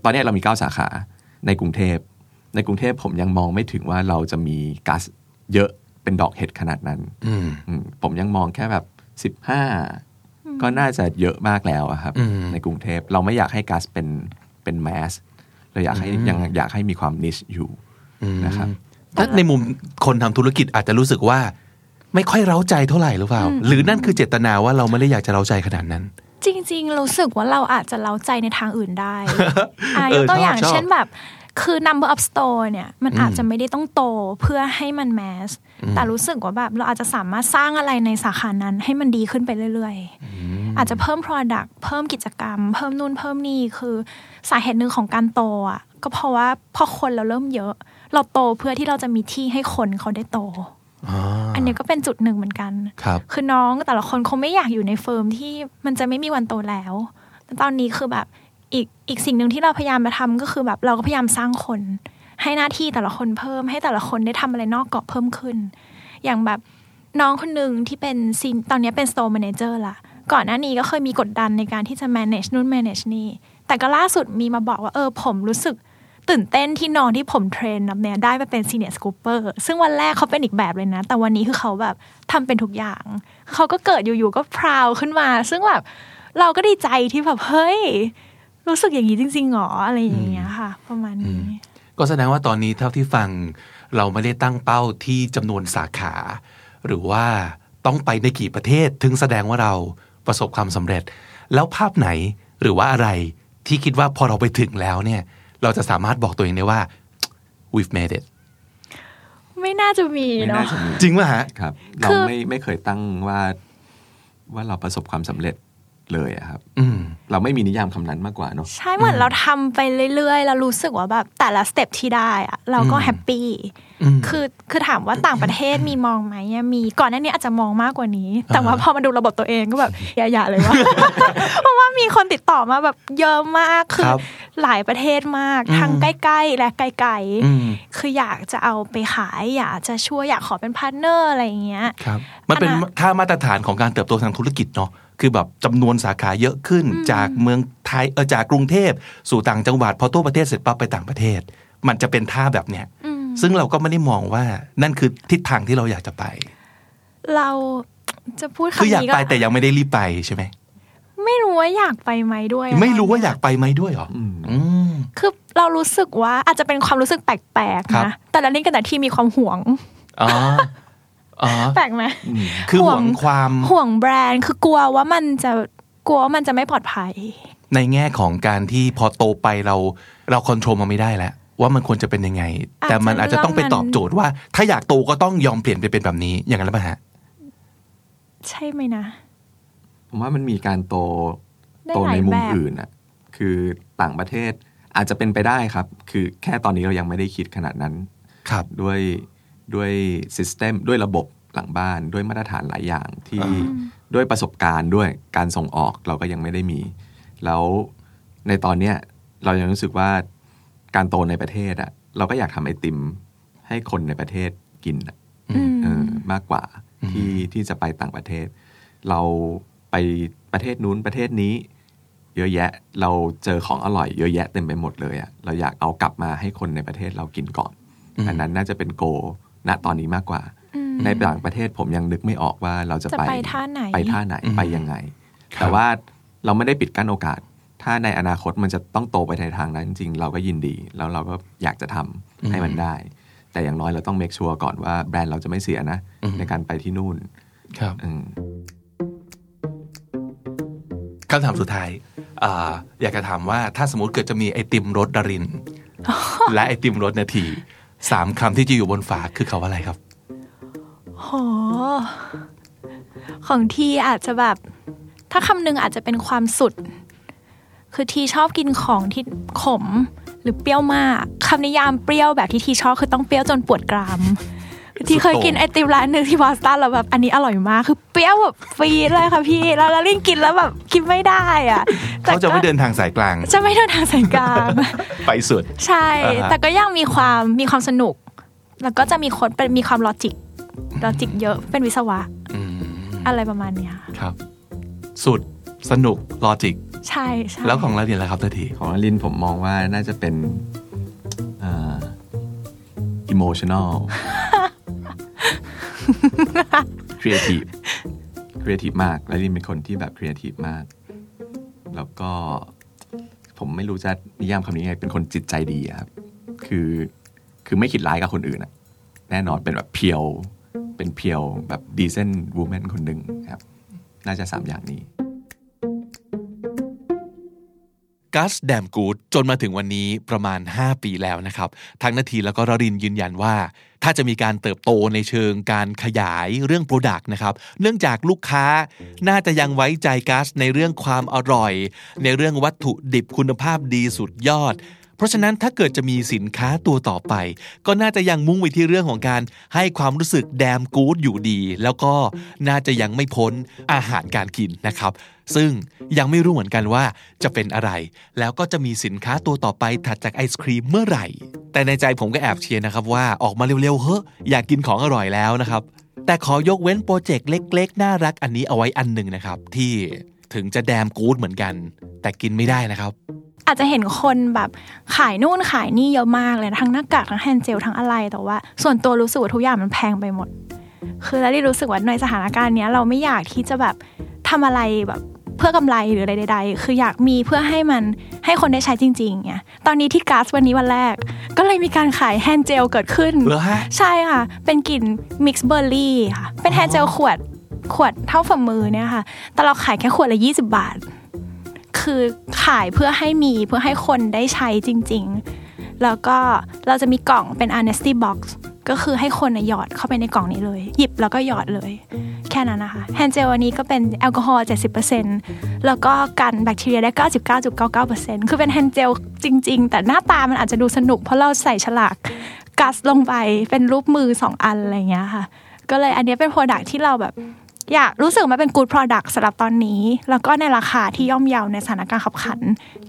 Speaker 4: ตอนนี้เรามี 9 สาขาในกรุงเทพ ในกรุงเทพผมยังมองไม่ถึงว่าเราจะมีกัสเยอะเป็นดอกเห็ดขนาดนั้น
Speaker 2: อืม
Speaker 4: อืมผมยังมองแค่แบบ 15 ก็น่าจะเยอะมากแล้วอะครับ
Speaker 2: อืม
Speaker 4: ในกรุงเทพเราไม่อยากให้ก๊าซเป็นเป็นแมสเราอยากให้
Speaker 2: อืม
Speaker 4: ยังอยากให้มีความนิชอยู่
Speaker 2: อืม
Speaker 4: นะครับ
Speaker 2: ถ้าในมุมคนทำธุรกิจอาจจะรู้สึกว่า ไม่ค่อยเร้าใจเท่าไหร่หรือเปล่า หรือนั่นคือเจตนาว่าเราไม่ได้อยากจะเร้าใจขนาดนั้น
Speaker 3: จริงๆ รู้สึกว่าเราอาจจะเล้าใจในทางอื่น ได้ อ่ะ
Speaker 2: เออย
Speaker 3: กตัว
Speaker 2: ชอบ
Speaker 3: อย่าง
Speaker 2: ชอบ
Speaker 3: เช่นแบบคือ number of store เนี่ย มัน
Speaker 2: อืม
Speaker 3: อาจจะไม่ได้ต้องโตเพื่อให้มันแมส
Speaker 2: อืม
Speaker 3: แต่รู้สึกว่าแบบเราอาจจะสามารถสร้างอะไรในสาขานั้นให้มันดีขึ้นไปเรื่อยๆ อาจจะเพิ่ม product เพิ่มกิจกรรม เพิ่มนู่นเพิ่มนี่คือสาเหตุหนึ่งของการโตอ่ะก็เพราะว่าพอคนเราเริ่มเยอะ เราโตเพื่อที่เราจะมีที่ให้คนเขาได้โต
Speaker 2: อา
Speaker 3: อันเนี้ยก็เป็นจุดหนึ่งเหมือนกัน
Speaker 2: ครับ
Speaker 3: คือน้องแต่ละคนคงไม่อยากอยู่ในเฟิร์มที่มันจะไม่มีวันโตแล้ว แต่ตอนนี้คือแบบอีกอีกสิ่งหนึ่งที่เราพยายามมาทำก็คือแบบเราก็พยายามสร้างคน ให้หน้าที่แต่ละคนเพิ่ม ให้แต่ละคนได้ทำอะไรนอกกรอบเพิ่มขึ้น อย่างแบบน้องคนหนึ่งที่เป็นซีนตอนนี้เป็น store manager ละก่อนหน้านี้ก็เคยมีกดดันในการที่จะ manage นู่น manage นี่ แต่ก็ล่าสุดมีมาบอกว่าเออผมรู้สึกตื่นเต้นที่น้องที่ผมเทรนนับเนี่ยได้มาเป็น senior scooper ซึ่งวันแรกเขาเป็นอีกแบบเลยนะ แต่วันนี้คือเขาแบบทำเป็นทุกอย่าง เขาก็เกิดอยู่ๆก็พราวขึ้นมา ซึ่งแบบเราก็ดีใจที่แบบเฮ้ย รู้สึกอย่างนี้จริงๆหรออะไรอย่างเงี้ยค่ะ ประมาณนี้
Speaker 2: ก็แสดงว่าตอนนี้เท่าที่ฟัง เราไม่ได้ตั้งเป้าที่จำนวนสาขา หรือว่าต้องไปในกี่ประเทศ ถึงแสดงว่าเราประสบความสำเร็จ แล้วภาพไหนหรือว่าอะไรที่คิดว่าพอเราไปถึงแล้วเนี่ย เราจะสามารถบอกตัวเองได้ว่า we've made it
Speaker 3: ไม่น่าจะมี
Speaker 4: ไม่น่า
Speaker 3: เนาะ
Speaker 4: จะมี
Speaker 2: จริงป่ะฮะ
Speaker 4: ครับ
Speaker 3: คื
Speaker 4: เรา
Speaker 3: อ
Speaker 4: ไม่ไม่เคยตั้งว่าว่าเราประสบความสำเร็จเลยอะครับ
Speaker 2: อืม
Speaker 4: เราไม่มีนิยามคำนั้นมากกว่าเนาะ
Speaker 3: ใช่เหมือนเราทำไปเรื่อยๆ แล้วรู้สึกว่าแบบแต่ละสเต็ปที่ได้อะเราก็
Speaker 2: อืม
Speaker 3: แฮปปี้
Speaker 2: อืม
Speaker 3: คือคือถามว่าต่างประเทศมีมองไหมเนี่ยมีก่อนหน้านี้อาจจะมองมากกว่านี้ แต่ว่า
Speaker 2: อ่าฮะ
Speaker 3: พอมาดูระบบตัวเองก็ แบบ อย่าๆเลยว่า เพราะว่ามีคนติดต่อมาแบบเยอะมากคื
Speaker 2: ค
Speaker 3: อ
Speaker 2: รับ
Speaker 3: หลายประเทศมากทั้ง
Speaker 2: อืม
Speaker 3: ใกล้ๆ และไกล
Speaker 2: อืม
Speaker 3: ๆ คืออยากจะเอาไปขายอยากจะช่วยอยากขอเป็นพาร์ทเนอร์อะไรอย่างเงี้ย
Speaker 2: ครับมันเป็น
Speaker 3: อันน่ะ
Speaker 2: ค่ามาตรฐานของการเติบโตทางธุรกิจเนาะคือแบบจำนวนสาขาเยอะขึ้นจากเมืองไทยเออจากกรุงเทพสู่ต่างจังหวัดพอทั่วประเทศเสร็จปั๊บไปต่างประเทศ มันจะเป็นท่าแบบเนี้ย
Speaker 3: อืม
Speaker 2: ซึ่งเราก็ไม่ได้มองว่านั่นคือทิศทางที่เราอยากจะไป
Speaker 3: เราจะพูด
Speaker 2: คือ
Speaker 3: คำ
Speaker 2: อยาก
Speaker 3: นี้ก็
Speaker 2: ไปแต่ยังไม่ได้รีบไปใช่ไหม
Speaker 3: ไม่รู้ว่าอยากไปไหมด้วยอะ
Speaker 2: ไม่รู้ว่าอยากไปไหมด้วยเหรอ
Speaker 4: อืม
Speaker 2: อืม
Speaker 3: คือเรารู้สึกว่าอาจจะเป็นความรู้สึกแปลก
Speaker 2: ครั
Speaker 3: ๆ
Speaker 2: บ
Speaker 3: นะ แต่ละนี่กันแต่ที่มีความห่วง
Speaker 2: อ๋ออ๋อ
Speaker 3: แปลกไหม
Speaker 2: คือห
Speaker 3: ห่วง
Speaker 2: วังความ
Speaker 3: ห่วงแบรนด์คือกลัวว่ามันจะกลัวว่ามันจะไม่ปลอดภัย
Speaker 2: ในแง่ของการที่พอโตไปเราเราควบคุมมันไม่ได้แล้ว ว่ามันควรจะเป็นยังไง แต่มันอาจจะต้องไปตอบโจทย์ว่า ถ้าอยากโตก็ต้องยอมเปลี่ยนไปเป็นแบบนี้อย่างนั้นหรือเปล่าฮะ
Speaker 3: ใช่ไหมนะ
Speaker 4: ผมว่ามันมีการโต
Speaker 3: ได้
Speaker 4: โต
Speaker 3: หลาย
Speaker 4: ในมุม
Speaker 3: แบบ
Speaker 4: อื่นอ่ะคือต่างประเทศอาจจะเป็นไปได้ครับ คือแค่ตอนนี้เรายังไม่ได้คิดขนาดนั้น
Speaker 2: ครับ
Speaker 4: ด้วยด้วย system ด้วยระบบหลังบ้านด้วยมาตรฐานหลายอย่างที่
Speaker 2: อ่า
Speaker 4: ด้วยประสบการณ์ด้วยการส่งออกเราก็ยังไม่ได้มี แล้วในตอนเนี้ยเรายังรู้สึกว่าการโตในประเทศอะเราก็อยากทำไอติมให้คนในประเทศกินอะ
Speaker 3: อืม
Speaker 4: เออมากกว่า ที่ที่จะไปต่างประเทศ เราไปประเทศนู้นประเทศนี้ เยอะแยะเราเจอของอร่อยเยอะแยะเต็มไปหมดเลยอะเราอยากเอากลับมาให้คนในประเทศเรากินก่อนอันนั้นน่าจะเป็นโกณตอนนี้มากกว่า
Speaker 3: อืม
Speaker 4: ในต่างประเทศผมยังนึกไม่ออกว่าเราจะ
Speaker 3: จะ
Speaker 4: ไป
Speaker 3: ไปท่าไหน
Speaker 4: ไปท่าไหน
Speaker 2: อืม
Speaker 4: ไปยังไง
Speaker 2: ครับ
Speaker 4: แต่ว่าเราไม่ได้ปิดกั้นโอกาส ถ้าในอนาคตมันจะต้องโตไปในทางนั้นจริงๆเราก็ยินดี แล้วเราก็อยากจะทำให้มันได้ แต่อย่างน้อยเราต้องเมคชัวร์ก่อนว่าแบรนด์เราจะไม่เสียนะ ในการไปที่นู่น
Speaker 2: ครับ
Speaker 4: อืม
Speaker 2: คำถามสุดท้ายอ่าอยากจะถามว่าถ้าสมมติเกิดจะมีไอติมรสดา ริน และไอติมรสนาทีสามคำที่จะอยู่บนฝาคือคาว่าอะไรครับ
Speaker 3: โห ของทีอาจจะแบบ ถ้าคำหนึ่งอาจจะเป็นความสุด คือทีชอบกินของที่ขมหรือเปรี้ยวมากคำนิยามเปรี้ยวแบบที่ทีชอบคือต้องเปรี้ยวจนปวดกรามคือทีเคยกินไอติมร้านหนึ่งที่บอสตันแล้วแบบอันนี้อร่อยมากคือเปรี้ยวแบบฟรีดเลยค่ะพี่แล้วเราลิ่งกินแล้วแบบกินไม่ได้อ่ะแต่
Speaker 2: เขาจะไม่เดินทางสายกลาง
Speaker 3: จะไม่เดินทางสายกลาง
Speaker 2: ไปสุด
Speaker 3: ใช่
Speaker 2: อ่าฮะ
Speaker 3: แต่ก็ยังมีความมีความสนุก แล้วก็จะมีคนเป็นมีความลอจิก ลอจิกเยอะเป็นวิศวะ
Speaker 2: อืม
Speaker 3: อะไรประมาณเนี้ย
Speaker 2: ครับ สุดสนุกลอจิก
Speaker 3: ใช่ใช่
Speaker 2: แล้วของลาดินล่ะครับนาที
Speaker 4: ของอลินผมมองว่าน่าจะเป็นอิโมชันอลครีเอทีฟครีเอทีฟมากอลินเป็นคนที่แบบครีเอทีฟมาก แล้วก็ผมไม่รู้จะนิยามคำนี้ไง เป็นคนจิตใจดีอะครับ คือคือไม่คิดร้ายกับคนอื่นอะแน่นอนเป็นแบบเพียว เป็นเพียวแบบดีเซนวูแมนคนหนึ่งครับ น่าจะสามอย่างนี้
Speaker 2: กัสแดมกูดจนมาถึงวันนี้ประมาณ 5 ปีแล้วนะครับ ทั้งนาทีแล้วก็ลาดินยืนยันว่า ถ้าจะมีการเติบโตในเชิงการขยายเรื่องโปรดักต์นะครับ เนื่องจากลูกค้าน่าจะยังไว้ใจกัสในเรื่องความอร่อย ในเรื่องวัตถุดิบคุณภาพดีสุดยอด เพราะฉะนั้นถ้าเกิดจะมีสินค้าตัวต่อไป ก็น่าจะยังมุ่งไปที่เรื่องของการให้ความรู้สึกแดมกู๊ดอยู่ดี แล้วก็น่าจะยังไม่พ้นอาหารการกินนะครับ ซึ่งยังไม่รู้เหมือนกันว่าจะเป็นอะไร แล้วก็จะมีสินค้าตัวต่อไปถัดจากไอศครีมเมื่อไหร่ แต่ในใจผมก็แอบเชียร์นะครับว่าออกมาเร็วๆเฮ้ยอยากกินของอร่อยแล้วนะครับ แต่ขอยกเว้นโปรเจกต์เล็ก ๆ น่ารักอันนี้เอาไว้อันหนึ่งนะครับ ที่ถึงจะแดมกู๊ดเหมือนกัน แต่กินไม่ได้นะครับ
Speaker 3: อาจจะเห็นคนแบบขายนู่นขายนี่เยอะมากเลยนะทั้งหน้ากากทั้งแฮนด์เจลทั้งอะไรแต่ว่า ส่วนตัวรู้สึกว่าทุกอย่างมันแพงไปหมด คือแล้วได้รู้สึกว่าในสถานการณ์เนี้ยเราไม่อยากที่จะแบบทำอะไรแบบเพื่อกำไรหรืออะไรใด ๆ คืออยากมีเพื่อให้มันให้คนได้ใช้จริงๆไงตอนนี้ที่ก๊าซวันนี้วันแรก ก็เลยมีการขายแฮนด์เจลเกิดขึ้น
Speaker 2: เหรอฮะ
Speaker 3: ใช่ค่ะ เป็นกลิ่นมิกซ์เบอร์รี่ค่ะ เป็นแฮนด์เจลขวดขวดเท่าฝ่ามือเนี่ยค่ะ แต่เราขายแค่ขวดละ 20 บาท คือขายเพื่อให้มีเพื่อให้คนได้ใช้จริงๆ แล้วก็เราจะมีกล่องเป็น honesty box ก็คือให้คนน่ะหยอดเข้าไปในกล่องนี้เลย หยิบแล้วก็หยอดเลย แค่นั้นนะคะ แฮนด์เจลอันนี้ก็เป็นแอลกอฮอล์ 70%แล้วก็กันแบคทีเรียได้ 99.99%คือเป็นแฮนด์เจลจริง ๆ แต่หน้าตามันอาจจะดูสนุก เพราะเราใส่ฉลาก กัสลงไปเป็นรูปมือ 2 อัน อะไรอย่างเงี้ยค่ะ ก็เลยอันเนี้ยเป็นโปรดักที่เราแบบ อยากรู้สึกมันเป็นกู o ด Product สำหรับตอนนี้ แล้วก็ในราคาที่ย่อมเยาในสถานการณ์ขับขัน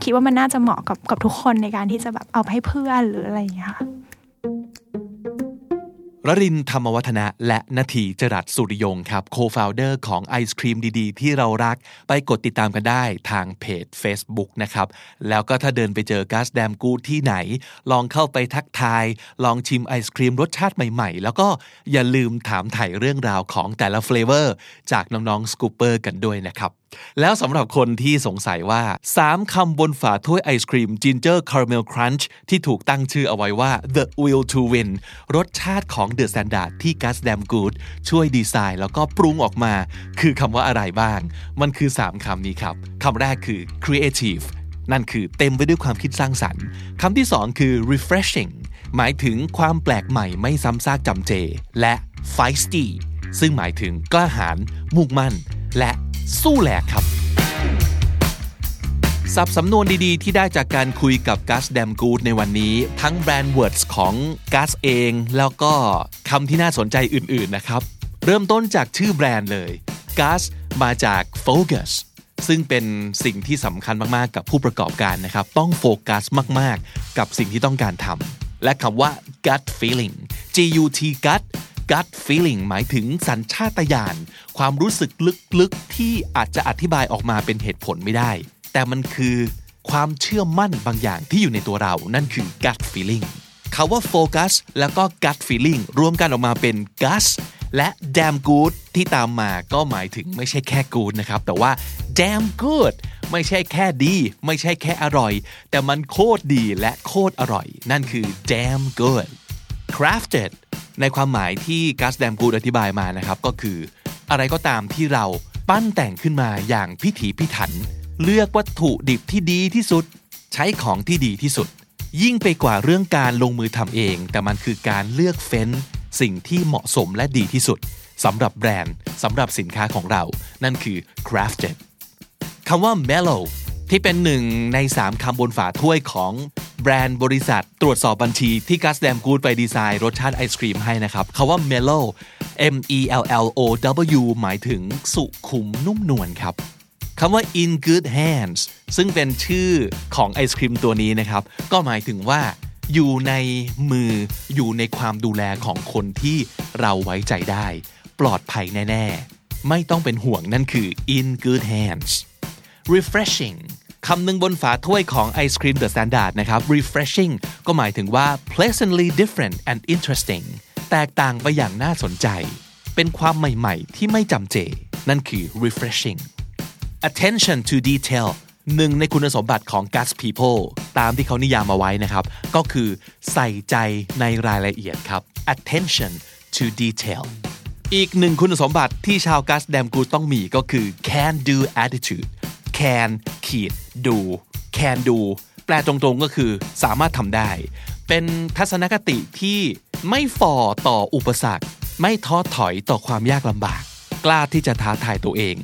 Speaker 3: คิดว่ามันน่าจะเหมาะกับกับทุกคนในการที่จะแบบเอาไปให้เพื่อนหรืออะไรอย่างเงี้ยค่ะ
Speaker 2: รรินทร์ธรรมวัฒนะและนาทีจรัสสุริยงค์ครับ โคฟาวเดอร์ของไอศครีมดีๆ ที่เรารัก ไปกดติดตามกันได้ทางเพจ Facebook นะครับ แล้วก็ถ้าเดินไปเจอกัสแดมกูดที่ไหน ลองเข้าไปทักทาย ลองชิมไอศครีมรสชาติใหม่ๆ แล้วก็อย่าลืมถามถ่ายเรื่องราวของแต่ละเฟลเวอร์ จากน้องๆสกูเปอร์กันด้วยนะครับ แล้วสำหรับคนที่สงสัยว่า 3คำบนฝาถ้วยไอศครีม Ginger Caramel Crunch ที่ถูกตั้งชื่อเอาไว้ว่า The Will to Win รสชาติของ The Standard ที่ Gus Dam Good ช่วยดีไซน์แล้วก็ปรุงออกมา คือคำว่าอะไรบ้าง มันคือ 3คำนี้ครับคำแรกคือ creative นั่นคือเต็มไปด้วยความคิดสร้างสรรค์คำที่สองคือ refreshing หมายถึงความแปลกใหม่ไม่ซ้ำซากจำเจ และ feisty ซึ่งหมายถึงกล้าหาญมุ่งมั่น และสู้แหลกครับ สับสำนวนดีๆ ที่ได้จากการคุยกับกัสแดมกูดในวันนี้ ทั้งแบรนด์เวิร์ดของกัสเอง แล้วก็คำที่น่าสนใจอื่น ๆ นะครับ เริ่มต้นจากชื่อแบรนด์เลยกัสมาจาก Focus ซึ่งเป็นสิ่งที่สำคัญมาก ๆ กับผู้ประกอบการนะครับ ต้องโฟกัสมาก ๆ กับสิ่งที่ต้องการทำและคำว่า gut feeling G U T gut gut feeling หมายถึงสัญชาตญาณความรู้สึกลึกๆ ที่อาจจะอธิบายออกมาเป็นเหตุผลไม่ได้ แต่มันคือความเชื่อมั่นบางอย่างที่อยู่ในตัวเรา นั่นคือ gut feeling คาว่าโฟกัสแล้วก็ gut feeling รวมกันออกมาเป็น gus และ damn good ที่ตามมาก็หมายถึงไม่ใช่แค่ good นะครับ แต่ว่า damn good ไม่ใช่แค่ดี ไม่ใช่แค่อร่อย แต่มันโคตรดีและโคตรอร่อย นั่นคือ damn good crafted ในความหมายที่กัสแดมกูดอธิบายมานะครับ ก็คือ อะไรก็ตามที่เราปั้นแต่งขึ้นมาอย่างพิถีพิถัน เลือกวัตถุดิบที่ดีที่สุด ใช้ของที่ดีที่สุด ยิ่งไปกว่าเรื่องการลงมือทำเอง แต่มันคือการเลือกเฟ้น สิ่งที่เหมาะสมและดีที่สุดสำหรับแบรนด์สำหรับสินค้าของเรา นั่นคือ crafted คำว่า mellow ที่เป็นหนึ่งใน 3คำบนฝาถ้วยของแบรนด์บริษัทตรวจสอบบัญชีที่กัสแดมกูดไปดีไซน์รสชาติไอศครีมให้นะครับคาว่า mellow M E L L O W หมายถึงสุขุมนุ่มนวลครับคำว่า in good hands ซึ่งเป็นชื่อของไอศครีมตัวนี้นะครับ ก็หมายถึงว่า อยู่ในมืออยู่ในความดูแลของคนที่เราไว้ใจได้ ปลอดภัยแน่ ๆ ไม่ต้องเป็นห่วงนั่นคือ in good hands refreshing คำหนึ่งบนฝาถ้วยของไอศครีม The Standard นะครับ refreshing ก็หมายถึงว่า pleasantly different and interesting แตกต่างไปอย่างน่าสนใจ เป็นความใหม่ๆ ที่ไม่จำเจ นั่นคือ refreshing attention to detail หนึ่งในคุณสมบัติของ Gus People ตามที่เขานิยามมาไว้นะครับ ก็คือใส่ใจในรายละเอียดครับ attention to detail อีกหนึ่งคุณสมบัติที่ชาวกัสแดมกูต้องมีก็คือ can do attitude can ขีด do can do แปลตรงๆก็คือสามารถทำได้ เป็นทัศนคติที่ไม่ฝ่อต่ออุปสรรค ไม่ท้อถอยต่อความยากลำบาก กล้าที่จะท้าทายตัวเอง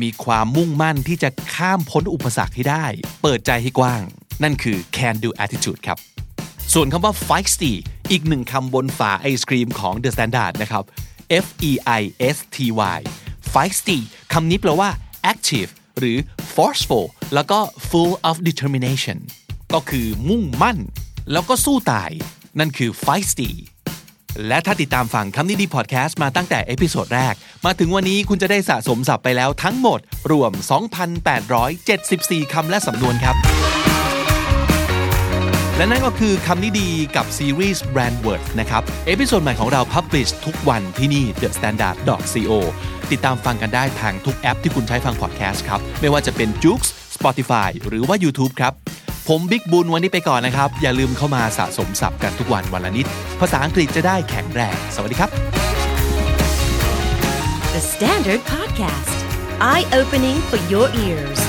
Speaker 2: มีความมุ่งมั่นที่จะข้ามพ้นอุปสรรคให้ได้ เปิดใจให้กว้าง นั่นคือ can do attitude ครับ ส่วนคำว่า feisty อีกหนึ่งคำบนฝาไอศครีมของ The Standard นะครับ F E I S T Y feisty คำนี้แปลว่า active หรือ forceful แล้วก็ full of determination ก็คือมุ่งมั่น แล้วก็สู้ตาย นั่นคือ feisty และถ้าติดตามฟังคำนี้ดีพอดแคสต์มาตั้งแต่เอพิโซดแรก มาถึงวันนี้คุณจะได้สะสมศัพท์ไปแล้วทั้งหมด รวม 2,874 คำและสำนวนครับ และนั่นก็คือคำนี้ดีกับซีรีส์ Brand Word นะครับ เอพิโซดใหม่ของเรา Publish ทุกวันที่นี่ The Standard co ติดตามฟังกันได้ทางทุกแอปที่คุณใช้ฟังพอดแคสต์ครับ ไม่ว่าจะเป็น j o o x Spotify หรือว่า YouTube ครับ ผมบิ๊กบุญวันนี้ไปก่อนนะครับ อย่าลืมเข้ามาสะสมศัพท์กันทุกวันวันละนิด ภาษาอังกฤษจะได้แข็งแรง สวัสดีครับ
Speaker 1: The Standard Podcast, eye opening for your ears.